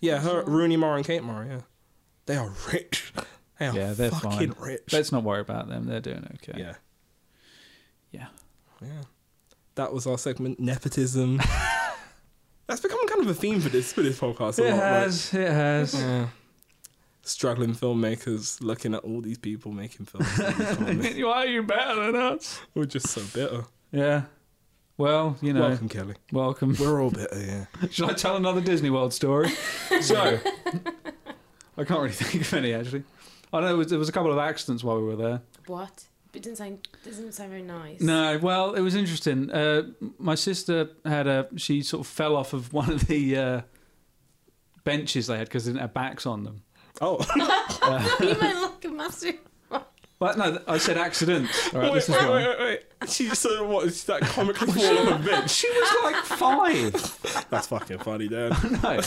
S3: Yeah, her Rooney Mara and Kate Mara. Yeah, they are rich. [laughs] They are
S1: Yeah, they're
S3: fucking
S1: fine.
S3: rich.
S1: Let's not worry about them. They're doing okay.
S3: yeah,
S1: yeah.
S3: yeah. That was our segment
S1: [laughs]
S3: nepotism. That's becoming kind of a theme for this for this podcast. a
S1: It
S3: lot, like-
S1: has.
S3: [laughs]
S1: It has.
S3: Yeah. Struggling filmmakers looking at all these people making films.
S1: [laughs] Why are you better than us?
S3: We're just so bitter.
S1: Yeah. Well, you know, welcome.
S3: Welcome, Kelly.
S1: welcome. [laughs]
S3: We're all bitter, yeah.
S1: Should I tell another Disney World [laughs] story? so, I can't really [laughs] think of any actually. I know there was, there was a couple of accidents while we were there.
S2: What? It doesn't sound doesn't sound very nice.
S1: No, well, it was interesting. Uh, my sister had a she sort of fell off of [laughs] one of the uh, benches they had because they didn't have backs on them.
S3: Oh,
S2: [laughs]
S3: [laughs]
S2: you meant like
S1: [laughs]
S2: a massive.
S1: But no, th- I said accidents. All right,
S3: wait,
S1: this is Oh,
S3: wait,
S1: wrong.
S3: wait, wait, wait. She just said, what, is that
S1: [laughs]
S3: comically fall off a bench?
S1: She was like five.
S3: [laughs] That's fucking funny, Dad.
S1: No,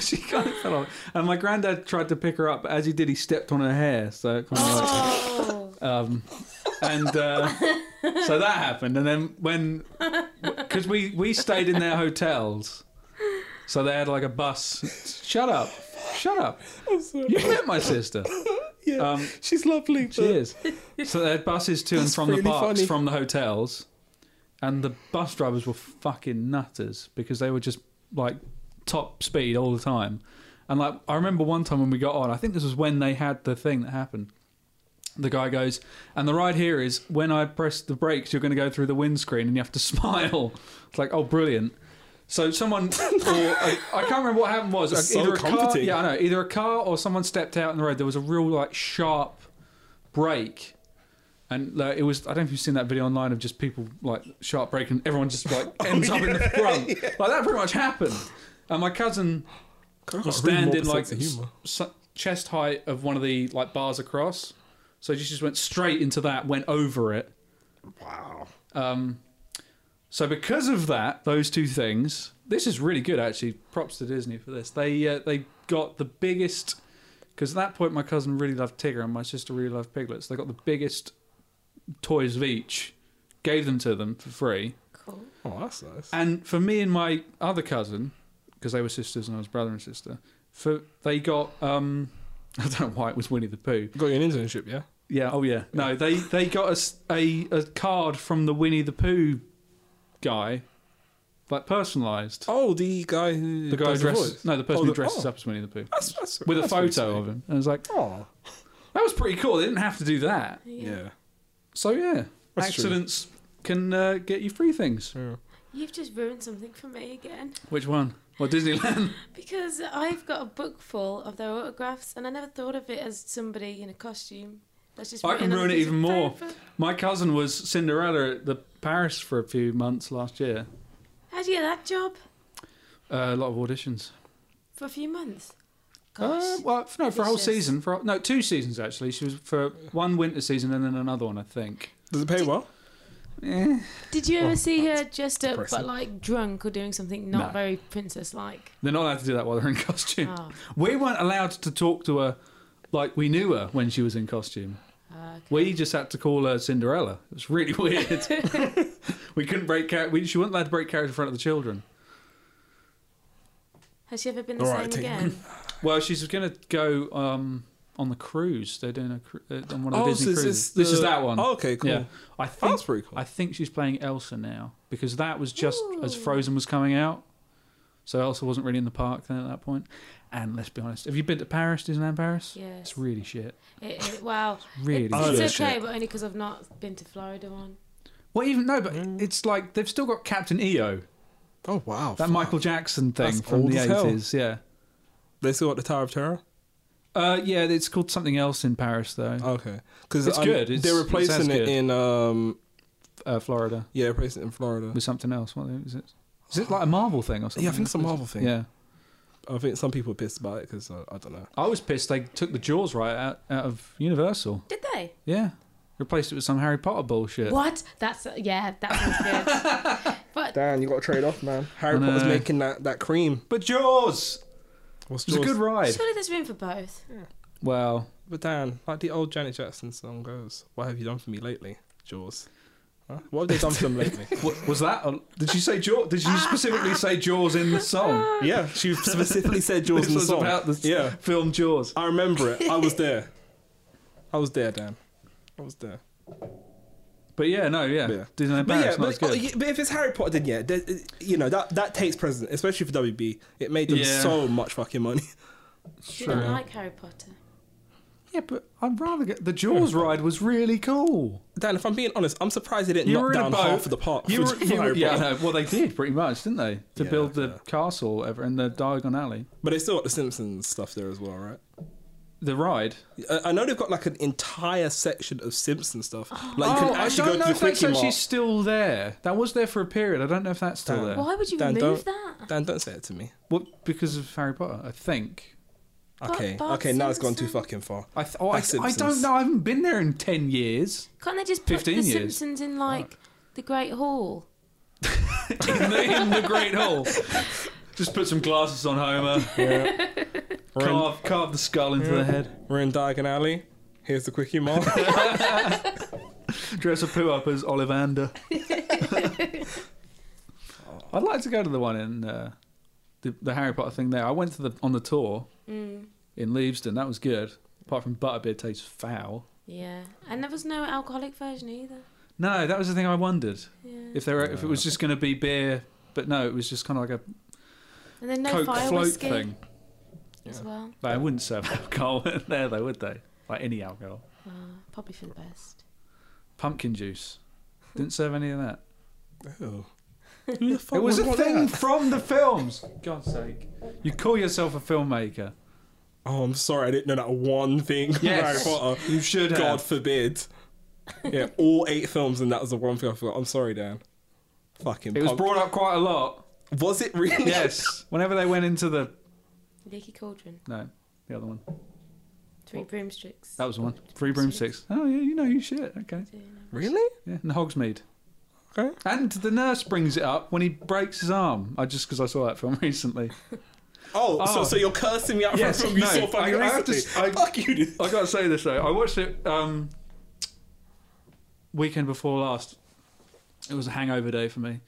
S1: [laughs] she kind of fell off. And my granddad tried to pick her up, but as he did, he stepped on her hair. So it kind of like,
S2: Oh.
S1: um, and uh, so that happened. And then when, because we we stayed in their hotels, so they had like a bus. Shut up, shut up. You met my sister.
S3: Yeah,
S1: Um,
S3: she's lovely. [laughs] But...
S1: she is. So they had buses to and
S3: That's
S1: from the
S3: really
S1: parks,
S3: funny.
S1: from the hotels, and the bus drivers were fucking nutters because they were just like top speed all the time. And like I remember one time when we got on, I think this was when they had the thing that happened. The guy goes, and the ride here is when I press the brakes, you're going to go through the windscreen and you have to [laughs] smile. It's like, oh, brilliant. So someone, or I I can't remember what happened was uh,
S3: That's
S1: either
S3: so
S1: a car,
S3: comforting.
S1: yeah, I know, either a car or someone stepped out on the road. There was a real like sharp break, and like, it was. I don't know if you've seen that video online of just people like sharp break and everyone
S3: [laughs]
S1: just like
S3: Oh,
S1: ends up in the front. Like that pretty much happened. And my cousin
S3: God, I've got
S1: was
S3: a really
S1: standing
S3: morbid
S1: like
S3: sense of humour.
S1: s- s- chest height of one of the like bars across, so she just went straight into that, went over it.
S3: Wow.
S1: Um, so because of that, those two things, this is really good actually. Props to Disney for this. They uh, they got the biggest because at that point my cousin really loved Tigger and my sister really loved Piglets. They got the biggest toys of each, gave them to them for free.
S2: Cool.
S3: Oh, that's nice.
S1: And for me and my other cousin, because they were sisters and I was brother and sister, for they got um, [laughs] I don't know why it was Winnie the Pooh.
S3: Got you an internship, yeah?
S1: Yeah. Oh yeah. No, they they got us a, a card from the Winnie the Pooh guy, like personalised.
S3: Oh, the guy who.
S1: the guy who
S3: does
S1: dresses
S3: voice.
S1: no, the person
S3: Oh,
S1: who dresses
S3: oh,
S1: up as Winnie the Pooh
S3: That's, that's,
S1: with a
S3: that's really
S1: photo
S3: sweet.
S1: of him. And I was like,
S3: Oh,
S1: that was pretty cool. They didn't have to do that.
S3: yeah.
S1: So yeah,
S3: That's true.
S1: accidents can uh, get you free things.
S2: You've just ruined something for me again
S1: Which one? Well, Disneyland.
S2: because I've got a book full of their autographs, and I never thought of it as somebody in a costume. That's just
S1: I
S2: written
S1: can
S2: on a
S1: ruin it
S2: piece of
S1: even more.
S2: paper.
S1: My cousin was Cinderella at the Paris for a few months last year.
S2: How'd you get that job
S1: Uh, a lot of auditions.
S2: for a few months? Gosh,
S1: Uh, well, f- no, for a whole
S2: It's just-
S1: season. For no, two seasons actually. She was for one winter season and then another one, I think.
S3: Does it pay well?
S1: Eh.
S2: did you ever
S3: Oh,
S2: see her dressed up,
S3: depressing.
S2: but like drunk or doing something not
S1: No.
S2: very princess-like?
S1: They're not allowed to do that while they're in costume.
S2: Oh,
S1: We weren't allowed to talk to her like we knew her when she was in costume.
S2: uh,
S1: We just had to call her Cinderella. It was really [laughs] weird. we couldn't break character. We, she wasn't allowed to break character in front of the children.
S2: has she ever been the
S3: All
S2: same
S3: right, take-
S2: again?
S1: Well, she's going to go um, on the cruise. They're doing a cru- uh, on one of the Disney
S3: this
S1: cruises.
S3: Oh, is the-
S1: This is that one.
S3: Oh, okay, cool.
S1: Yeah, I
S3: Oh,
S1: think
S3: that's pretty cool.
S1: I think she's playing Elsa now because that was just as
S2: Ooh.
S1: Frozen was coming out. So Elsa wasn't really in the park then at that point. And let's be honest, have you been to Paris, Disneyland Paris? [laughs]
S2: yes.
S1: It's really shit.
S2: It, it, well,
S1: Really
S3: Oh,
S1: shit.
S3: yeah,
S2: it's okay,
S3: shit.
S2: but only because I've not been to Florida one.
S1: Well, even no, but
S3: Mm.
S1: it's like they've still got Captain EO,
S3: Oh wow,
S1: that
S3: fuck.
S1: Michael Jackson thing
S3: That's
S1: from
S3: old
S1: the
S3: as hell.
S1: eighties. Yeah,
S3: They still got the Tower of Terror.
S1: uh, yeah, it's called something else in Paris though,
S3: Okay, because
S1: It's good. It's-
S3: they're
S1: it sounds
S3: replacing it,
S1: good.
S3: in um
S1: uh, Florida,
S3: yeah, replacing it in Florida.
S1: with something else. What is it? Is it like a Marvel thing or something?
S3: Yeah, I think it's a Marvel thing.
S1: Yeah,
S3: I think some people are pissed about it because uh, I don't know.
S1: I was pissed they took the Jaws right out, out of Universal.
S2: Did they?
S1: Yeah, replaced it with some Harry Potter bullshit.
S2: What? That's uh, yeah. That sounds good.
S1: [laughs]
S2: but
S3: Damn, you got to trade off, man. Harry
S1: I know.
S3: Potter's making that that cream.
S1: But Jaws
S3: What's
S1: it was a good ride.
S2: surely there's room for both.
S1: Well,
S3: But Dan, like the old Janet Jackson song goes, "What have you done for me lately, Jaws? Huh? What have they done for them lately?"
S1: what, was that? on- Did you say Jaws? Did you specifically say Jaws in the song?
S3: [laughs] yeah, she specifically said [laughs] Jaws
S1: This
S3: in the
S1: was
S3: song.
S1: about the
S3: yeah,
S1: film Jaws.
S3: I remember it. I was there. I was there, Dan. I was there.
S1: But yeah, no, yeah,
S3: Yeah.
S1: Disneyland
S3: But
S1: Paris,
S3: yeah,
S1: not
S3: but,
S1: as good.
S3: oh, yeah, but if it's Harry Potter, then yeah, there- it- you know that that takes precedent, especially for WB. It made them
S1: Yeah.
S3: so much fucking money. [laughs]
S2: You don't like Harry Potter.
S1: Yeah, but I'd rather get the Jaws ride was really cool.
S3: Dan, if I'm being honest, I'm surprised they didn't
S1: You were
S3: knock down
S1: in a boat.
S3: half of the park.
S1: You
S3: for, [laughs]
S1: were,
S3: for
S1: you were,
S3: Harry
S1: yeah, I
S3: Potter.
S1: know. well they did pretty much, didn't they? To
S3: Yeah,
S1: build the
S3: yeah.
S1: castle ever and the Diagon Alley,
S3: but they still got the Simpsons stuff there as well, right?
S1: the ride.
S3: I, I know they've got like an entire section of Simpsons stuff. Like you can
S1: Oh, I
S3: actually go
S1: don't know
S3: to
S1: if
S3: the
S1: that's
S3: quickie
S1: actually
S3: mart.
S1: still there. That was there for a period. I don't know if that's still
S3: Damn.
S1: there.
S2: Why would you
S3: Dan,
S2: remove
S3: don't-
S2: that?
S3: Dan, don't say it to me.
S1: What? Because of Harry Potter, I think.
S2: But
S3: Okay,
S2: Bart
S3: okay, now it's gone too
S2: Simpson-
S3: fucking far.
S1: I, th- oh, I,
S3: That's
S1: I don't
S3: Simpsons.
S1: know. I haven't been there in ten years.
S2: Can't they just put the
S1: 15 years.
S2: Simpsons in like the Great Hall?
S1: [laughs] in, the, in the Great Hall. [laughs] Just put some glasses on Homer.
S3: We're in,
S1: Carve, carve the skull into the head.
S3: [laughs] we're in Diagon Alley. Here's the quickie mart.
S1: Dress a poo up as
S3: [laughs]
S1: Ollivander. I'd like to go to the one in uh, the, the Harry Potter thing there. I went to the on the tour in Leavesden. That was good. Apart from butterbeer tastes foul.
S2: Yeah, and there was no alcoholic version either.
S1: No, that was the thing I wondered
S2: Yeah,
S1: if there were, if it
S3: Uh.
S1: was just going to be beer, but no, it was just kind of like a
S2: and then no
S1: Coke
S2: fire
S1: float
S2: whiskey
S1: thing.
S2: as well.
S1: They wouldn't serve [laughs] alcohol in there, though, would they? Like any alcohol.
S2: Uh, probably for the best.
S1: Pumpkin juice. Didn't serve any of that.
S3: Ew. Who the fuck
S1: it was
S3: would
S1: a
S3: want
S1: thing
S3: that?
S1: from the films. God's sake. You call yourself a filmmaker.
S3: Oh, I'm sorry, I didn't know that one thing. from
S1: Yes.
S3: Harry Potter.
S1: You should
S3: God
S1: have.
S3: forbid. Yeah, all eight films, and that was the one thing I forgot. I'm sorry, Dan. Fucking.
S1: It was
S3: punk-
S1: brought up quite a lot.
S3: Was it really?
S1: Yes. Whenever they went into the.
S2: Leaky Cauldron,
S1: No, the other one.
S2: Three Broomsticks.
S1: That was the one. Three Broomsticks. Oh, yeah, you know you shit. Okay.
S3: [laughs] Really?
S1: Yeah, and Hogsmeade.
S3: Okay.
S1: And the nurse brings it up when he breaks his arm. I just because I saw that film [laughs] recently.
S3: Oh, So,
S1: Oh.
S3: so you're cursing me out
S1: Yes,
S3: for a film you
S1: no,
S3: saw fucking
S1: I- I have to
S3: recently?
S1: s- I-
S3: Fuck you, dude.
S1: I gotta say this though. I watched it um, weekend before last. It was a hangover day for me.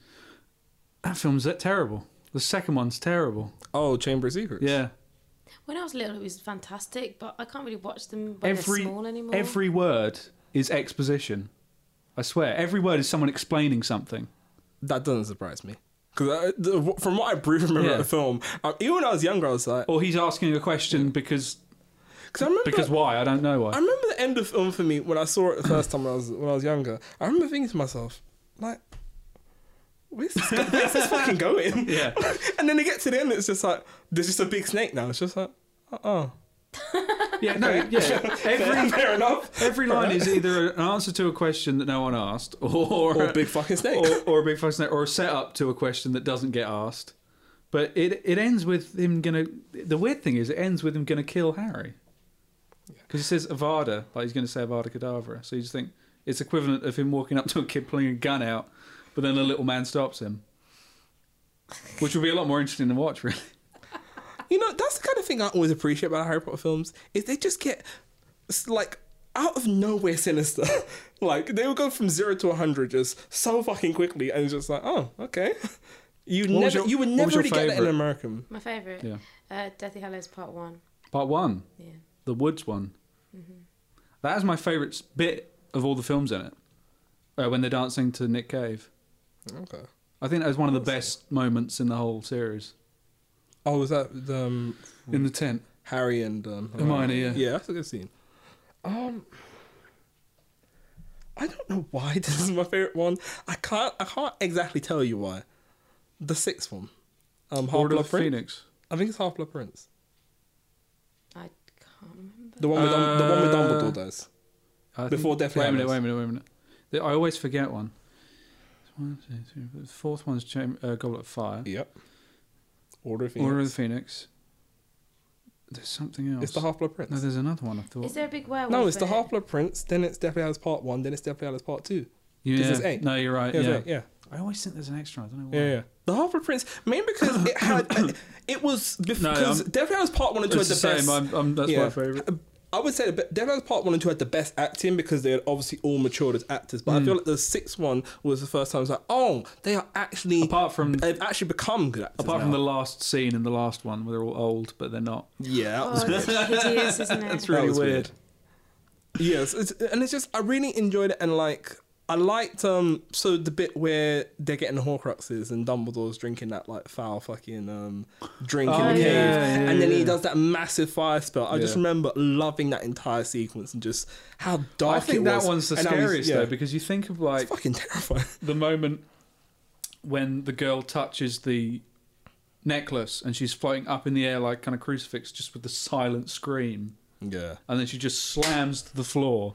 S1: That film's that terrible. The second one's terrible.
S3: Oh, Chamber of Secrets.
S1: Yeah.
S2: When I was little, it was fantastic, but I can't really watch them when
S1: Every
S2: they're small anymore.
S1: every word is exposition. I swear, every word is someone explaining something.
S3: That doesn't surprise me. Because from what I briefly remember
S1: Yeah.
S3: of the film, uh, even when I was younger, I was like,
S1: Or he's asking a question because
S3: because I remember
S1: because why? I don't know
S3: [laughs] I
S1: why.
S3: remember the end of film for me when I saw it the first time when I was when I was younger. I remember thinking to myself, like, where's this, go- where's this fucking going?
S1: [laughs] Yeah.
S3: And then they get to the end, it's just like, there's just a big snake now. It's just like, uh oh.
S1: Yeah, no, yeah.
S3: [laughs]
S1: Every
S3: Fair enough.
S1: every line is either an answer to a question that no one asked, or
S3: Or a big fucking snake.
S1: or, or a big fucking snake, or a setup to a question that doesn't get asked. But it it ends with him gonna. The weird thing is, it ends with him gonna kill Harry because he says Avada, like he's gonna say Avada Kedavra. So you just think it's equivalent of him walking up to a kid pulling a gun out, but then a little man stops him, which would be a lot more interesting to watch, really.
S3: You know, that's the kind of thing I always appreciate about Harry Potter films is they just get s- like out of nowhere sinister. [laughs] like they will go from zero to hundred just so fucking quickly, and it's just like, oh, okay. You
S1: What was
S3: never,
S1: your-
S3: you would
S1: what was
S3: never
S1: your
S3: really get that in
S1: favourite?
S3: American.
S2: My favourite,
S1: Yeah.
S2: uh, Deathly Hallows Part One.
S1: Part one,
S2: Yeah.
S1: the woods one.
S3: Mm-hmm.
S1: That is my favourite bit of all the films in it. Uh, when they're dancing to Nick Cave,
S3: Okay.
S1: I think that was one of the best moments in the whole series.
S3: Oh, was that the, um,
S1: In the tent,
S3: Harry and um,
S1: Hermione, yeah.
S3: Yeah, that's a good scene. Um, I don't know why [laughs] this is my favorite one. I can't, I can't exactly tell you why. The sixth one, um, Half
S1: Order
S3: Blood
S1: of the
S3: Prince.
S1: Phoenix.
S3: I think it's Half Blood Prince.
S2: I can't remember.
S3: The one with Dum- the one with
S1: Uh,
S3: Dumbledore does.
S1: I think-
S3: Before Deathly
S1: Wait a minute,
S3: Hallows.
S1: wait a minute, wait a minute. The- I always forget one. One, two, three, four. The fourth one's Cham- uh, Goblet of Fire.
S3: Yep. Order of
S1: Order of the
S3: Phoenix.
S1: Phoenix. There's something else.
S3: It's the Half Blood Prince.
S1: no, there's another one I thought.
S2: Is there a big werewolf?
S3: No, it's the
S2: in it?
S3: Half Blood Prince. Then it's Deathly Hallows Part One. Then it's Deathly Hallows Part Two.
S1: yeah.
S3: there's eight.
S1: No, you're right.
S3: Yeah,
S1: Yeah,
S3: yeah, yeah.
S1: I always think there's an extra. I don't know why.
S3: yeah, yeah. The Half Blood Prince, mainly because it
S1: [coughs]
S3: had it was
S1: No,
S3: because
S1: I'm-
S3: Deathly Hallows Part One and
S1: It's
S3: Two
S1: the,
S3: had the
S1: same.
S3: best.
S1: I'm, I'm, that's my favorite.
S3: I would say the be- Devil's Hallows Part One and Two had the best acting because they had obviously all matured as actors.
S1: Mm.
S3: But I feel like the sixth one was the first time I was like, oh, they are actually
S1: Apart from
S3: they've actually become good actors.
S1: apart from the last scene in the last one where they're all old but they're not.
S3: the yeah,
S1: [laughs]
S3: that was
S2: Oh, it's hideous, isn't it?
S1: really
S3: was
S1: weird.
S3: yes, it's, and it's just I really enjoyed it and like I liked um so the bit where they're getting the Horcruxes and Dumbledore's drinking that like foul fucking um drink in
S1: Oh,
S3: the cave,
S1: yeah, yeah,
S3: and then he
S1: yeah.
S3: does that massive fire spell. I just
S1: Yeah.
S3: remember loving that entire sequence and just how dark.
S1: I
S3: it
S1: think that
S3: was
S1: one's the
S3: and how he's-
S1: scariest
S3: yeah.
S1: though because you think of like
S3: It's fucking terrifying.
S1: the moment when the girl touches the necklace and she's floating up in the air like kind of crucifix just with the silent scream
S3: Yeah.
S1: and then she just slams to the floor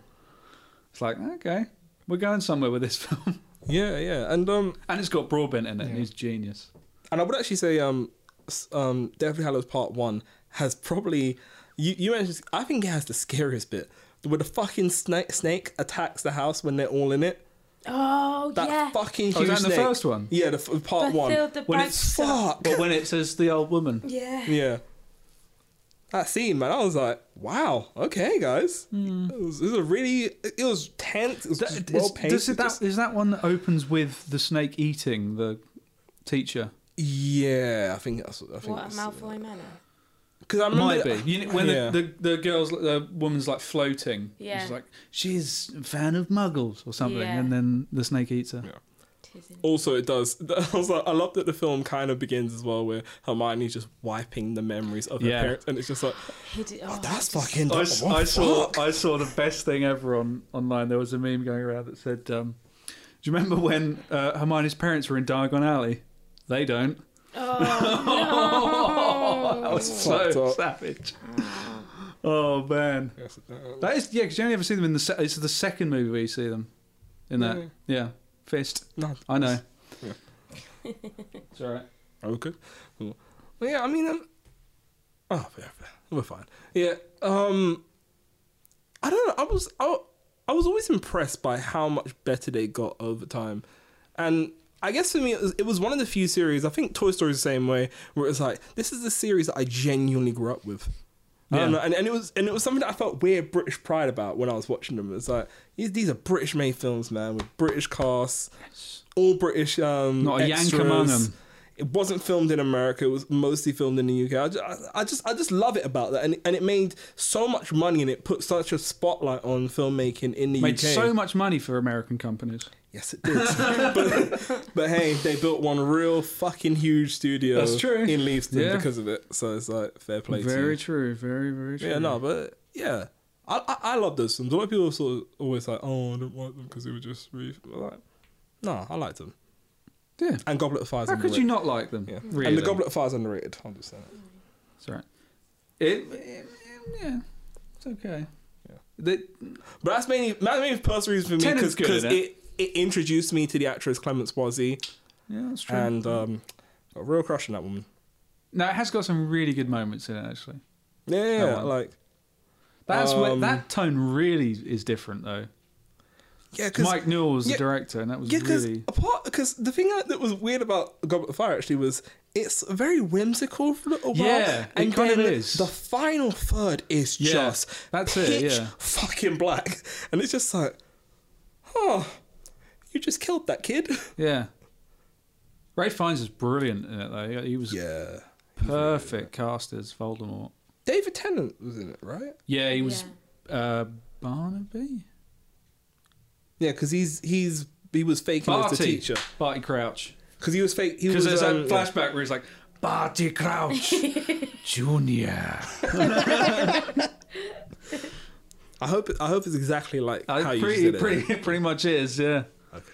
S1: it's like okay we're going somewhere with this [laughs] film
S3: Yeah, yeah. And um
S1: and it's got broadbent in it and he's genius
S3: and I would actually say um s- um Deathly Hallows Part 1 has probably you you mentioned I think it has the scariest bit where the fucking snake snake attacks the house when they're all in it.
S2: Oh
S3: That
S2: yeah.
S3: fucking huge
S1: Oh, is that in the
S3: snake.
S1: first one?
S3: Yeah, the f- part one.
S2: Bathilda
S1: when it's-
S2: Bagshot.
S3: Fuck.
S1: Uh, but when it says the old woman
S2: Yeah.
S3: Yeah. That scene, man, I was like, wow, okay, guys.
S2: Hmm.
S3: It, was, it was a really, it was tense. It was
S1: That-
S3: well
S1: is,
S3: painted.
S1: does it- that- is that one that opens with the snake eating the teacher
S3: yeah, I think that's. I think
S2: What a Malfoy Manor.
S3: Because I remember
S1: Might be. You know, when
S3: Yeah.
S1: the, the the girl's the woman's like floating.
S2: Yeah.
S1: She's like she's a fan of muggles or something,
S2: Yeah.
S1: and then the snake eats her.
S2: Tis in-
S3: Also, it does. [laughs] I was like, I love that the film kind of begins as well, where Hermione's just wiping the memories of her
S1: Yeah.
S3: parents, and it's just like,
S2: Hide- oh,
S3: that's
S2: just-
S3: fucking.
S1: I,
S3: What the
S1: saw
S3: fuck?
S1: I saw the best thing ever on online. There was a meme going around that said, um, "Do you remember when uh, Hermione's parents were in Diagon Alley? They don't."
S2: Oh,
S1: That was
S3: Fucked
S1: [laughs] so
S3: up.
S1: savage. Oh man, that is yeah. Because you only ever see them in the se- it's the second movie where you see them in that.
S3: Yeah.
S1: yeah. fist.
S3: No,
S1: I know.
S3: Yeah.
S1: it's alright.
S3: Okay. Well, yeah, I mean, um, oh, fair, fair. we're fine. Yeah. Um, I don't know. I was I, I was always impressed by how much better they got over time, and I guess for me it was, it was one of the few series. I think Toy Story is the same way, where it's like this is the series that I genuinely grew up with. I don't
S1: Yeah.
S3: know, and, and it was and it was something that I felt weird British pride about when I was watching them. It's like these, these are British made films, man, with British casts, all British. Um,
S1: Not a yank
S3: extras.
S1: among 'em.
S3: It wasn't filmed in America. It was mostly filmed in the UK. I just, I just, I just love it about that, and and it made so much money, and it put such a spotlight on filmmaking in the
S1: Made
S3: UK.
S1: so much money for American companies.
S3: yes, it did. [laughs] but, but hey, they built one real fucking huge studio.
S1: That's true.
S3: In Leavesden
S1: Yeah.
S3: because of it. So it's like fair play. to you.
S1: Very true. Very very true.
S3: Yeah, no, but yeah, I I, I love those films. A lot of people sort of always like, oh, I don't like them because they were just really like, No, I liked them.
S1: Yeah.
S3: And Goblet of Fire's
S1: How could
S3: underrated.
S1: you not like them?
S3: Yeah.
S1: Really?
S3: And the Goblet of Fire's underrated. I'm just saying.
S8: It's all right.
S1: It, it- yeah, it's okay.
S3: Yeah.
S1: The-
S3: But that's mainly that's mainly personal reason for me
S1: Tenet's
S3: because
S1: good,
S3: because
S1: isn't it?
S3: it it introduced me to the actress Clemence Wazzy
S1: yeah, that's true.
S3: and um, got a real crush on that woman.
S8: No, it has got some really good moments in it actually.
S3: Yeah, yeah, yeah,
S8: one.
S3: like
S8: That's where
S3: Um,
S8: that tone really is different though.
S3: yeah, because
S8: Mike Newell was
S3: yeah,
S8: the director, and that was
S3: yeah, because
S8: really
S3: apart because the thing that was weird about Goblet of Fire actually was it's very whimsical for a little while.
S1: Yeah, it
S3: and
S1: kind of
S3: then
S1: is.
S3: The final third is
S1: Yeah,
S3: just
S1: that's it,
S3: pitch
S1: yeah.
S3: fucking black, and it's just like, huh, you just killed that kid.
S8: yeah. Ray Fiennes is brilliant in it though. He was
S3: Yeah,
S8: perfect cast as Voldemort.
S3: David Tennant was in it, right?
S8: Yeah, he was uh, Barnaby,
S3: Yeah, because he's he's he was faking as the
S8: Barty,
S3: teacher
S8: Barty Crouch.
S3: because he was fake. He
S1: Because
S3: was
S1: there's
S3: um,
S1: that flashback where he's like, Barty Crouch, Junior.
S3: I hope I hope it's exactly like
S8: Uh,
S3: how you
S8: pretty,
S3: did it.
S8: pretty, pretty much is, yeah.
S3: Okay.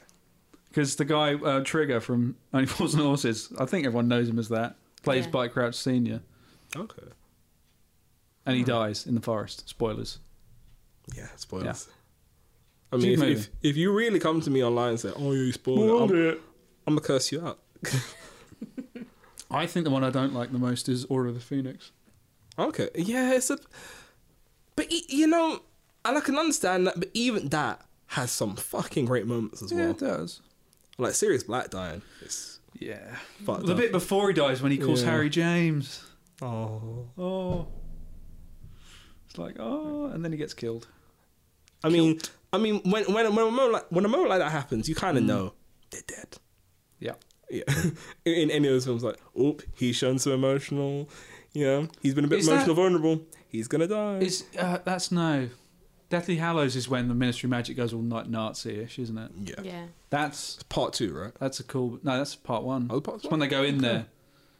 S8: Because the guy uh, Trigger from [laughs] Only Fools and Horses, I think everyone knows him as that. Plays
S2: Yeah.
S8: Barty Crouch Senior,
S3: Okay.
S8: and he dies in the forest. Spoilers.
S3: Yeah, spoilers. I mean, if,
S8: Keep
S3: if, if you really come to me online and say, "Oh, you spoiled it,", I'm, I'm gonna curse you out. [laughs]
S8: I think the one I don't like the most is Order of the Phoenix.
S3: Okay. Yeah, it's a. But y- you know, and I can understand that. But even that has some fucking great moments as well.
S8: does.
S3: like serious black dying. It's
S1: Yeah.
S3: fucked
S1: The
S3: up.
S1: bit before he dies when he calls
S3: Yeah.
S1: Harry James.
S3: Oh.
S1: Oh. It's like, oh, and then he gets killed.
S3: I mean, I mean, when when when a moment like, when a moment like that happens, you kind of know they're dead.
S1: Yeah.
S3: Yeah. [laughs] in, in any of those films, like, oop, he's shown some emotional. You know, he's been a bit
S1: Is
S3: emotional vulnerable. He's gonna die.
S1: It's, uh, that's no. Deathly Hallows is when the Ministry of Magic goes all night Nazi ish, isn't it?
S3: yeah.
S2: [laughs] Yeah.
S1: That's
S3: It's part two, right?
S1: that's a cool. No, that's part one.
S3: Oh, part
S1: It's when they go in there.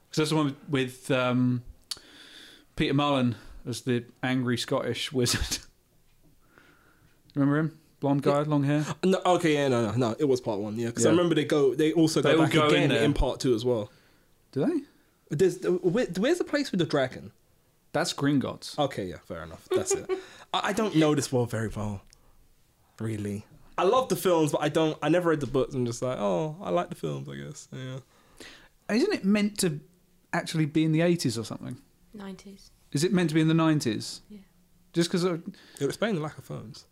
S1: 'Cause that's the one with um, Peter Mullen as the angry Scottish wizard. [laughs] Remember him? Blonde guy, long hair.
S3: No, okay, yeah, no, no, no. It was part one, yeah. Because I
S1: Yeah.
S3: remember they go, they also
S1: They
S3: go
S1: all
S3: back
S1: go in
S3: again in,
S1: there.
S3: part two as well.
S1: Do they?
S3: There's where, where's the place with the dragon?
S1: That's Gringotts.
S3: Okay, yeah, fair enough. That's it. I, I don't know this world very well, really. I love the films, but I don't. I never read the books. I'm just like, oh, I like the films, I guess. Yeah.
S1: Isn't it meant to actually be in the 80s or something?
S2: 90s.
S1: Is it meant to be in the 90s?
S2: Yeah.
S1: Just because. Well,
S3: It would explain the lack of phones.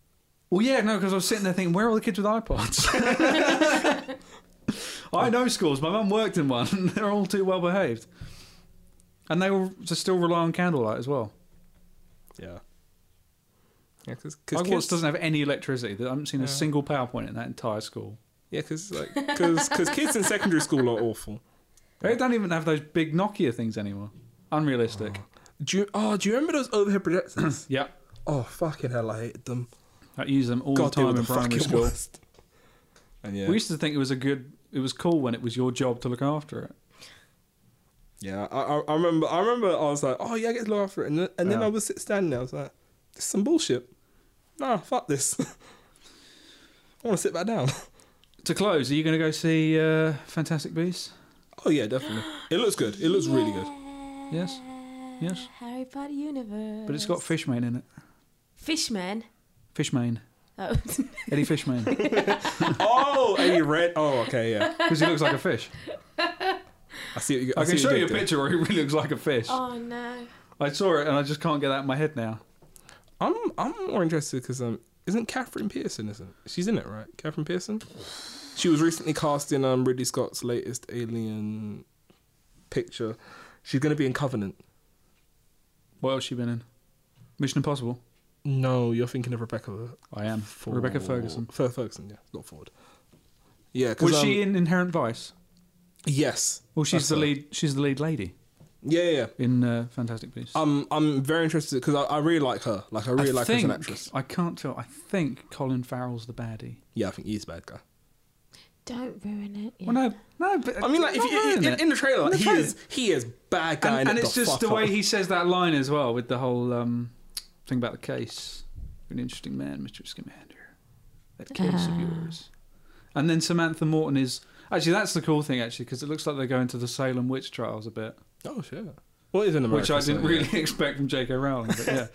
S1: yeah, no, because I was sitting there thinking, where are all the kids with iPods? I know schools. My mum worked in one. [laughs] and They're all too well behaved. And they were just still rely on candlelight as well.
S3: Yeah. Yeah, because
S1: Hogwarts doesn't have any electricity. I haven't seen
S3: Yeah.
S1: a single PowerPoint in that entire school.
S3: yeah, cause, like, cause, 'cause kids in secondary school are awful.
S1: They don't even have those big Nokia things anymore. Unrealistic.
S3: Do you, oh, do you remember those overhead projectors? [clears throat]
S1: Yep.
S3: oh, fucking hell, I hated them.
S1: I use them all
S3: God,
S1: the
S3: they were
S1: time
S3: the
S1: in primary
S3: fucking
S1: school.
S3: worst. [laughs] And yeah,
S1: We used to think it was a good, it was cool when it was your job to look after it.
S3: yeah. I, I, I remember, I remember, I was like, oh yeah, I get to look after it, and then, and then
S1: Yeah.
S3: I was sit standing there, I was like, this is some bullshit. Nah, fuck this. [laughs] I want to sit back down. [laughs]
S1: To close, are you going to go see uh, Fantastic Beasts?
S3: Oh yeah, definitely. It looks good. It looks really good.
S1: Yes. Yes.
S2: Harry Potter universe.
S1: But it's got Fishman in it.
S2: [laughs] Fishman.
S1: Fishman.
S2: Oh,
S1: Eddie Fishman.
S3: [laughs] Oh, and you read? Oh, okay, yeah.
S1: Because he looks like a fish.
S3: I see. What you,
S1: I, can
S3: see
S1: show
S3: what
S1: you
S3: you
S1: a
S3: did there.
S1: picture where he really looks like a fish.
S2: oh no.
S1: I saw it and I just can't get that in my head now.
S3: I'm I'm more interested because um, isn't Catherine Pearson? Isn't she's in it right? Catherine Pearson. She was recently cast in um Ridley Scott's latest Alien picture. She's going to be in Covenant.
S1: What else she been in? Mission Impossible.
S3: No, you're thinking of Rebecca.
S1: I am.
S3: Ford.
S1: Rebecca Ferguson.
S3: Fer- Ferguson, yeah, not Ford. Yeah, 'cause,
S1: Was she
S3: um,
S1: in Inherent Vice?
S3: Yes.
S1: Well, she's
S3: That's
S1: the
S3: her.
S1: lead. She's the lead lady
S3: Yeah, yeah. yeah.
S1: in uh, Fantastic Beasts.
S3: I'm I'm very interested because I, I really like her. Like I really like her as an actress.
S1: I can't tell. I think Colin Farrell's the baddie.
S3: Yeah, I think he's a bad guy.
S2: Don't ruin it. Yeah.
S1: Well, no, no. But
S3: I mean, like if
S1: not
S3: you,
S1: ruin
S3: in,
S1: it.
S3: in the trailer,
S1: In
S3: like,
S1: the
S3: he
S1: trailer.
S3: is he is bad guy,
S1: and, and
S3: it
S1: it's just the way he says that line as well, with the whole um, thing about the case. You're an interesting man, Mr. Scamander. That case of
S2: Ah.
S1: yours. And then Samantha Morton is actually that's the cool thing actually because it looks like they go into the Salem witch trials a bit,
S3: Oh shit. Well, it is in America.
S1: which I didn't
S3: so, yeah.
S1: really [laughs] expect from J.K. Rowling. But yeah,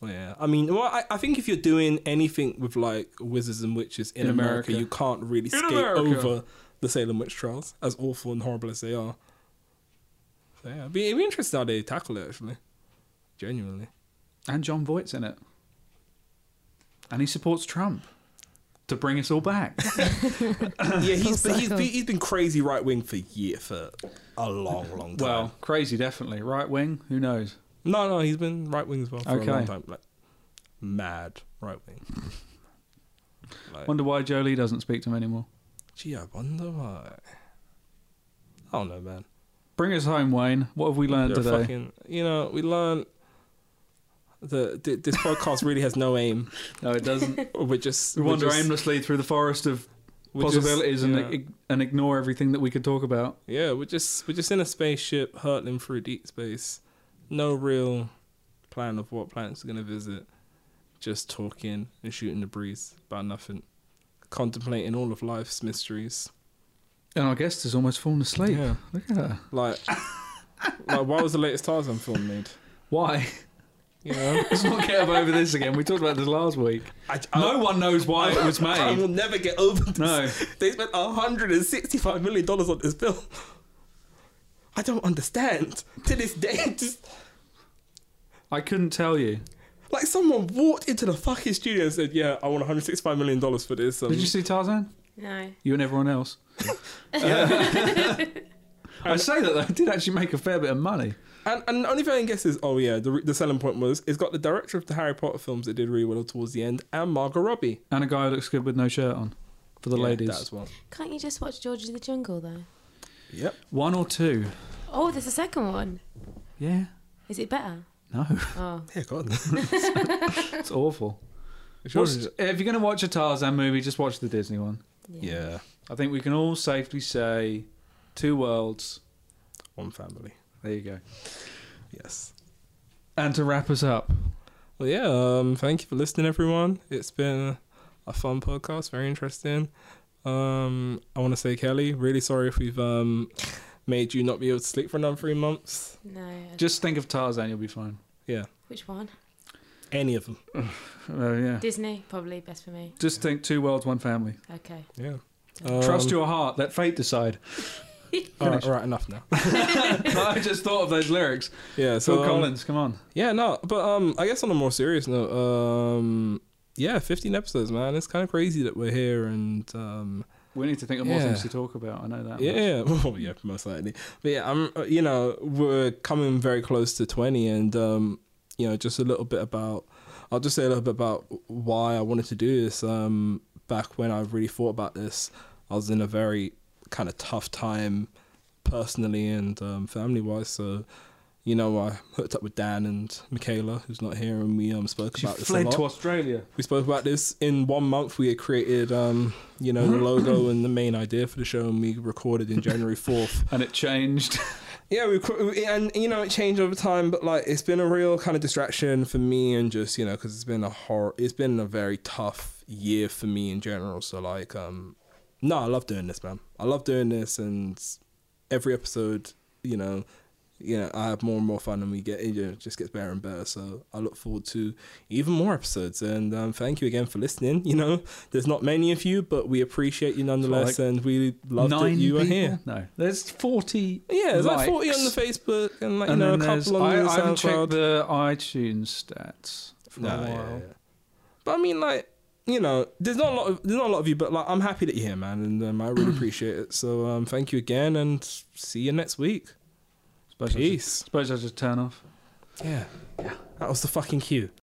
S3: Well, yeah. I mean, well, I, I think if you're doing anything with like wizards and witches in,
S1: In
S3: America,
S1: America.
S3: you can't really skate
S1: America.
S3: over the Salem witch trials, as awful and horrible as they are. So, yeah, it'd be, it'd be interesting how they tackle it actually. Genuinely.
S1: and John Voight's in it, and he supports Trump to bring us all back.
S3: yeah, he's
S2: so
S3: been, he's,
S2: cool.
S3: been, he's been crazy right wing for year for a long, long time.
S1: well, crazy, definitely right wing. Who knows?
S3: no, no, he's been right wing as well for
S1: Okay.
S3: a long time, like mad right wing.
S1: [laughs]
S3: Like,
S1: Wonder why Jolie doesn't speak to him anymore.
S3: gee, I wonder why. I don't know, man.
S1: Bring us home, Wayne. What have we learned
S3: They're
S1: today?
S3: Fucking, you know, we learn the th- this podcast really has no aim.
S1: No, it doesn't.
S3: We're just
S1: We wander
S3: we're just,
S1: aimlessly through the forest of
S3: we're just-
S1: possibilities and,
S3: yeah.
S1: ig- and ignore everything that we could talk about.
S3: yeah, we're just we're just in a spaceship hurtling through deep space. No real plan of what planets we're gonna visit. Just talking and shooting the breeze about nothing. Contemplating all of life's mysteries.
S1: And our guest has almost fallen asleep.
S3: Yeah.
S1: Look at her.
S3: Like [laughs] like why was the latest Tarzan film made?
S1: Why? [laughs]
S3: You know?
S1: Let's not get up over this again. We talked about this last week.
S3: I,
S1: No one knows why it was
S3: I will
S1: [laughs] made.
S3: never get over this.
S1: No.
S3: They spent hundred and sixty-five million dollars on this film. I don't understand. To this day, [laughs] just
S1: I couldn't tell you.
S3: like someone walked into the fucking studio and said, "Yeah, I want one hundred sixty-five million dollars for this." Um,
S1: Did you see Tarzan?
S2: No.
S1: You and everyone else. [laughs] I say that though, it did actually make a fair bit of money.
S3: and, and the only thing I can guess is, oh yeah, the, re- the selling point was it's got the director of the Harry Potter films that did really well towards the end, and Margot Robbie
S1: And a guy who looks good with no shirt on for the
S3: Yeah, that
S1: ladies.
S3: as well.
S2: Can't you just watch George of the Jungle though?
S3: Yep.
S1: One or two.
S2: Oh, there's a second one.
S1: Yeah.
S2: Is it better?
S1: No,
S2: Oh,
S3: Yeah, God.
S1: it's awful. What's- if you're going to watch a Tarzan movie, just watch the Disney one.
S2: yeah.
S3: yeah,
S1: I think we can all safely say two worlds.
S3: one family.
S1: There you go.
S3: Yes.
S1: And to wrap us up,
S3: Well, yeah, um, thank you for listening, everyone. It's been a fun podcast, very interesting. Um, I want to say, Kelly, really sorry if we've um, made you not be able to sleep for another three months.
S2: No. I-
S1: just think of Tarzan, you'll be fine.
S3: Yeah,
S2: Which one?
S3: any of them.
S1: Oh yeah.
S2: Disney, probably best for me.
S1: Just think two worlds, one family.
S2: Okay.
S3: Yeah.
S1: Trust your heart, let
S3: [laughs]
S1: fate decide.
S3: Um, All right, all right, enough now.
S1: I just thought of those lyrics.
S3: Yeah, so
S1: Phil
S3: um,
S1: Collins, come on.
S3: Yeah, no, but um, I guess on a more serious note, um, yeah, 15 episodes, man. It's kind of crazy that we're here and um,
S1: We need to think of more
S3: Yeah.
S1: things to talk about. I know that.
S3: yeah,
S1: much.
S3: yeah, [laughs] well, yeah, most likely. But yeah, I'm, uh, you know, we're coming very close to 20, and um, you know, just a little bit about, I'll just say a little bit about why I wanted to do this. Um, back when I really thought about this, I was in a very kind of tough time, personally and um, family wise. So, you know, I hooked up with Dan and Michaela, who's not here, and we um spoke
S1: She
S3: about this a
S1: fled
S3: lot
S1: to Australia.
S3: we spoke about this in one month we had created um you know the logo and the main idea for the show and we recorded in january 4th
S1: And
S3: [laughs]
S1: it changed.
S3: yeah we cr- we- and you know it changed over time but like it's been a real kind of distraction for me and just you know because it's been a hor it's been a very tough year for me in general so like um no i love doing this man i love doing this and every episode you know you know i have more and more fun and we get it you know, just gets better and better so i look forward to even more episodes and um, thank you again for listening you know there's not many of you but we appreciate you nonetheless and we love that
S1: Nine
S3: you are
S1: people?
S3: here
S1: No. There's 40.
S3: yeah, there's like 40 on the
S1: likes.
S3: Facebook and like you
S1: and
S3: know a
S1: then there's-
S3: couple on
S1: I,
S3: the
S1: I haven't checked
S3: SoundCloud.
S1: the iTunes stats for
S3: No,
S1: a
S3: yeah,
S1: while.
S3: yeah. But I mean, like you know, there's not a lot of there's not a lot of you, but like I'm happy that you're here, man, and um, I
S1: [clears throat]
S3: really appreciate it. So um, thank you again, and see you next week.
S1: Suppose I should-
S3: Peace.
S1: suppose I should turn off.
S3: Yeah, yeah. That was the fucking cue.